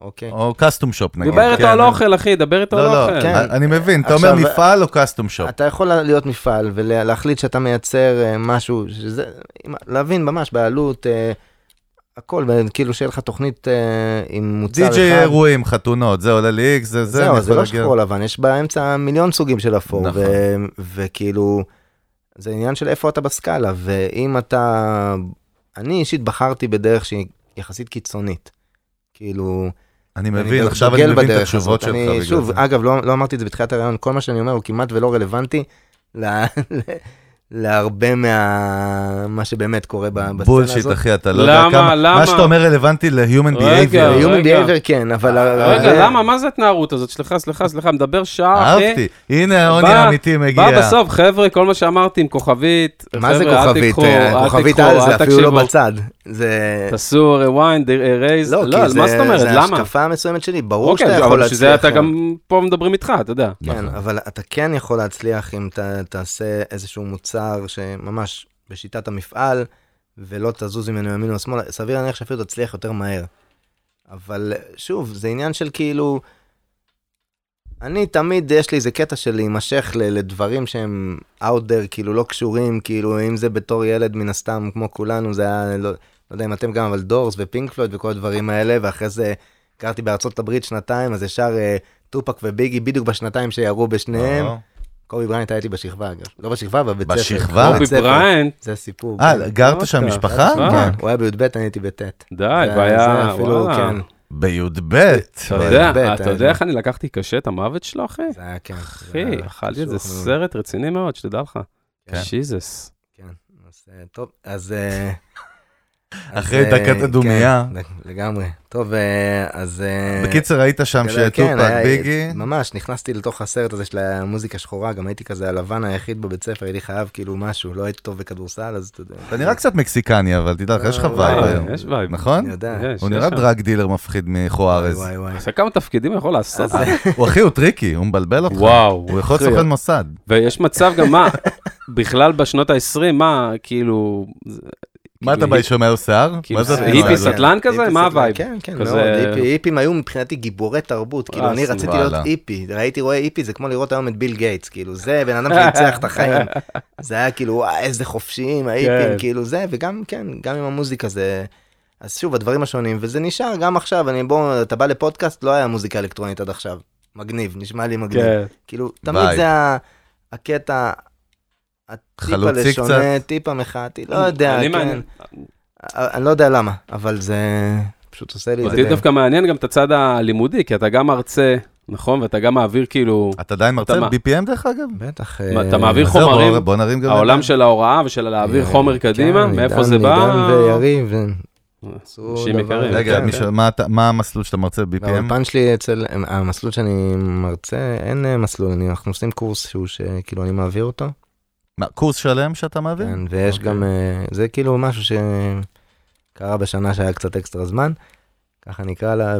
S5: אוקיי?
S3: או קסטום שופ נגיד.
S4: דבר איתו לא
S3: כן.
S4: על אוכל, אחי, דבר איתו על
S3: לא, לא,
S4: אוכל.
S5: כן.
S3: אני מבין, אתה אומר
S5: עכשיו-
S3: מפעל או קסטום שופ?
S5: אתה יכול להיות מפעל ולהחליט שאתה מייצר אה, משהו, שזה, עם- להבין ממש בעלות, אה, הכל, וכאילו שיהיה לך תוכנית אה, עם מוצר אחד.
S3: די.ג'יי אירועים, חתונות, זה עולה לי איקס, זה זה, אני
S5: זהו,
S3: יכול
S5: זה לא
S3: להגיע-
S5: שחור לבן, יש באמצע מיליון סוגים של אפור,
S3: נכון.
S5: ו- וכאילו, זה עניין של איפה אתה בסקאלה, ואם אתה... אני אישית בחרתי בדרך שהיא יחסית קיצונית. כאילו,
S3: אני
S5: דוג-
S3: מבין, עכשיו אני
S5: דוגל
S3: מבין את
S5: בדרך
S3: התשובות
S5: הזאת.
S3: שלך.
S5: אני-
S3: בגלל
S5: שוב,
S3: זה.
S5: אגב, לא לא אמרתי את זה בתחילת הרעיון, כל מה שאני אומר הוא כמעט ולא רלוונטי ל- להרבה מה מה שבאמת קורה ב- בסצנה
S3: בולשיט,
S5: הזאת.
S3: אחי, אתה לא יודע
S4: למה,
S3: כמה... מה
S4: למה?
S3: שאתה אומר רלוונטי ל-human
S4: רגע,
S3: behavior.
S5: Human
S4: אה, רגע. אה,
S5: behavior כן, אבל...
S4: רגע, למה? מה זה התנערות הזאת? סליחה, סליחה, סליחה, מדבר שעה, אחי.
S3: אהבתי. הנה העוני
S4: בא-
S3: האמיתי מגיע.
S4: בא אה, בסוף, חבר'ה, כל מה שאמרתי עם כוכבית,
S5: מה זה
S4: חבר'ה, אל
S5: כוכבית?
S4: תיקחו,
S5: אה,
S4: אל
S5: כוכבית
S4: תיקחו,
S5: על
S4: אל
S5: זה, אפילו לא
S4: תקשיבו.
S5: בצד. זה...
S4: תעשו rewind, erase,
S5: לא,
S4: לא,
S5: כי
S4: אז מה זאת אומרת,
S5: זה
S4: למה?
S5: השקפה מסוימת שלי, ברור שאתה
S4: אוקיי,
S5: יכול
S4: אבל בשביל זה
S5: להצליח. נכון.
S4: אתה גם פה מדברים איתך, אתה יודע.
S5: כן,
S3: נכון.
S5: אבל אתה כן יכול להצליח אם אתה תעשה איזשהו מוצר שממש בשיטת המפעל, ולא תזוז ממנו ימינה או שמאלה, סביר להניח שאפילו תצליח יותר מהר. אבל שוב, זה עניין של כאילו... אני תמיד, יש לי איזה קטע של להימשך ל- לדברים שהם out there, כאילו לא קשורים, כאילו אם זה בתור ילד מן הסתם, כמו כולנו, זה היה, לא, לא יודע אם אתם גם, אבל דורס ופינק פלויד וכל הדברים האלה, ואחרי זה גרתי בארצות הברית שנתיים, אז ישר אה, טופק וביגי בדיוק בשנתיים שירו בשניייהם.
S3: לא.
S5: קובי בריינט היה איתי בשכבה, אגב. לא בשכבה, בבית ספר.
S3: בשכבה?
S5: בבית
S4: קובי
S5: ספר.
S4: בריינט,
S5: זה סיפור.
S3: אה, גרת
S4: אוקיי.
S3: שם משפחה?
S4: אה,
S3: כן.
S5: הוא היה בי"ב, אני הייתי בט'.
S4: די,
S5: זה- אה, זה
S4: והיה,
S5: אפילו,
S4: אה, וואלה.
S5: כן,
S3: בי"ב.
S4: אה,
S5: אה,
S4: אתה יודע,
S5: באמת,
S4: אתה יודע
S5: אה,
S4: איך אני לקחתי קשה את המוות שלו, אחי?
S5: זה היה כן. זה
S4: אחי,
S5: היה
S4: אכלתי את זה
S5: חשוך מאוד.
S4: סרט רציני מאוד, שתדע לך.
S3: כן.
S4: שיזס.
S5: כן, אז אה, טוב, אז... אה, אז,
S3: אחרי
S5: אה,
S3: דקת
S5: כן,
S3: הדומייה.
S5: לג- לגמרי. טוב, אה, אז... אה,
S3: בקיצר, היית שם
S5: אתה יודע, כן,
S3: שטופק
S5: היה-
S3: ביגי.
S5: ממש, נכנסתי לתוך הסרט הזה של המוזיקה שחורה, גם הייתי כזה הלבן היחיד בבית ספר, הייתי חייב כאילו משהו, לא הייתי טוב בכדורסל, אז אתה יודע.
S3: אתה נראה קצת מקסיקני, אבל תדע לך, יש לך
S5: אה,
S3: וייב
S5: וואי,
S3: היום.
S4: יש וייב.
S3: נכון?
S5: אני יודע.
S4: יש,
S3: הוא
S4: יש
S3: נראה
S4: שם.
S3: דרג דילר מפחיד
S5: וואי
S3: מחוארז.
S5: וואי וואי.
S4: עשה כמה תפקידים הוא יכול
S5: אה,
S4: לעשות.
S3: הוא אחי, הוא טריקי, הוא מבלבל אותך.
S4: וואו,
S3: הוא יכול להיות
S4: אחי.
S3: סוכן מוסד.
S4: ויש מצב גם מה, בכלל בשנות ה-20, מה, כאילו... זה-
S3: מה אתה בא שומר שיער?
S4: כאילו,
S3: מה זה
S5: אה,
S4: זה
S5: לא,
S4: היפי
S3: הדבר הזה?
S4: סטלן כזה?
S5: היפי
S4: מה
S5: סטלן,
S4: הווייב?
S5: כן, כן,
S4: כזה- אה,
S5: מאוד. היפי- היפים היו מבחינתי גיבורי תרבות. כאילו, אני
S4: אסו,
S5: רציתי להיות
S3: וואלה.
S5: היפי. ראיתי, רואה היפי, זה כמו לראות היום את ביל גייטס. כאילו, זה בן אדם שניצח את החיים. זה היה כאילו, וואי, איזה חופשיים,
S4: כן.
S5: ההיפים, כאילו זה, וגם, כן, גם עם המוזיקה זה... אז שוב, הדברים השונים, וזה נשאר גם עכשיו. אני, בוא, אתה בא לפודקאסט, לא היה מוזיקה אלקטרונית עד עכשיו. מגניב, נשמע לי מגניב.
S4: כן.
S5: כאילו, תמיד
S3: וייב.
S5: זה ה- הקטע, הטיפה
S3: חלוצי
S5: לשונה, טיפה מחאתי, לא יודע,
S4: אני
S5: כן.
S4: מעניין.
S5: אני לא יודע למה, אבל זה פשוט עושה
S3: כן.
S5: לי את
S4: אותי
S5: זה.
S4: דווקא מעניין גם את הצד הלימודי, כי אתה גם מרצה, נכון? ואתה גם מעביר כאילו...
S3: אתה עדיין מרצה
S4: אתה מה?
S3: ב-BPM דרך אגב?
S5: בטח.
S4: מה,
S5: אה,
S4: אתה מעביר
S3: אז זהו,
S4: חומרים,
S3: בוא- בוא נרים גם... אה,
S4: העולם
S3: ידיים.
S4: של ההוראה ושל להעביר חומר
S5: כן,
S4: קדימה,
S5: עידן-
S4: מאיפה זה בא?
S5: עידן ויריב, אה, הם עשו
S4: אנשים
S5: דבר.
S4: יקרים.
S3: רגע,
S5: כן,
S3: מי
S5: כן.
S3: ש- מה אתה- מה המסלול שאתה מרצה ב-BPM?
S5: והאולפן שלי אצל, אה, המסלול שאני מרצה, אין אה, מסלול, אני- אנחנו עושים קורס שהוא, שכאילו אני מעביר אותו,
S3: מה, קורס שלם שאתה מעביר?
S5: כן, ויש
S3: אוקיי.
S5: גם, אה, זה כאילו משהו שקרה בשנה שהיה קצת אקסטרה זמן, ככה נקרא לה,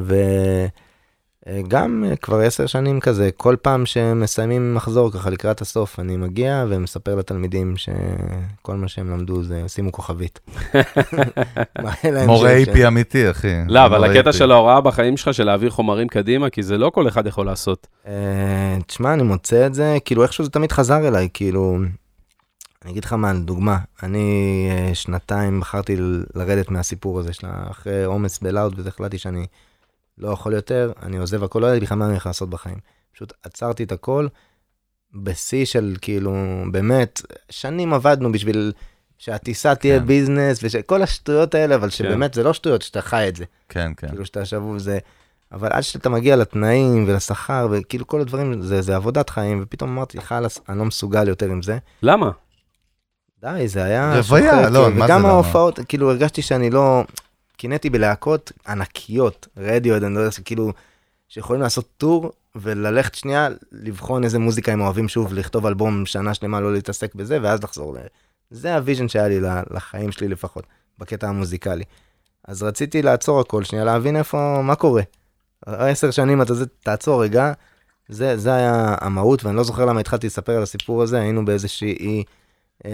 S5: וגם כבר עשר שנים כזה, כל פעם שמסיימים מחזור ככה לקראת הסוף, אני מגיע ומספר לתלמידים שכל מה שהם למדו זה שימו כוכבית. מראה להם
S3: מורה
S5: ש-
S3: AP אמיתי, אחי.
S4: לא, אבל
S3: מורה
S4: הקטע
S3: AP.
S4: של ההוראה בחיים שלך, של להעביר חומרים קדימה, כי זה לא כל אחד יכול לעשות.
S5: אה, תשמע, אני מוצא את זה, כאילו איכשהו זה תמיד חזר אליי, כאילו, אני אגיד לך מה, לדוגמה, אני אה, שנתיים בחרתי ל- לרדת מהסיפור הזה של ה- אחרי עומס בלאוד, וזה החלטתי שאני לא יכול יותר, אני עוזב הכל, לא ידעתי בכלל מה אני הולך לעשות בחיים. פשוט עצרתי את הכל, בשיא של כאילו, באמת, שנים עבדנו בשביל שהטיסה תהיה
S3: כן.
S5: ביזנס, ושכל השטויות האלה, אבל שבאמת זה לא שטויות, שאתה חי את זה.
S3: כן, כן.
S5: כאילו שאתה שבוב זה, אבל עד שאתה מגיע לתנאים ולשכר וכאילו כל הדברים זה, זה עבודת חיים ופתאום אמרתי חלאס אני לא מסוגל יותר עם זה.
S4: למה?
S3: אה.
S5: די זה היה
S3: רוויה,
S5: שוחק,
S3: לא, מה זה
S5: וגם
S3: למה?
S5: ההופעות כאילו הרגשתי שאני לא קינאתי בלהקות ענקיות רדיו אני לא יודע כאילו שיכולים לעשות טור וללכת שנייה לבחון איזה מוזיקה הם אוהבים שוב לכתוב אלבום שנה שלמה לא להתעסק בזה ואז לחזור ל... זה הוויז'ן שהיה לי ל- לחיים שלי לפחות בקטע המוזיקלי. אז רציתי לעצור הכל שנייה להבין איפה מה קורה. עשר שנים אתה זה תעצור רגע. זה, זה היה המהות ואני לא זוכר למה התחלתי לספר על הסיפור הזה היינו באיזושהי אה,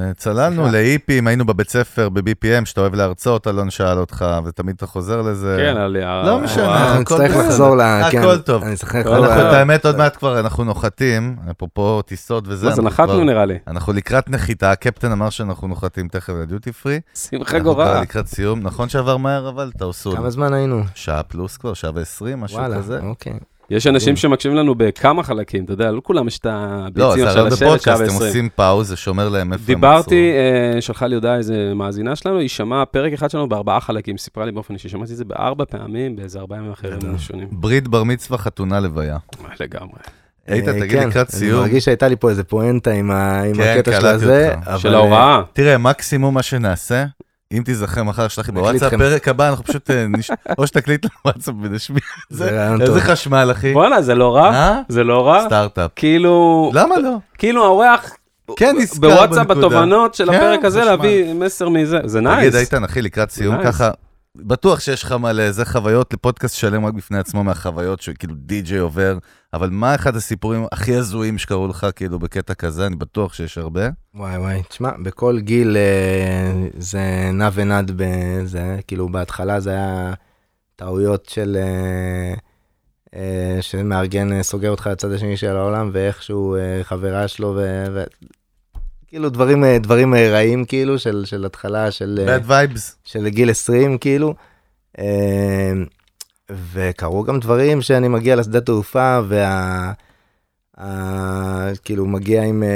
S3: אה, צללנו
S5: סליחה.
S3: לאיפים, היינו בבית ספר ב-BPM, שאתה אוהב להרצות, אלון שאל אותך, ותמיד אתה חוזר לזה.
S4: כן, על
S3: לא
S4: ההוראה.
S3: משנה.
S5: אנחנו
S3: הכל
S5: אה, נצטרך
S3: טוב.
S5: לחזור ל... כן,
S3: הכל טוב.
S5: אני צריך לחזור
S4: טוב.
S5: ל...
S3: אנחנו, את האמת, עוד מעט כבר אנחנו נוחתים, אפרופו טיסות וזה.
S4: אז
S3: אנחנו
S4: נחתנו
S3: כבר-
S4: נראה לי.
S3: אנחנו לקראת נחיתה, הקפטן אמר שאנחנו נוחתים תכף לדיוטי פרי.
S4: שמחה
S3: אנחנו כבר
S4: גורל.
S3: לקראת סיום, נכון שעבר מהר, אבל תעשו
S5: כמה זמן היינו?
S3: שעה פלוס כבר, שעה ועשרים, משהו
S5: וואלה,
S3: כזה.
S5: אוקיי.
S4: יש אנשים שמקשיבים לנו בכמה חלקים, אתה יודע, לא כולם יש את
S3: לא,
S4: הביצים
S3: זה
S4: עכשיו
S3: הרי
S4: לשבת שעה
S3: בפודקאסט, הם
S4: ועשרים.
S3: עושים פאוזה, שומר להם איפה הם
S4: דיברתי, אה, שלחה לי הודעה איזה מאזינה שלנו, היא שמעה פרק אחד שלנו בארבעה חלקים, סיפרה לי באופן אישי, שמעתי את זה בארבע פעמים, באיזה ארבעה ימים אחרים שונים.
S3: עצרו. ברית, בר מצווה, חתונה, לוויה.
S4: אה, לגמרי.
S3: איתן,
S5: אה,
S3: תגיד
S5: כן,
S3: לקראת
S5: אני
S3: סיום.
S5: מרגיש שהייתה לי פה איזה פואנטה עם ה- עם
S3: כן,
S5: הקטע של
S3: קלטתי
S5: הזה.
S3: אותך.
S5: אבל-
S4: של ההוראה.
S3: תראה, מקסימום מה שנעשה, אם תיזכר מחר, שלח לי
S5: נקליט
S3: בוואטסאפ,
S5: לכם.
S3: פרק הבא, אנחנו פשוט, אה, נש- או שתקליט לנו וואטסאפ ונשמיע את
S5: זה
S3: זה.
S5: רעיון טוב.
S3: איזה חשמל, אחי.
S4: בואנה, זה לא רע?
S3: אה?
S4: זה לא רע?
S3: סטארט-אפ.
S4: כאילו,
S3: למה לא?
S4: כאילו האורח,
S3: כן, נזכר
S4: בוואטסאפ
S3: בנקודה.
S4: בתובנות של
S3: כן,
S4: הפרק הזה,
S3: חשמל.
S4: להביא מסר מזה, זה
S3: תגיד,
S4: נייס.
S3: איתן, אחי, לקראת סיום
S4: Nice.
S3: ככה, בטוח שיש לך מלא איזה חוויות, לפודקאסט שלם רק בפני עצמו מהחוויות שכאילו די-ג'יי עובר, אבל מה אחד הסיפורים הכי הזויים שקרו לך כאילו בקטע כזה? אני בטוח שיש הרבה.
S5: וואי וואי, תשמע, בכל גיל אה, זה נע ונד בזה, כאילו בהתחלה זה היה טעויות של... אה, אה, שמארגן אה, סוגר אותך לצד השני של העולם, ואיכשהו אה, חברה שלו, ו... ו- כאילו דברים, אה, דברים אה, רעים, כאילו, של, של התחלה, של... אה,
S3: bad vibes.
S5: של גיל 20 כאילו. אה, וקרו גם דברים שאני מגיע לשדה תעופה וה... ה- כאילו מגיע עם, אה,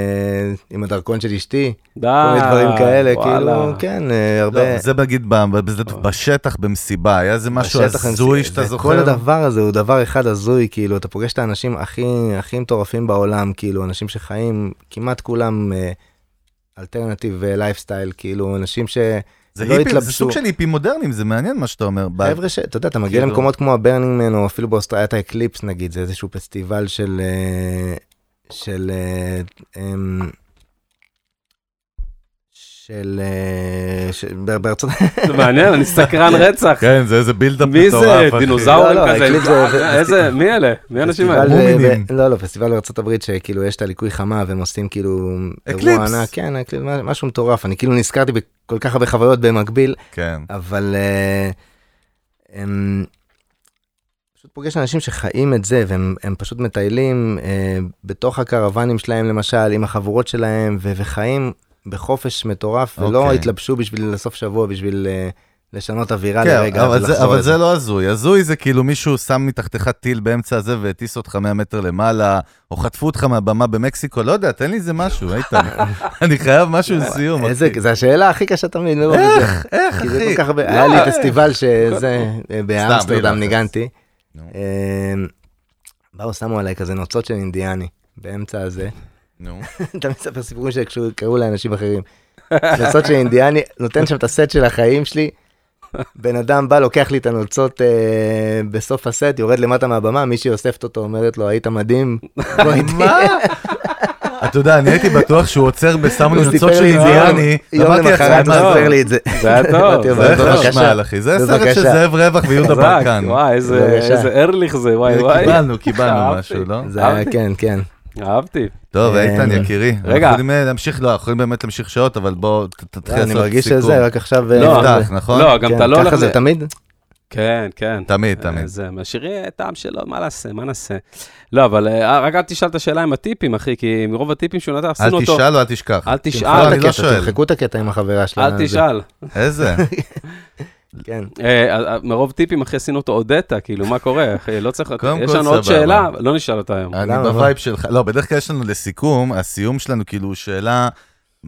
S5: עם הדרכון של אשתי,
S4: די.
S5: כל מיני דברים כאלה,
S4: וואלה.
S5: כאילו, כן, אה, הרבה.
S3: אה,
S5: אה.
S3: לא, זה נגיד ב- ב- בזה- בשטח, במסיבה, היה איזה משהו
S5: בשטח הם-
S3: הזוי
S5: זה-
S3: שאתה
S5: זה-
S3: זוכר?
S5: כל הדבר הזה הוא דבר אחד הזוי, כאילו, אתה פוגש את האנשים הכי, הכי מטורפים בעולם, כאילו, אנשים שחיים, כמעט כולם אה, אלטרנטיב לייפסטייל, כאילו, אנשים ש...
S3: זה
S5: לא
S3: היפים, זה
S5: התלבשו.
S3: סוג של היפים מודרניים, זה מעניין מה שאתה אומר. ב-
S5: חבר'ה ש... אתה יודע, אתה מגיע
S3: כאילו-
S5: למקומות כמו הברנינגמן, או אפילו באוסטרליה, היה את האקליפס נגיד, זה איזשהו פסטיבל של... אה, של... אה, אמ, של... אה, ש- ב- בארצות...
S4: זה מעניין, אני סקרן רצח.
S3: כן, זה איזה בילדאפ
S4: מי זה?
S3: מטורף, אחי.
S4: דינוזאורים
S5: לא, לא,
S4: כזה? אה,
S5: הקליפ זה-
S4: איזה, מי אלה? מי האנשים
S5: פסטיבל
S4: האלה?
S5: ב-
S3: מומינים.
S5: ב- לא, לא, פסטיבל בארצות הברית שכאילו יש את הליקוי חמה והם עושים כאילו... אירוע
S3: אקליפס.
S5: ענק, כן, אקליפס, משהו מטורף. אני כאילו נזכרתי בכל כך הרבה חוויות במקביל,
S3: כן.
S5: אבל... אה, הם... פשוט פוגש אנשים שחיים את זה, והם הם פשוט מטיילים אה, בתוך הקרוונים שלהם, למשל, עם החבורות שלהם, ו- וחיים בחופש מטורף, ולא
S3: אוקיי.
S5: התלבשו בשביל לסוף שבוע, בשביל אה, לשנות אווירה
S3: כן,
S5: לרגע.
S3: אבל, זה,
S5: ולחזור
S3: אבל
S5: לזה.
S3: זה לא הזוי. הזוי זה כאילו מישהו שם מתחתיך טיל באמצע הזה והטיס אותך 100 מטר למעלה, או חטפו אותך מהבמה במקסיקו, לא יודע, תן לי איזה משהו, איתן. אני חייב משהו לסיום.
S5: איזה,
S3: אחי.
S5: זה השאלה הכי קשה תמיד, לא איך, איך, כי זה
S3: אחי?
S5: כל כך הרבה, היה לי פסטיבל שזה, אה,
S3: בלי לחץ.
S5: באמסטרדם ניגנתי.
S3: נו.
S5: אה, באו, שמו עליי כזה נוצות של אינדיאני, באמצע הזה.
S3: נו.
S5: אתה מספר סיפורים שקראו לאנשים אחרים. נוצות של אינדיאני, נותן שם את הסט של החיים שלי. בן אדם בא, לוקח לי את הנוצות אה, בסוף הסט, יורד למטה מהבמה, מישהי אוספת אותו, אומרת לו, היית מדהים, בוא איתי.
S3: מה? אתה יודע, אני הייתי בטוח שהוא עוצר בסמנו
S5: הוא
S3: נוצות
S5: סיפר
S3: של
S5: לי את זה יום-
S3: אינדיאני.
S5: יום
S3: ואמרתי
S5: למחרת,
S3: לעצמי,
S5: הוא סיפר לי את זה.
S4: זה היה טוב,
S5: אמרתי לו,
S4: זה
S3: זה
S4: היה טוב.
S3: איך
S5: בבקשה.
S3: נשמע, אחי. זה סרט
S5: בבקשה.
S3: של זאב רווח ויהודה
S4: חזק,
S3: ברקן.
S4: וואי, איזה
S5: בבקשה.
S4: איזה ארליך זה, וואי, וואי.
S3: קיבלנו, קיבלנו
S4: אהבתי.
S3: משהו, לא?
S5: זה היה, כן, כן.
S4: אהבתי.
S3: טוב,
S5: אה,
S3: איתן,
S5: אה,
S3: יקירי.
S4: רגע.
S3: אנחנו יכולים אה, להמשיך, לא, אנחנו יכולים באמת להמשיך שעות, אבל בוא, ת- תתחיל לעשות
S5: לא, אני
S3: סיכום.
S5: מרגיש שזה, רק עכשיו...
S4: לא,
S5: אה,
S3: נפתח, נכון?
S4: לא, גם
S5: כן,
S4: אתה לא הולך...
S5: ככה זה
S4: ל-
S5: תמיד?
S4: כן, כן.
S3: תמיד, תמיד.
S4: אה, זה, מהשירי טעם שלו, מה נעשה, מה נעשה. לא, אבל אה, רק אל תשאל את השאלה עם הטיפים, אחי, כי מרוב הטיפים שהוא נתן,
S3: אל
S4: עשינו אותו.
S3: תשאל או אל תשכח.
S4: אל
S3: לא,
S5: תמחקו את
S4: תשאל.
S3: אני לא
S5: הקטע,
S3: שואל.
S5: תמחקו את הקטע עם החברה שלה.
S4: אל תשאל.
S3: איזה?
S5: כן.
S4: אה, אה, מרוב טיפים, אחי, עשינו אותו אודטה, כאילו, מה קורה, אחי? לא צריך...
S3: קודם
S4: יש
S3: כל,
S4: לנו עוד
S3: סבבה.
S4: שאלה, לא נשאל אותה היום.
S3: אני
S5: למה, מה?
S3: בווייב שלך. לא, בדרך כלל יש לנו לסיכום, הסיום שלנו כאילו שאלה,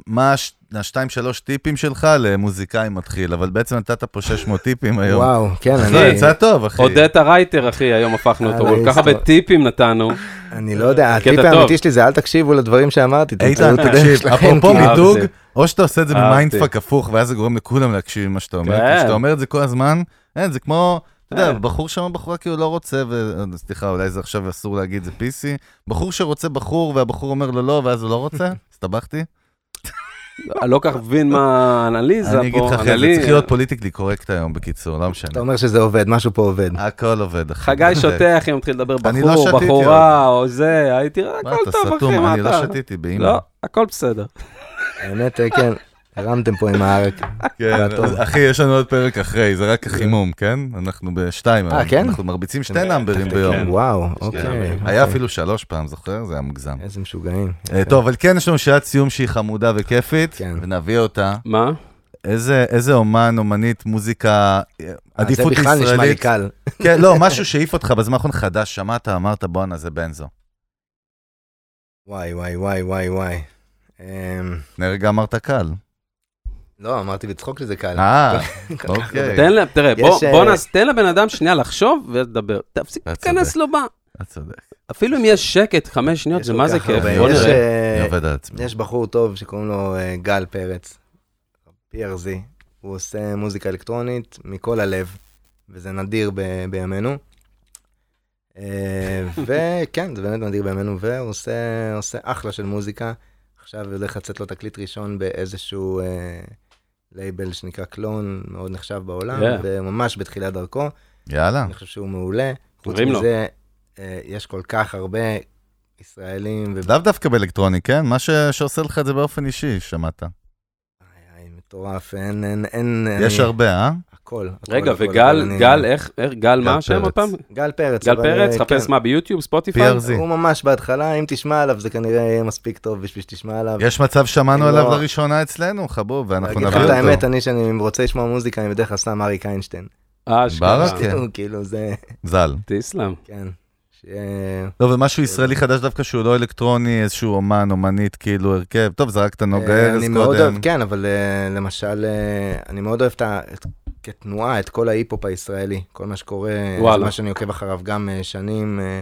S3: מה הש- השתיים שלוש טיפים שלך למוזיקאי מתחיל, אבל בעצם נתת פה 600 טיפים היום.
S5: וואו, כן,
S3: אז לא,
S5: אני-
S3: יצא טוב, אחי.
S4: אודטה רייטר, אחי, היום הפכנו אותו,
S5: אה,
S4: כל כך הרבה
S5: לא.
S4: טיפים נתנו.
S5: אני לא יודע,
S4: קטע
S5: הטיפ
S4: טוב.
S5: האמיתי שלי זה אל תקשיבו לדברים שאמרתי, תמצאו
S3: איתן,
S5: את הדרך
S3: תקשיב,
S5: שלכם.
S3: אפרופו
S5: כאילו.
S4: אהבתי.
S3: מיתוג, או שאתה עושה את זה
S4: אהבתי.
S3: במיינדפאק הפוך, ואז זה גורם לכולם להקשיב למה שאתה אומר,
S4: כן.
S3: כי כשאתה אומר את זה כל הזמן, אין, זה כמו, אתה יודע,
S4: כן.
S3: בחור שם, בחורה כאילו לא רוצה, ו- סליחה, אולי זה עכשיו אסור להגיד, זה PC, בחור שרוצה בחור, והבחור אומר לו לא, ואז הוא לא רוצה, הסתבכתי?
S4: אני לא כל כך מבין מה האנליזה פה.
S3: אני אגיד לך, אחי, זה
S4: אנלי-
S3: צריך להיות פוליטיקלי קורקט היום, בקיצור, לא
S5: אתה
S3: משנה.
S5: אומר שזה עובד, משהו פה עובד.
S3: הכל עובד, אחי.
S4: חגי שותה, אחי, מתחיל לדבר
S3: לא אני לא
S4: בחור,
S3: שתיתי
S4: בחורה, או זה, הייתי,
S3: מה,
S4: הכל
S3: אתה
S4: טוב, אחי,
S3: סתום,
S4: מה
S3: אני לא
S4: אתה?
S3: שתיתי, באמא.
S4: לא, הכל בסדר.
S5: האמת, אה, כן, הרמתם פה עם הערק.
S3: כן,
S5: הכל טוב.
S3: אחי, יש לנו עוד פרק אחרי, זה רק החימום, כן? אנחנו בשתיים.
S5: אה, כן?
S3: אנחנו מרביצים שתי נאמברים
S4: כן.
S3: ביום.
S5: וואו, אוקיי.
S3: היה אפילו שלוש פעם, זוכר? זה היה מוגזם.
S5: איזה משוגעים.
S3: אה, טוב, אבל כן, יש לנו שאלת סיום שהיא חמודה וכיפית,
S5: כן.
S3: ונביא אותה.
S4: מה?
S3: אוקיי. איזה איזה אומן, אומנית, מוזיקה, אה,
S5: אה, זה
S3: עדיפות
S5: בכלל נשמע לי
S3: ישראלית.
S5: קל.
S3: כן, לא, משהו שהעיף אותך בזמן האחרון חדש, שמעת, אמרת, בואנה, זה בנזו.
S5: וואי, וואי, וואי, וואי, וואי. אמ,
S3: נרגע אמרת קל.
S5: לא, אמרתי בצחוק שזה קל.
S3: אה,
S5: כל כך
S3: אוקיי.
S4: תן לה, תראה,
S5: יש,
S4: בוא-
S5: אה,
S4: בוא נס- תן לבן אדם שנייה לחשוב ולדבר. תפסיק,
S3: אתה צודק.
S4: תיכנס לו ב...
S3: את צודק.
S4: אפילו אם יש שקט, חמש שניות,
S5: יש
S4: זה
S5: כל
S4: מה זה
S5: כך
S4: כיף,
S5: הרבה.
S4: בוא
S5: יש,
S4: נראה.
S5: אה,
S3: אני עובד על עצמי.
S5: יש בחור טוב שקוראים לו אה, גל פרץ, PRZ, הוא עושה מוזיקה אלקטרונית מכל הלב, וזה נדיר ב- בימינו. אה, וכן, זה באמת נדיר בימינו, והוא עושה, עושה אחלה של מוזיקה. עכשיו הולך לצאת לו תקליט ראשון באיזשהו אה, לייבל שנקרא קלון, מאוד נחשב בעולם,
S4: Yeah.
S5: וממש בתחילת דרכו.
S3: יאללה.
S5: אני חושב שהוא מעולה. חוץ
S4: אומרים לו.
S5: מזה, אה, יש כל כך הרבה ישראלים ו...
S3: לאו דווקא באלקטרוני, כן? מה ש- שעושה לך את זה באופן אישי, שמעת.
S5: איי, איי, מטורף, אין, אין, אין...
S3: יש
S5: אני-
S3: הרבה, אה?
S5: הכל. הכל,
S4: רגע,
S5: הכל,
S4: וגל,
S5: הכל, אני-
S4: גל, איך, איך- גל, מה השם
S3: פרץ.
S4: עוד פעם?
S5: גל פרץ.
S4: גל
S5: אבל,
S4: פרץ,
S5: אה,
S4: חפש
S5: כן.
S4: מה, ביוטיוב, ספוטיפיי?
S3: PRZ.
S5: הוא ממש בהתחלה, אם תשמע עליו, זה כנראה יהיה מספיק טוב בשביל שתשמע עליו.
S3: יש מצב שמענו
S5: אני
S3: עליו
S5: לא-
S3: לראשונה אצלנו, חבוב, ואנחנו
S5: להגיד
S3: נביא
S5: לך
S3: אותו.
S5: את האמת, אני שאני רוצה לשמוע מוזיקה, אני בדרך כלל שם אריק איינשטיין.
S4: אשכרה.
S3: ברק? כן.
S5: הוא כאילו זה,
S3: ז"ל.
S4: תיסלאם.
S5: כן. שיהיה-
S3: לא, ומשהו
S5: כן.
S3: ישראלי חדש דווקא שהוא לא אלקטרוני, איזשהו אומן, אומנית, כאילו הרכב. טוב, זרקת נוגה
S5: אה,
S3: ארז
S5: אני מאוד אוהב,
S3: אוקיי, קודם.
S5: כן, אבל אה, למשל, אה, אני מאוד אוהב את ה... את- כתנועה, את כל ההיפ-הופ הישראלי, כל מה שקורה,
S4: וואלה.
S5: זה מה שאני עוקב אחריו גם אה, שנים, אה,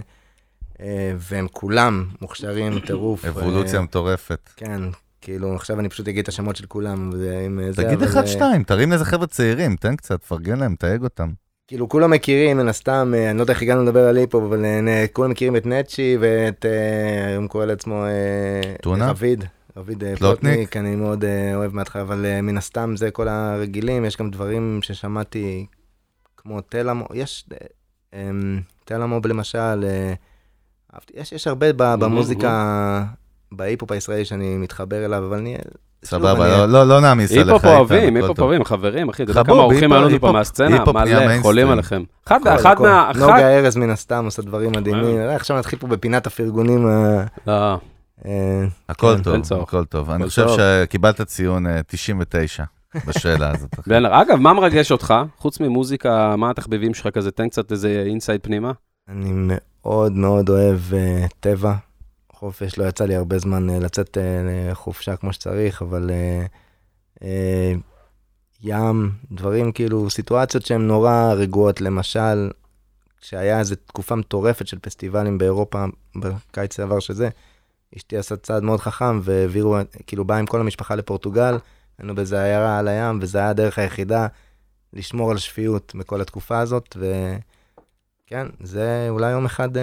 S5: אה, והם כולם מוכשרים, טירוף.
S3: אבולוציה
S5: אה,
S3: מטורפת.
S5: כן, כאילו, עכשיו אני פשוט אגיד את השמות של כולם, ואם זה...
S3: תגיד
S5: אבל,
S3: אחד,
S5: אה,
S3: שניים, תרים לאיזה חבר'ה צעירים, תן קצת, פרגן להם, תייג אותם.
S5: כאילו, כולם מכירים, מן הסתם, אה, אני לא יודע איך הגענו לדבר על היפ-הופ, אבל אה, כולם מכירים את נצ'י ואת, אה, היום קורא לעצמו... אה,
S3: טונה?
S5: רביד. רביד אה,
S3: פלוטניק?
S5: פלוטניק, אני מאוד אה, אוהב מההתחלה, אבל אה, מן הסתם זה כל הרגילים, יש גם דברים ששמעתי, כמו תלמו, יש אה, אמ, תלמוב למשל, אה, אהבתי- יש, יש הרבה
S3: Mm-hmm,
S5: ב- במוזיקה, בהיפ-הופ הישראלי שאני מתחבר אליו, אבל אני... שוב,
S3: סבבה,
S5: אני-
S3: לא- לא לא נעמיס עליך.
S4: היפ-הופ
S3: איתן, הכל
S4: אוהבים, היפ-הופ
S3: טוב.
S4: אוהבים, חברים, אחי, אתה יודע
S3: חבוב,
S4: כמה אורחים
S3: היפ-הופ,
S4: היו לנו פה
S3: היפ-הופ.
S4: מהסצנה,
S3: היפ-הופ נהיה
S4: מלא,
S3: מיינסטרים.
S4: חולים עליכם. אחד
S5: הכל,
S4: אחד
S5: הכל.
S4: מה... אחד-
S5: נוגה ארז מן הסתם עושה דברים מדהימים, אה, עכשיו נתחיל פה בפינת הפרגונים. ה-
S4: לא,
S5: אה,
S3: הכל
S5: כן,
S3: טוב,
S4: אין צורך.
S3: הכל טוב. אני
S4: הכל
S3: חושב
S4: טוב.
S3: שקיבלת ציון אה, 99 בשאלה הזאת. אחי.
S4: בן- אגב, מה מרגש אותך? חוץ ממוזיקה, מה התחביבים שלך כזה? תן קצת איזה אינסייד פנימה.
S5: אני מאוד מאוד אוהב אה, טבע. חופש, לא יצא לי הרבה זמן אה, לצאת אה, לחופשה כמו שצריך, אבל אה, אה, ים, דברים כאילו, סיטואציות שהן נורא רגועות. למשל, כשהיה איזו תקופה מטורפת של פסטיבלים באירופה בקיץ העבר שזה, אשתי עשתה צעד מאוד חכם והעבירו, כאילו באה עם כל המשפחה לפורטוגל, היינו באיזה עיירה על הים, וזו הייתה הדרך היחידה לשמור על שפיות מכל התקופה הזאת, ו... כן, זה אולי יום אחד אה,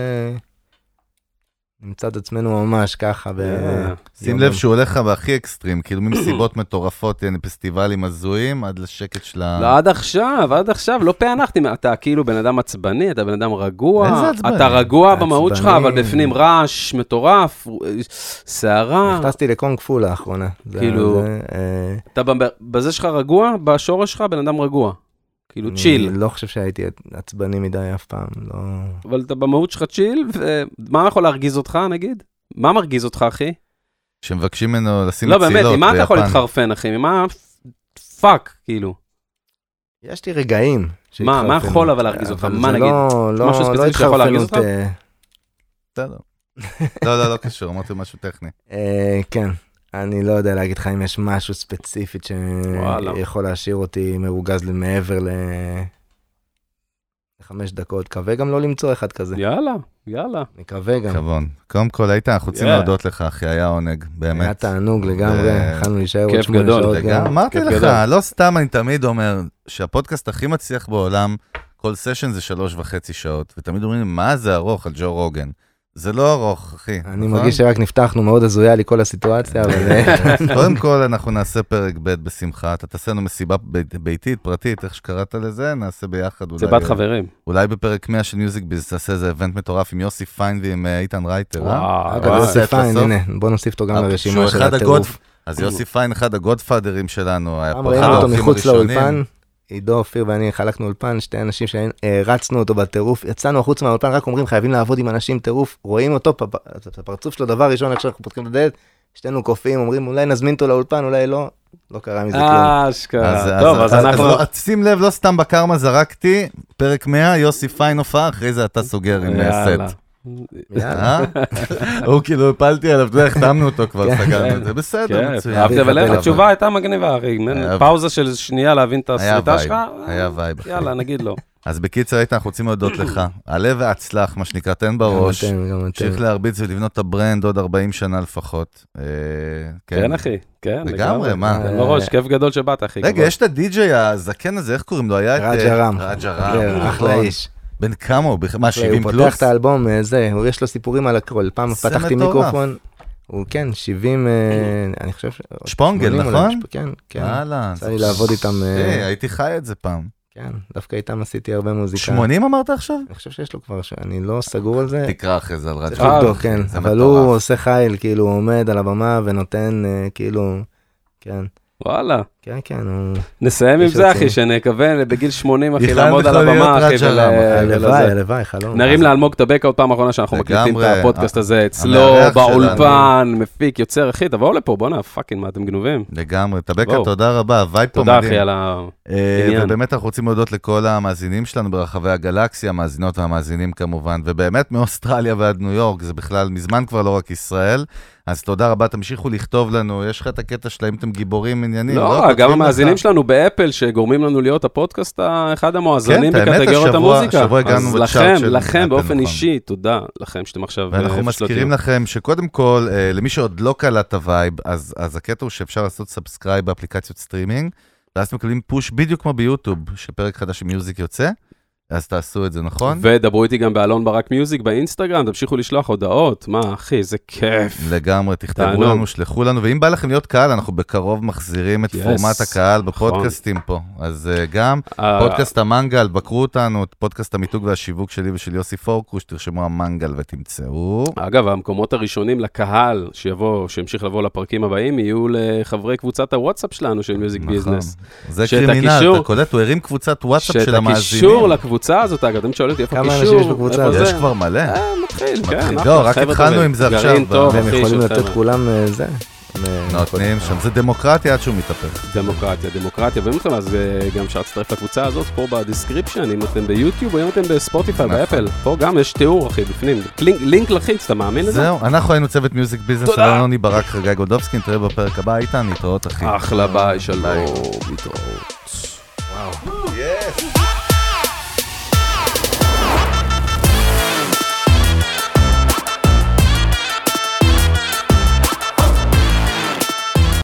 S5: נמצא את עצמנו ממש ככה. ב...
S4: אה,
S3: שים לב שהוא הולך לך בהכי אקסטרים, כאילו ממסיבות מטורפות, יעני, פסטיבלים הזויים, עד לשקט של ה...
S4: לא, עד עכשיו, עד עכשיו, לא פענחתי, אתה כאילו בן אדם עצבני, אתה בן אדם
S3: איזה
S4: רגוע,
S3: עצבני?
S4: אתה רגוע במהות שלך,
S5: עצבני.
S4: אבל בפנים רעש מטורף, סערה,
S5: נכנסתי לקונג פו לאחרונה. זה-
S4: כאילו-
S5: זה, אה,
S4: אתה ב- בזה שלך רגוע, בשורש שלך בן אדם רגוע, כאילו
S3: אה,
S5: אני
S4: צ'יל,
S5: לא חושב שהייתי עצבני מדי אף פעם, לא...
S4: אבל אתה במהות שלך צ'יל, ומה יכול להרגיז אותך נגיד? מה מרגיז אותך, אחי?
S3: שמבקשים ממנו לשים
S4: לא,
S3: מצילות
S4: באמת,
S3: ביפן.
S4: עם מה אתה יכול להתחרפן, אחי? ממה... פאק, כאילו.
S5: יש לי רגעים.
S4: מה, מה
S5: שהתחרפנו.
S4: יכול אבל להרגיז אותך?
S5: אבל
S4: מה
S5: זה
S4: נגיד?
S5: לא- לא-
S4: משהו
S5: לא
S4: ספציפי שיכול להרגיז אותך?
S5: התחרפנות, אה,
S3: בסדר. לא, לא, לא קשור, אמרתי משהו טכני.
S5: אה, כן, אני לא יודע להגיד לך אם יש משהו ספציפית
S4: וואלה.
S5: שיכול להשאיר אותי מרוגז מעבר ל... לחמש דקות, מקווה גם לא למצוא אחד כזה,
S4: יאללה, יאללה.
S5: מקווה גם.
S3: כבוד. קודם כל, איתן, אנחנו רוצים
S4: Yeah.
S3: להודות לך, אחי, היה עונג, באמת.
S5: היה תענוג לגמרי,
S3: ו-
S5: יכולנו להישאר עוד
S4: כיף
S5: שמונה
S4: גדול.
S5: שעות
S3: רגע,
S5: גם.
S3: אמרתי
S4: כיף
S3: לך,
S4: גדול.
S3: לא סתם אני תמיד אומר שהפודקאסט הכי מצליח בעולם, כל סשן זה שלוש וחצי שעות, ותמיד אומרים לי, מה זה ארוך על ג'ו רוגן? זה לא ארוך, אחי.
S5: אני
S3: נכון?
S5: מרגיש שרק נפתחנו, מאוד הזויה לי כל הסיטואציה, אבל... אה,
S3: קודם כל, אנחנו נעשה פרק ב' בשמחה, אתה תעשה לנו מסיבה בית- ביתית, פרטית, איך שקראת לזה, נעשה ביחד.
S4: זה
S3: אולי-
S4: בת חברים.
S3: אולי בפרק 100 של מיוזיק ביז תעשה איזה אבנט מטורף עם יוסי פיין ועם אה, איתן רייטר, אה?
S4: וואו,
S5: אגב,
S3: וואו.
S5: יוסי
S3: בסוף. אוקיי,
S5: פיין, הנה, בוא נוסיף אותו גם
S3: שהוא
S5: לרשימה של
S3: אחד
S5: הטירוף.
S3: אז יוסי פיין, אחד הגודפאדרים שלנו, היה
S5: פעם
S3: פה אה, אחד
S5: ראינו אה, אותו
S3: האורחים
S5: מחוץ
S3: הראשונים.
S5: לאולפן, עידו, אופיר ואני חלקנו אולפן, שתי אנשים שהרצנו אותו בטירוף, יצאנו החוץ מהאולפן, רק אומרים חייבים לעבוד עם אנשים טירוף, רואים אותו, פ- את הפרצוף שלו דבר ראשון, איך שאנחנו פותחים את הדלת, שתינו קופאים, אומרים אולי נזמין אותו לאולפן, אולי לא, לא קרה
S4: אה.
S5: מזה כלום.
S4: אשכרה. אה, טוב, אז
S3: לא-
S4: אנחנו...
S3: אז שים לב, לא סתם בקרמה זרקתי, פרק 100, יוסי פיין הופעה, אחרי זה אתה סוגר עם אה,
S4: יאללה.
S3: סט.
S5: יאללה.
S3: אה? הוא כאילו הפלתי עליו, אתה יודע, החתמנו אותו כבר,
S5: כן.
S3: סגרנו את זה, בסדר,
S4: כיף,
S3: מצוין.
S4: כן, אהבתי, אבל
S5: אביב,
S4: איך
S5: אבל-
S4: התשובה הייתה מגניבה, הרי
S3: היה-
S4: פאוזה של שנייה להבין את
S3: היה
S4: הסריטה
S3: וייב,
S4: שלך,
S3: היה וייב. אחי.
S4: יאללה, נגיד לא.
S3: אז בקיצר, איתן, אנחנו רוצים להודות לך. עלה והצלח, מה שנקרא, תן בראש.
S5: גם אתם, גם אתם.
S3: תמשיך להרביץ ולבנות את הברנד עוד 40 שנה לפחות. אה,
S4: כן, אחי, כן,
S3: לגמרי, מה?
S4: תן בראש, כיף גדול שבאת, אחי.
S3: רגע,
S4: כבוד.
S3: יש את הדי-ג'יי הזקן הזה, איך קוראים לו? היה את...
S5: רג'ה רם.
S3: רג'ה
S5: כן,
S3: רם.
S5: אחלה
S3: אה, נכון.
S5: איש.
S3: בן כמה הוא? בכ- מה,
S5: הוא
S3: 70
S5: פותח
S3: פלוס?
S5: את האלבום, אה, זה, הוא- יש לו סיפורים על הכל, פעם
S3: זה
S5: פתחתי
S3: מטורף.
S5: מיקרופון, הוא כן, 70, אה, אני חושב, ש-
S3: שפונגל,
S5: 80 אולי,
S3: נכון?
S5: כן, כן,
S3: יאללה.
S5: יצא לי לעבוד איתם, אה,
S3: אה, הייתי חי את זה פעם.
S5: כן, דווקא איתם עשיתי הרבה מוזיקה.
S3: 80 אמרת עכשיו?
S5: אני חושב שיש לו כבר, ש- אני לא סגור על זה.
S3: תקרא אחרי זה על רג'ה.
S5: צריך
S4: אה,
S5: לבדוק, כן.
S3: זה
S5: אבל
S3: מטורף.
S5: הוא עושה חייל, כאילו, הוא עומד על הבמה ונותן, אה, כאילו, כן.
S4: וואלה.
S5: כן, כן, הוא...
S4: נסיים עם
S5: יש
S4: זה,
S5: רצון.
S4: אחי, שנכוון בגיל 80, אחי,
S3: יכלנו
S4: לעמוד על
S3: בכלל להיות
S4: הבמה, אחי,
S3: רג'ה
S4: ול-
S3: רם, אחי,
S4: ולזה.
S5: הלוואי, הלוואי, חלום.
S4: נרים לאלמוג את הבקאוט פעם אחרונה שאנחנו מקליטים את
S3: לגמרי.
S4: הפודקאסט הזה אצלו,
S3: המארח שלנו.
S4: באולפן, מפיק, יוצר, אחי, תבואו לפה, בואנה, פאקינג, מה אתם גנובים?
S3: לגמרי. טבקה,
S4: בואו.
S3: תודה רבה, הווייב פה מדהים.
S4: תודה, אחי, על ה...
S3: אה,
S4: עניין.
S3: ובאמת אנחנו רוצים להודות לכל המאזינים שלנו ברחבי הגלקסיה, המאזינות והמאזינים כמובן, ובאמת מאוסטרליה ועד ניו יורק, זה בכלל מזמן כבר לא רק ישראל. אז תודה רבה, תמשיכו לכתוב לנו, יש לך את הקטע של האם אתם גיבורים עניינים.
S4: לא,
S3: כותבים
S4: גם
S3: לך.
S4: המאזינים שלנו באפל, שגורמים לנו להיות הפודקאסט האחד המואזנים
S3: כן, את האמת,
S4: בקטגוריית
S3: השבוע-
S4: המוזיקה.
S3: השבוע הגענו
S4: אז
S3: בצ'ארט
S4: לכם,
S3: של אפל,
S4: לכם באופן
S3: נכון.
S4: אישי, תודה לכם שאתם עכשיו... אה,
S3: ואנחנו
S4: איפה שלא תהיו.
S3: מזכירים לכם שקודם כל, אה, למי שעוד לא קלט את הווייב, אז, אז הקטע הוא שאפשר לעשות סאבסקרייב באפליקציות סטרימינג, ואז אתם מקבלים פוש בדיוק כמו ביוטיוב, שפרק חדש עם מיוזיק יוצא, אז תעשו את זה, נכון?
S4: ודברו איתי גם באלון ברק מיוזיק באינסטגרם, תמשיכו לשלוח הודעות. מה, אחי, זה כיף.
S3: לגמרי, תכתבו
S4: תענוג.
S3: לנו, שלחו לנו, ואם בא לכם להיות קהל, אנחנו בקרוב מחזירים את
S4: Yes,
S3: פורמט הקהל
S4: נכון.
S3: בפודקאסטים פה. אז אה, גם
S4: אה,
S3: פודקאסט המנגל, בקרו אותנו, את פודקאסט המיתוג והשיווק שלי ושל יוסי פורקוש, תרשמו המנגל ותמצאו.
S4: אגב, המקומות הראשונים לקהל שיבוא, שימשיך לבוא לפרקים הבאים, יהיו לחברי קבוצת הוואטסאפ שלנו של מיוזיק
S3: נכון.
S4: ביזנס.
S3: זה
S4: שאת
S3: קרימינל,
S4: הקישור-
S3: אתה קולט, הוא הרים קבוצת וואטסאפ של המאזינים.
S4: הקישור לקבוצה הזאת, אגב, אתם שואלים אותי איפה
S5: כמה
S4: הקישור,
S5: אנשים יש בקבוצה?
S4: איפה
S5: לקבוצה
S3: יש
S4: זה?
S3: כבר מלא.
S4: אה, מתחיל, כן.
S3: לא,
S4: אחלה,
S3: רק
S4: חבר'ה
S3: התחלנו
S4: טובים.
S3: עם זה
S4: גרעין
S3: עכשיו,
S4: טוב,
S3: והם
S5: והם
S4: אחי,
S5: יכולים
S4: של
S5: לתת
S4: חבר'ה.
S5: כולם אה, זה. הם,
S3: נותנים שם, זה דמוקרטיה עד שהוא מתהפך.
S4: דמוקרטיה, דמוקרטיה, ואם אתם, אז אה, גם אפשר להצטרף לקבוצה הזאת, פה בדיסקריפשן, אם אתם ביוטיוב, או אם אתם בספוטיפיי,
S3: נכון.
S4: באפל, פה גם יש תיאור, אחי, בפנים. לינק- לינק לחיץ, אתה מאמין לזה?
S3: זהו, אנחנו היינו צוות מיוזיק ביזנס,
S4: תודה.
S3: אלון עוני ברק חגי גולדובסקי, נתראה בפרק הבא, איתן,
S4: אה,
S3: נתראות אחי.
S4: אחלה ביי, שלום,
S3: ביי.
S4: להתראות.
S1: Yes.